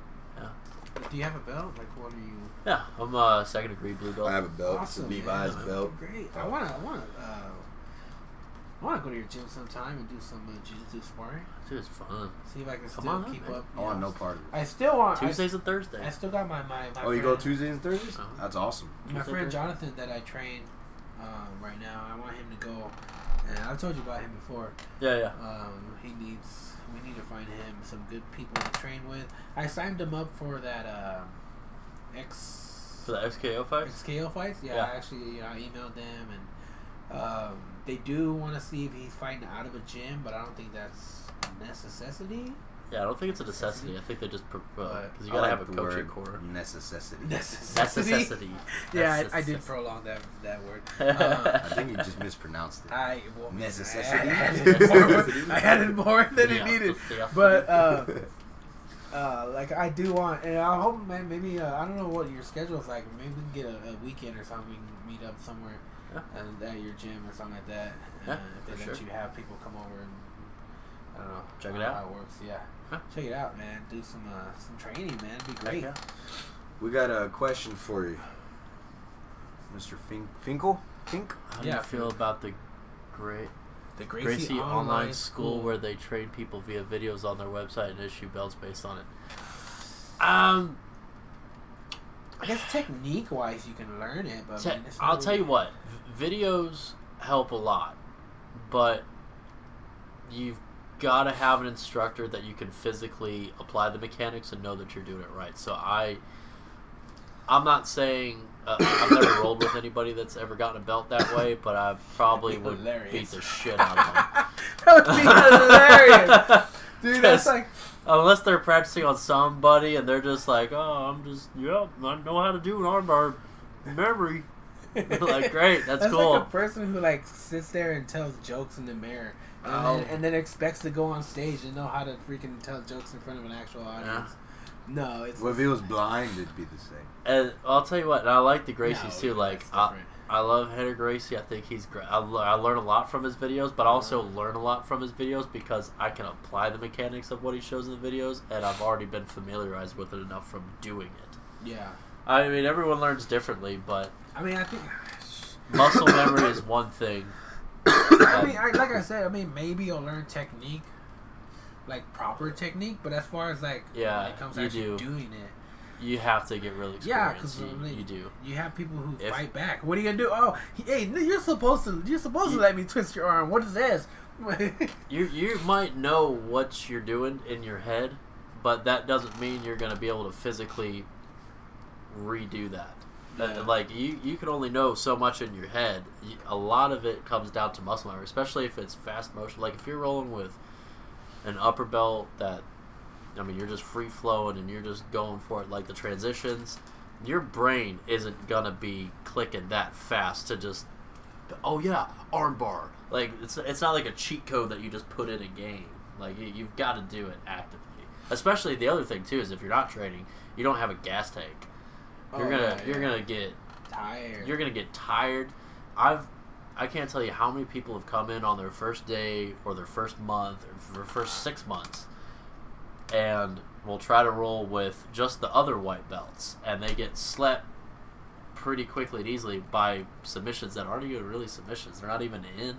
[SPEAKER 1] Do you have a belt? Like, what are you?
[SPEAKER 3] Yeah, I'm uh, second degree blue belt.
[SPEAKER 2] I have a belt.
[SPEAKER 1] Awesome,
[SPEAKER 2] it's a
[SPEAKER 1] man.
[SPEAKER 2] Levi's
[SPEAKER 1] That'd be
[SPEAKER 2] belt.
[SPEAKER 1] Great. I wanna, I wanna, uh, I wanna go to your gym sometime and do some uh, jujitsu sparring.
[SPEAKER 3] Dude, it's fun.
[SPEAKER 1] See if I can still
[SPEAKER 3] on up,
[SPEAKER 1] keep
[SPEAKER 3] man.
[SPEAKER 1] up.
[SPEAKER 2] I want Oh, no part of it.
[SPEAKER 1] I still want. I,
[SPEAKER 3] Tuesdays and
[SPEAKER 1] I
[SPEAKER 3] Thursdays.
[SPEAKER 1] still got my my. my
[SPEAKER 2] Oh, you go
[SPEAKER 1] friend-
[SPEAKER 2] Tuesdays and Thursdays?
[SPEAKER 3] Uh-huh.
[SPEAKER 2] That's awesome.
[SPEAKER 1] My friend
[SPEAKER 3] Thursdays.
[SPEAKER 1] Jonathan that I train um, right now, I want him to go. And I've told you about him before.
[SPEAKER 3] Yeah, yeah.
[SPEAKER 1] Um, he needs. We need to find him some good people to train with. I signed him up for that um, X.
[SPEAKER 3] For the XKO fight.
[SPEAKER 1] XKO fights. Yeah,
[SPEAKER 3] Yeah.
[SPEAKER 1] I actually, you know, I emailed them, and um, they do want to see if he's fighting out of a gym, but I don't think that's a necessity.
[SPEAKER 3] Yeah, I don't think it's a necessity. I think they just because
[SPEAKER 1] But
[SPEAKER 3] you
[SPEAKER 2] I
[SPEAKER 3] gotta
[SPEAKER 2] like
[SPEAKER 3] have a
[SPEAKER 2] the
[SPEAKER 3] coaching
[SPEAKER 2] word
[SPEAKER 3] core.
[SPEAKER 2] Necessity.
[SPEAKER 3] That's
[SPEAKER 1] Necessity.
[SPEAKER 3] necessity.
[SPEAKER 1] Yeah,
[SPEAKER 3] That's
[SPEAKER 1] I, I did
[SPEAKER 3] necessity.
[SPEAKER 1] prolong that that word. Um,
[SPEAKER 2] I think you just mispronounced it.
[SPEAKER 1] I well,
[SPEAKER 2] Necessity.
[SPEAKER 1] I added more, I added more than
[SPEAKER 3] Yeah,
[SPEAKER 1] it needed,
[SPEAKER 3] yeah.
[SPEAKER 1] but. Uh, uh, like I do want, and I hope man, maybe uh, I don't know what your schedule's like. Maybe we can get a, a weekend or something. We can meet up somewhere
[SPEAKER 3] Yeah.
[SPEAKER 1] and at your gym or something like that.
[SPEAKER 3] Yeah,
[SPEAKER 1] uh, if they
[SPEAKER 3] for
[SPEAKER 1] let
[SPEAKER 3] sure.
[SPEAKER 1] you have people come over and I don't know,
[SPEAKER 3] Check
[SPEAKER 1] I
[SPEAKER 3] it
[SPEAKER 1] don't know
[SPEAKER 3] out.
[SPEAKER 1] How it works, yeah.
[SPEAKER 3] Huh.
[SPEAKER 1] Check it out, man. Do some uh, some training, man. It'd be
[SPEAKER 3] Heck
[SPEAKER 1] great.
[SPEAKER 3] yeah.
[SPEAKER 2] we got a question for you, Mr. Fin- Finkel. Fink.
[SPEAKER 3] How do
[SPEAKER 1] Yeah.
[SPEAKER 3] you feel about the great
[SPEAKER 1] The
[SPEAKER 3] Gracie, Online, School, where they train people via videos on their website and issue belts based on it? Um,
[SPEAKER 1] I guess technique wise, you can learn it, but
[SPEAKER 3] te-
[SPEAKER 1] I mean, it's not
[SPEAKER 3] I'll tell
[SPEAKER 1] really-
[SPEAKER 3] you what, v- videos help a lot, but you've got to have an instructor that you can physically apply the mechanics and know that you're doing it right. So I, I'm not saying uh, I've never rolled with anybody that's ever gotten a belt that way, but I probably would beat
[SPEAKER 1] Hilarious.
[SPEAKER 3] the shit out of them.
[SPEAKER 1] that would be hilarious, dude. That's
[SPEAKER 3] Just-
[SPEAKER 1] like
[SPEAKER 3] Unless they're practicing on somebody and they're just like, oh, I'm just, yeah, I know how to do an armbar memory. like, great, that's, cool.
[SPEAKER 1] like a person who like sits there and tells jokes in the mirror, and,
[SPEAKER 3] Oh.
[SPEAKER 1] then, and then expects to go on stage and know how to freaking tell jokes in front of an actual audience. No, it's
[SPEAKER 2] Well, if he was blind, it'd be the same.
[SPEAKER 3] And I'll tell you what, and I like the
[SPEAKER 1] no,
[SPEAKER 3] Gracies too.
[SPEAKER 1] that's
[SPEAKER 3] Like uh, I,
[SPEAKER 1] different.
[SPEAKER 3] I love Henry Gracie. I think he's great. I, le- I learn a lot from his videos, but I also
[SPEAKER 1] Uh-huh.
[SPEAKER 3] learn a lot from his videos because I can apply the mechanics of what he shows in the videos, and I've already been familiarized with it enough from doing it.
[SPEAKER 1] yeah.
[SPEAKER 3] I mean, everyone learns differently, but
[SPEAKER 1] I mean, I think.
[SPEAKER 3] muscle memory is one thing.
[SPEAKER 1] I
[SPEAKER 3] that-
[SPEAKER 1] mean, I, like I said, I mean, maybe you'll learn technique, like proper technique. But as far as like
[SPEAKER 3] Yeah,
[SPEAKER 1] when it comes to
[SPEAKER 3] you
[SPEAKER 1] actually
[SPEAKER 3] do.
[SPEAKER 1] doing it,
[SPEAKER 3] you have to get really
[SPEAKER 1] Yeah,
[SPEAKER 3] experienced.
[SPEAKER 1] 'cause, I
[SPEAKER 3] you,
[SPEAKER 1] mean,
[SPEAKER 3] you do.
[SPEAKER 1] you have people who
[SPEAKER 3] If-
[SPEAKER 1] fight back. What are you gonna do? Oh, he- hey, no, you're supposed to. You're supposed
[SPEAKER 3] You-
[SPEAKER 1] to let me twist your arm. What is this? yeah,
[SPEAKER 3] You you might know what you're doing in your head, but that doesn't mean you're going to be able to physically redo that. That-
[SPEAKER 1] Yeah.
[SPEAKER 3] Like you, you can only know so much in your head. You- A lot of it comes down to muscle memory, especially if it's fast motion. Like if you're rolling with an upper belt that, I mean, you're just free flowing and you're just going for it. Like the transitions, your brain isn't gonna be clicking that fast to just, oh yeah, armbar. Like it's it's not like a cheat code that you just put in a game. Like you, you've got to do it actively. Especially the other thing too is if you're not training, you don't have a gas tank you're
[SPEAKER 1] Oh,
[SPEAKER 3] gonna
[SPEAKER 1] yeah,
[SPEAKER 3] you're
[SPEAKER 1] yeah.
[SPEAKER 3] gonna get
[SPEAKER 1] tired.
[SPEAKER 3] you're gonna get tired. I've I can't tell you how many people have come in on their first day or their first month or their first six months, and will try to roll with just the other white belts, and they get slept pretty quickly and easily by submissions that aren't even really submissions. They're not even in,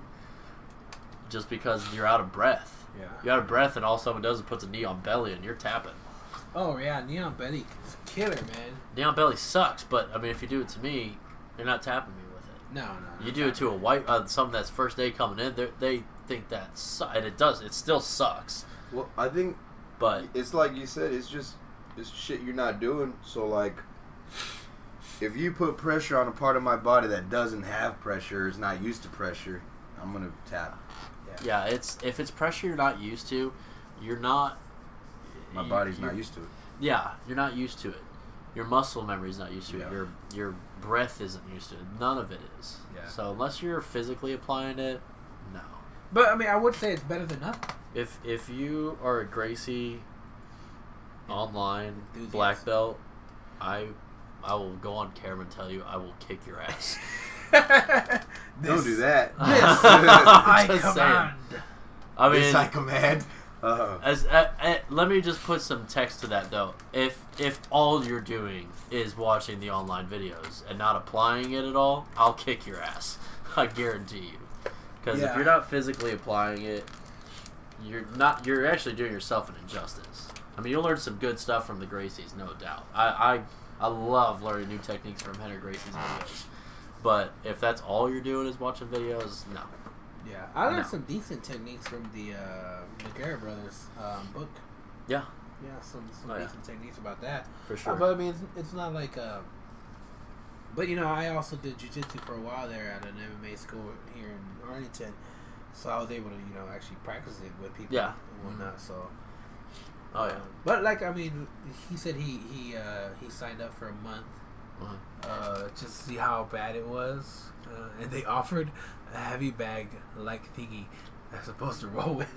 [SPEAKER 3] just because you're out of breath.
[SPEAKER 1] yeah.
[SPEAKER 3] You're out of breath, and all someone does is puts a knee on belly, and you're tapping.
[SPEAKER 1] Oh yeah, Neon Betty is a killer, man.
[SPEAKER 3] Neon belly sucks, but I mean, if you do it to me, you're not tapping me with it.
[SPEAKER 1] No, no.
[SPEAKER 3] You do it to a white, uh, something that's first day coming in, they're- they think that su- and it does. It still sucks,
[SPEAKER 2] Well, I think
[SPEAKER 3] but
[SPEAKER 2] it's like you said. It's just it's shit you're not doing. So like, if you put pressure on a part of my body that doesn't have pressure, is not used to pressure, I'm gonna tap.
[SPEAKER 3] yeah, it's if it's pressure you're not used to, you're not.
[SPEAKER 2] My
[SPEAKER 3] you-
[SPEAKER 2] body's
[SPEAKER 3] you-
[SPEAKER 2] not used to it.
[SPEAKER 3] Yeah, you're not used to it. Your muscle memory's not used to
[SPEAKER 2] Yeah.
[SPEAKER 3] it. Your your breath isn't used to it. None of it is.
[SPEAKER 2] Yeah.
[SPEAKER 3] So unless you're physically applying it, no.
[SPEAKER 1] But I mean, I would say it's better than nothing.
[SPEAKER 3] If if you are a Gracie online
[SPEAKER 1] Enthusiast.
[SPEAKER 3] black belt, I I will go on camera and tell you I will kick your ass.
[SPEAKER 2] Don't do that.
[SPEAKER 1] This
[SPEAKER 3] I'm
[SPEAKER 1] I
[SPEAKER 3] just
[SPEAKER 1] command.
[SPEAKER 3] I
[SPEAKER 2] This
[SPEAKER 3] mean,
[SPEAKER 2] I command. Uh,
[SPEAKER 3] as uh, uh, let me just put some text to that though. If if all you're doing is watching the online videos and not applying it at all, I'll kick your ass. I guarantee you. Because if
[SPEAKER 1] Yeah.
[SPEAKER 3] you're not physically applying it, you're not. You're actually doing yourself an injustice. I mean, you'll learn some good stuff from the Gracies, no doubt. I I, I love learning new techniques from Henry Gracie's videos. But if that's all you're doing is watching videos, no.
[SPEAKER 1] Yeah, I learned
[SPEAKER 3] No.
[SPEAKER 1] some decent techniques from the uh, McGarrett brothers um, book.
[SPEAKER 3] Yeah,
[SPEAKER 1] Yeah, some some
[SPEAKER 3] Oh, yeah.
[SPEAKER 1] decent techniques about that.
[SPEAKER 3] for
[SPEAKER 1] Uh, but I mean, it's, it's not like. Uh, but you know, I also did jujitsu for a while there at an MMA school here in Arlington, so I was able to you know actually practice it with people
[SPEAKER 3] Yeah.
[SPEAKER 1] and whatnot. So.
[SPEAKER 3] Oh yeah.
[SPEAKER 1] But like I mean, he said he he uh, he signed up for a month
[SPEAKER 3] Uh-huh.
[SPEAKER 1] uh, just to see how bad it was, uh, and they offered a heavy bag like thingy I'm supposed to roll with.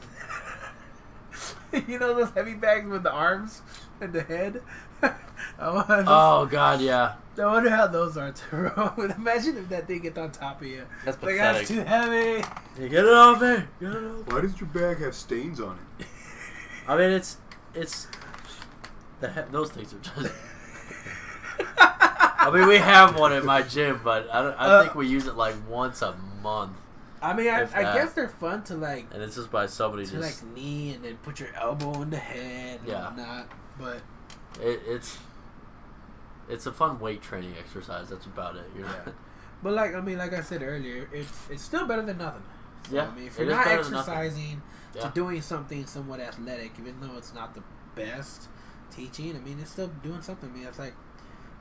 [SPEAKER 1] you know those heavy bags with the arms and the head. I wonder,
[SPEAKER 3] Oh god, yeah.
[SPEAKER 1] I wonder how those are to roll with. Imagine if that thing gets on top of you.
[SPEAKER 3] That's
[SPEAKER 1] Like that's too heavy.
[SPEAKER 3] get it off me. Get it off.
[SPEAKER 2] Why does your bag have stains on it?
[SPEAKER 3] I mean, it's it's the he- those things are just. I mean, we have one in my gym, but I, don't, I
[SPEAKER 1] Uh,
[SPEAKER 3] think we use it like once a month,
[SPEAKER 1] I mean, I,
[SPEAKER 3] If
[SPEAKER 1] I
[SPEAKER 3] that.
[SPEAKER 1] guess they're fun to like
[SPEAKER 3] and it's just by somebody
[SPEAKER 1] to
[SPEAKER 3] just.
[SPEAKER 1] like knee and then put your elbow in the head and
[SPEAKER 3] Yeah.
[SPEAKER 1] whatnot. But
[SPEAKER 3] It, it's it's a fun weight training exercise. That's about it. You're
[SPEAKER 1] Yeah. but like I mean, like I said earlier, it's it's still better than nothing. So,
[SPEAKER 3] Yeah,
[SPEAKER 1] I mean, if
[SPEAKER 3] it
[SPEAKER 1] you're
[SPEAKER 3] is
[SPEAKER 1] not
[SPEAKER 3] better than nothing.
[SPEAKER 1] exercising
[SPEAKER 3] Yeah.
[SPEAKER 1] to doing something somewhat athletic, even though it's not the best teaching, I mean, it's still doing something. I mean, it's like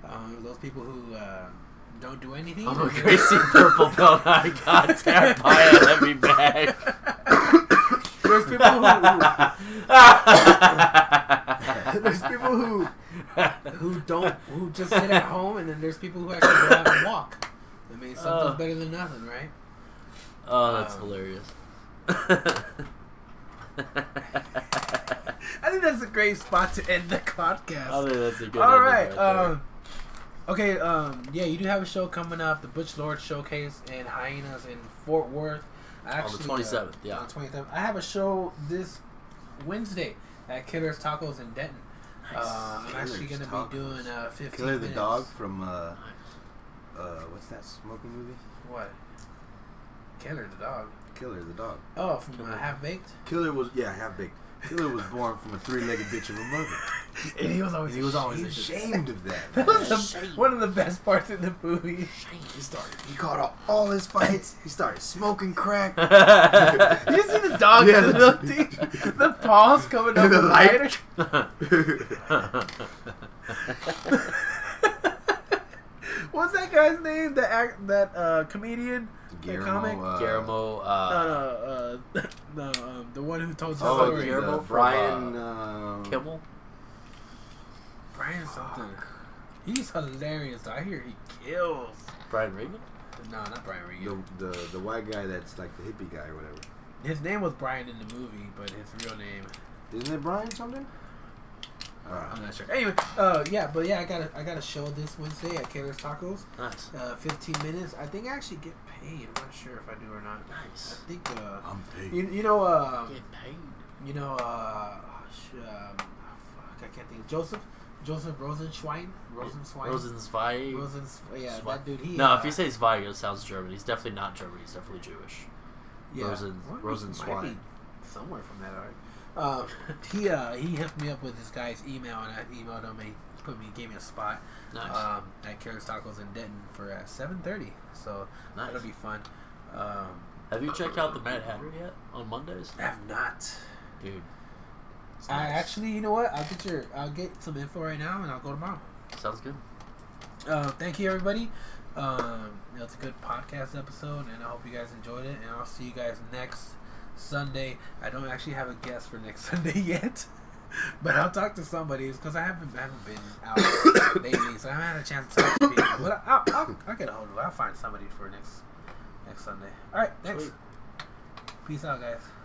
[SPEAKER 1] um, those people who uh, don't do anything.
[SPEAKER 3] I'm a crazy purple belt. I got tapped by a heavy bag.
[SPEAKER 1] There's people who
[SPEAKER 3] There's
[SPEAKER 1] there's people who who don't who just sit at home, and then there's people who actually go out and walk. I mean, something's
[SPEAKER 3] Uh.
[SPEAKER 1] better than nothing, right?
[SPEAKER 3] Oh, that's
[SPEAKER 1] Um,
[SPEAKER 3] hilarious.
[SPEAKER 1] I think that's a great spot to end the podcast.
[SPEAKER 3] I think that's a good
[SPEAKER 1] All
[SPEAKER 3] ending
[SPEAKER 1] right.
[SPEAKER 3] there.
[SPEAKER 1] um, okay. Um, yeah, you do have a show coming up, the Butch Lord Showcase and Hyenas in Fort Worth. I
[SPEAKER 3] on the
[SPEAKER 1] Actually, uh,
[SPEAKER 3] twenty seventh. Yeah.
[SPEAKER 1] On the 27th. I have a show this Wednesday at Killer's Tacos in Denton.
[SPEAKER 3] um,
[SPEAKER 1] Uh, I'm actually
[SPEAKER 2] Killer's
[SPEAKER 1] going to
[SPEAKER 2] Tacos.
[SPEAKER 1] be doing uh, 15
[SPEAKER 2] Killer the
[SPEAKER 1] minutes.
[SPEAKER 2] dog from uh, uh, what's that smoking movie?
[SPEAKER 1] What? Killer the dog.
[SPEAKER 2] Killer the dog.
[SPEAKER 1] Oh, from uh,
[SPEAKER 3] Killer.
[SPEAKER 1] Half Baked.
[SPEAKER 2] Killer was yeah, half baked. Killer was born from a three-legged bitch of a mother.
[SPEAKER 1] And he was always
[SPEAKER 2] He was always
[SPEAKER 1] ashamed.
[SPEAKER 2] ashamed of
[SPEAKER 1] That
[SPEAKER 2] that.
[SPEAKER 1] was the- one of the best parts in the movie.
[SPEAKER 2] He started. He caught up all his fights. He started smoking crack.
[SPEAKER 1] You just see the dog
[SPEAKER 2] Yeah,
[SPEAKER 1] in the
[SPEAKER 2] that's-
[SPEAKER 1] little teeth, the paws coming up
[SPEAKER 2] The
[SPEAKER 1] the
[SPEAKER 2] light.
[SPEAKER 1] lighter. What's that guy's name? That act, that uh, comedian? comic?
[SPEAKER 2] uh,
[SPEAKER 3] Guillermo.
[SPEAKER 1] No,
[SPEAKER 3] Uh,
[SPEAKER 1] no, uh, no, um, the one who told the
[SPEAKER 2] Oh,
[SPEAKER 1] story.
[SPEAKER 3] Guillermo
[SPEAKER 2] Guillermo
[SPEAKER 3] from, uh,
[SPEAKER 2] Brian. um,
[SPEAKER 3] Kimmel.
[SPEAKER 1] Brian something. He's hilarious. I hear he kills.
[SPEAKER 3] Brian Regan.
[SPEAKER 1] No, not Brian Regan.
[SPEAKER 2] the, the the white guy that's like the hippie guy or whatever.
[SPEAKER 1] His name was Brian in the movie, but his real name
[SPEAKER 2] Isn't it Brian something? Uh,
[SPEAKER 1] I'm not sure. Anyway, uh, yeah, but yeah, I got a, I got a show this Wednesday at Taylor's Tacos.
[SPEAKER 3] Nice.
[SPEAKER 1] Uh, 15 minutes. I think I actually get paid. I'm not sure if I do or not. I
[SPEAKER 3] Nice.
[SPEAKER 1] think uh,
[SPEAKER 2] I'm paid.
[SPEAKER 1] you, you know uh,
[SPEAKER 3] Get paid.
[SPEAKER 1] you know uh, sh- um, fuck, I can't think. Joseph Joseph Rosenschwein Rosenzweig
[SPEAKER 3] Rosenzweig.
[SPEAKER 1] Rosens yeah
[SPEAKER 3] Schwein.
[SPEAKER 1] that dude he
[SPEAKER 3] No,
[SPEAKER 1] uh,
[SPEAKER 3] if you say Zweig, it sounds German. He's definitely not German. He's definitely Jewish.
[SPEAKER 1] yeah,
[SPEAKER 3] Rosen-
[SPEAKER 1] might be-
[SPEAKER 3] Rosenzweig.
[SPEAKER 1] might be somewhere from that art. Um, he uh, he hooked me up with this guy's email and I emailed him and he put me gave me a spot.
[SPEAKER 3] Nice.
[SPEAKER 1] um, at Carrots Tacos in Denton for uh, 7.30. So
[SPEAKER 3] nice.
[SPEAKER 1] that'll be fun. Um,
[SPEAKER 3] Have you checked out the Mad Hatter yet on Mondays,
[SPEAKER 1] I have not.
[SPEAKER 3] dude? it's
[SPEAKER 1] I
[SPEAKER 3] nice.
[SPEAKER 1] actually, you know what? I'll get your, I'll get some info right now, and I'll go tomorrow.
[SPEAKER 3] sounds good.
[SPEAKER 1] Uh, thank you, everybody. Um, it was a good podcast episode, and I hope you guys enjoyed it. And I'll see you guys next Sunday. I don't actually have a guest for next Sunday yet, but I'll talk to somebody because I haven't, I haven't been out lately, so I haven't had a chance to talk to people. But I'll, I'll, I'll get a hold of it. I'll find somebody for next next Sunday. All right, thanks.
[SPEAKER 3] Sweet.
[SPEAKER 1] Peace out, guys.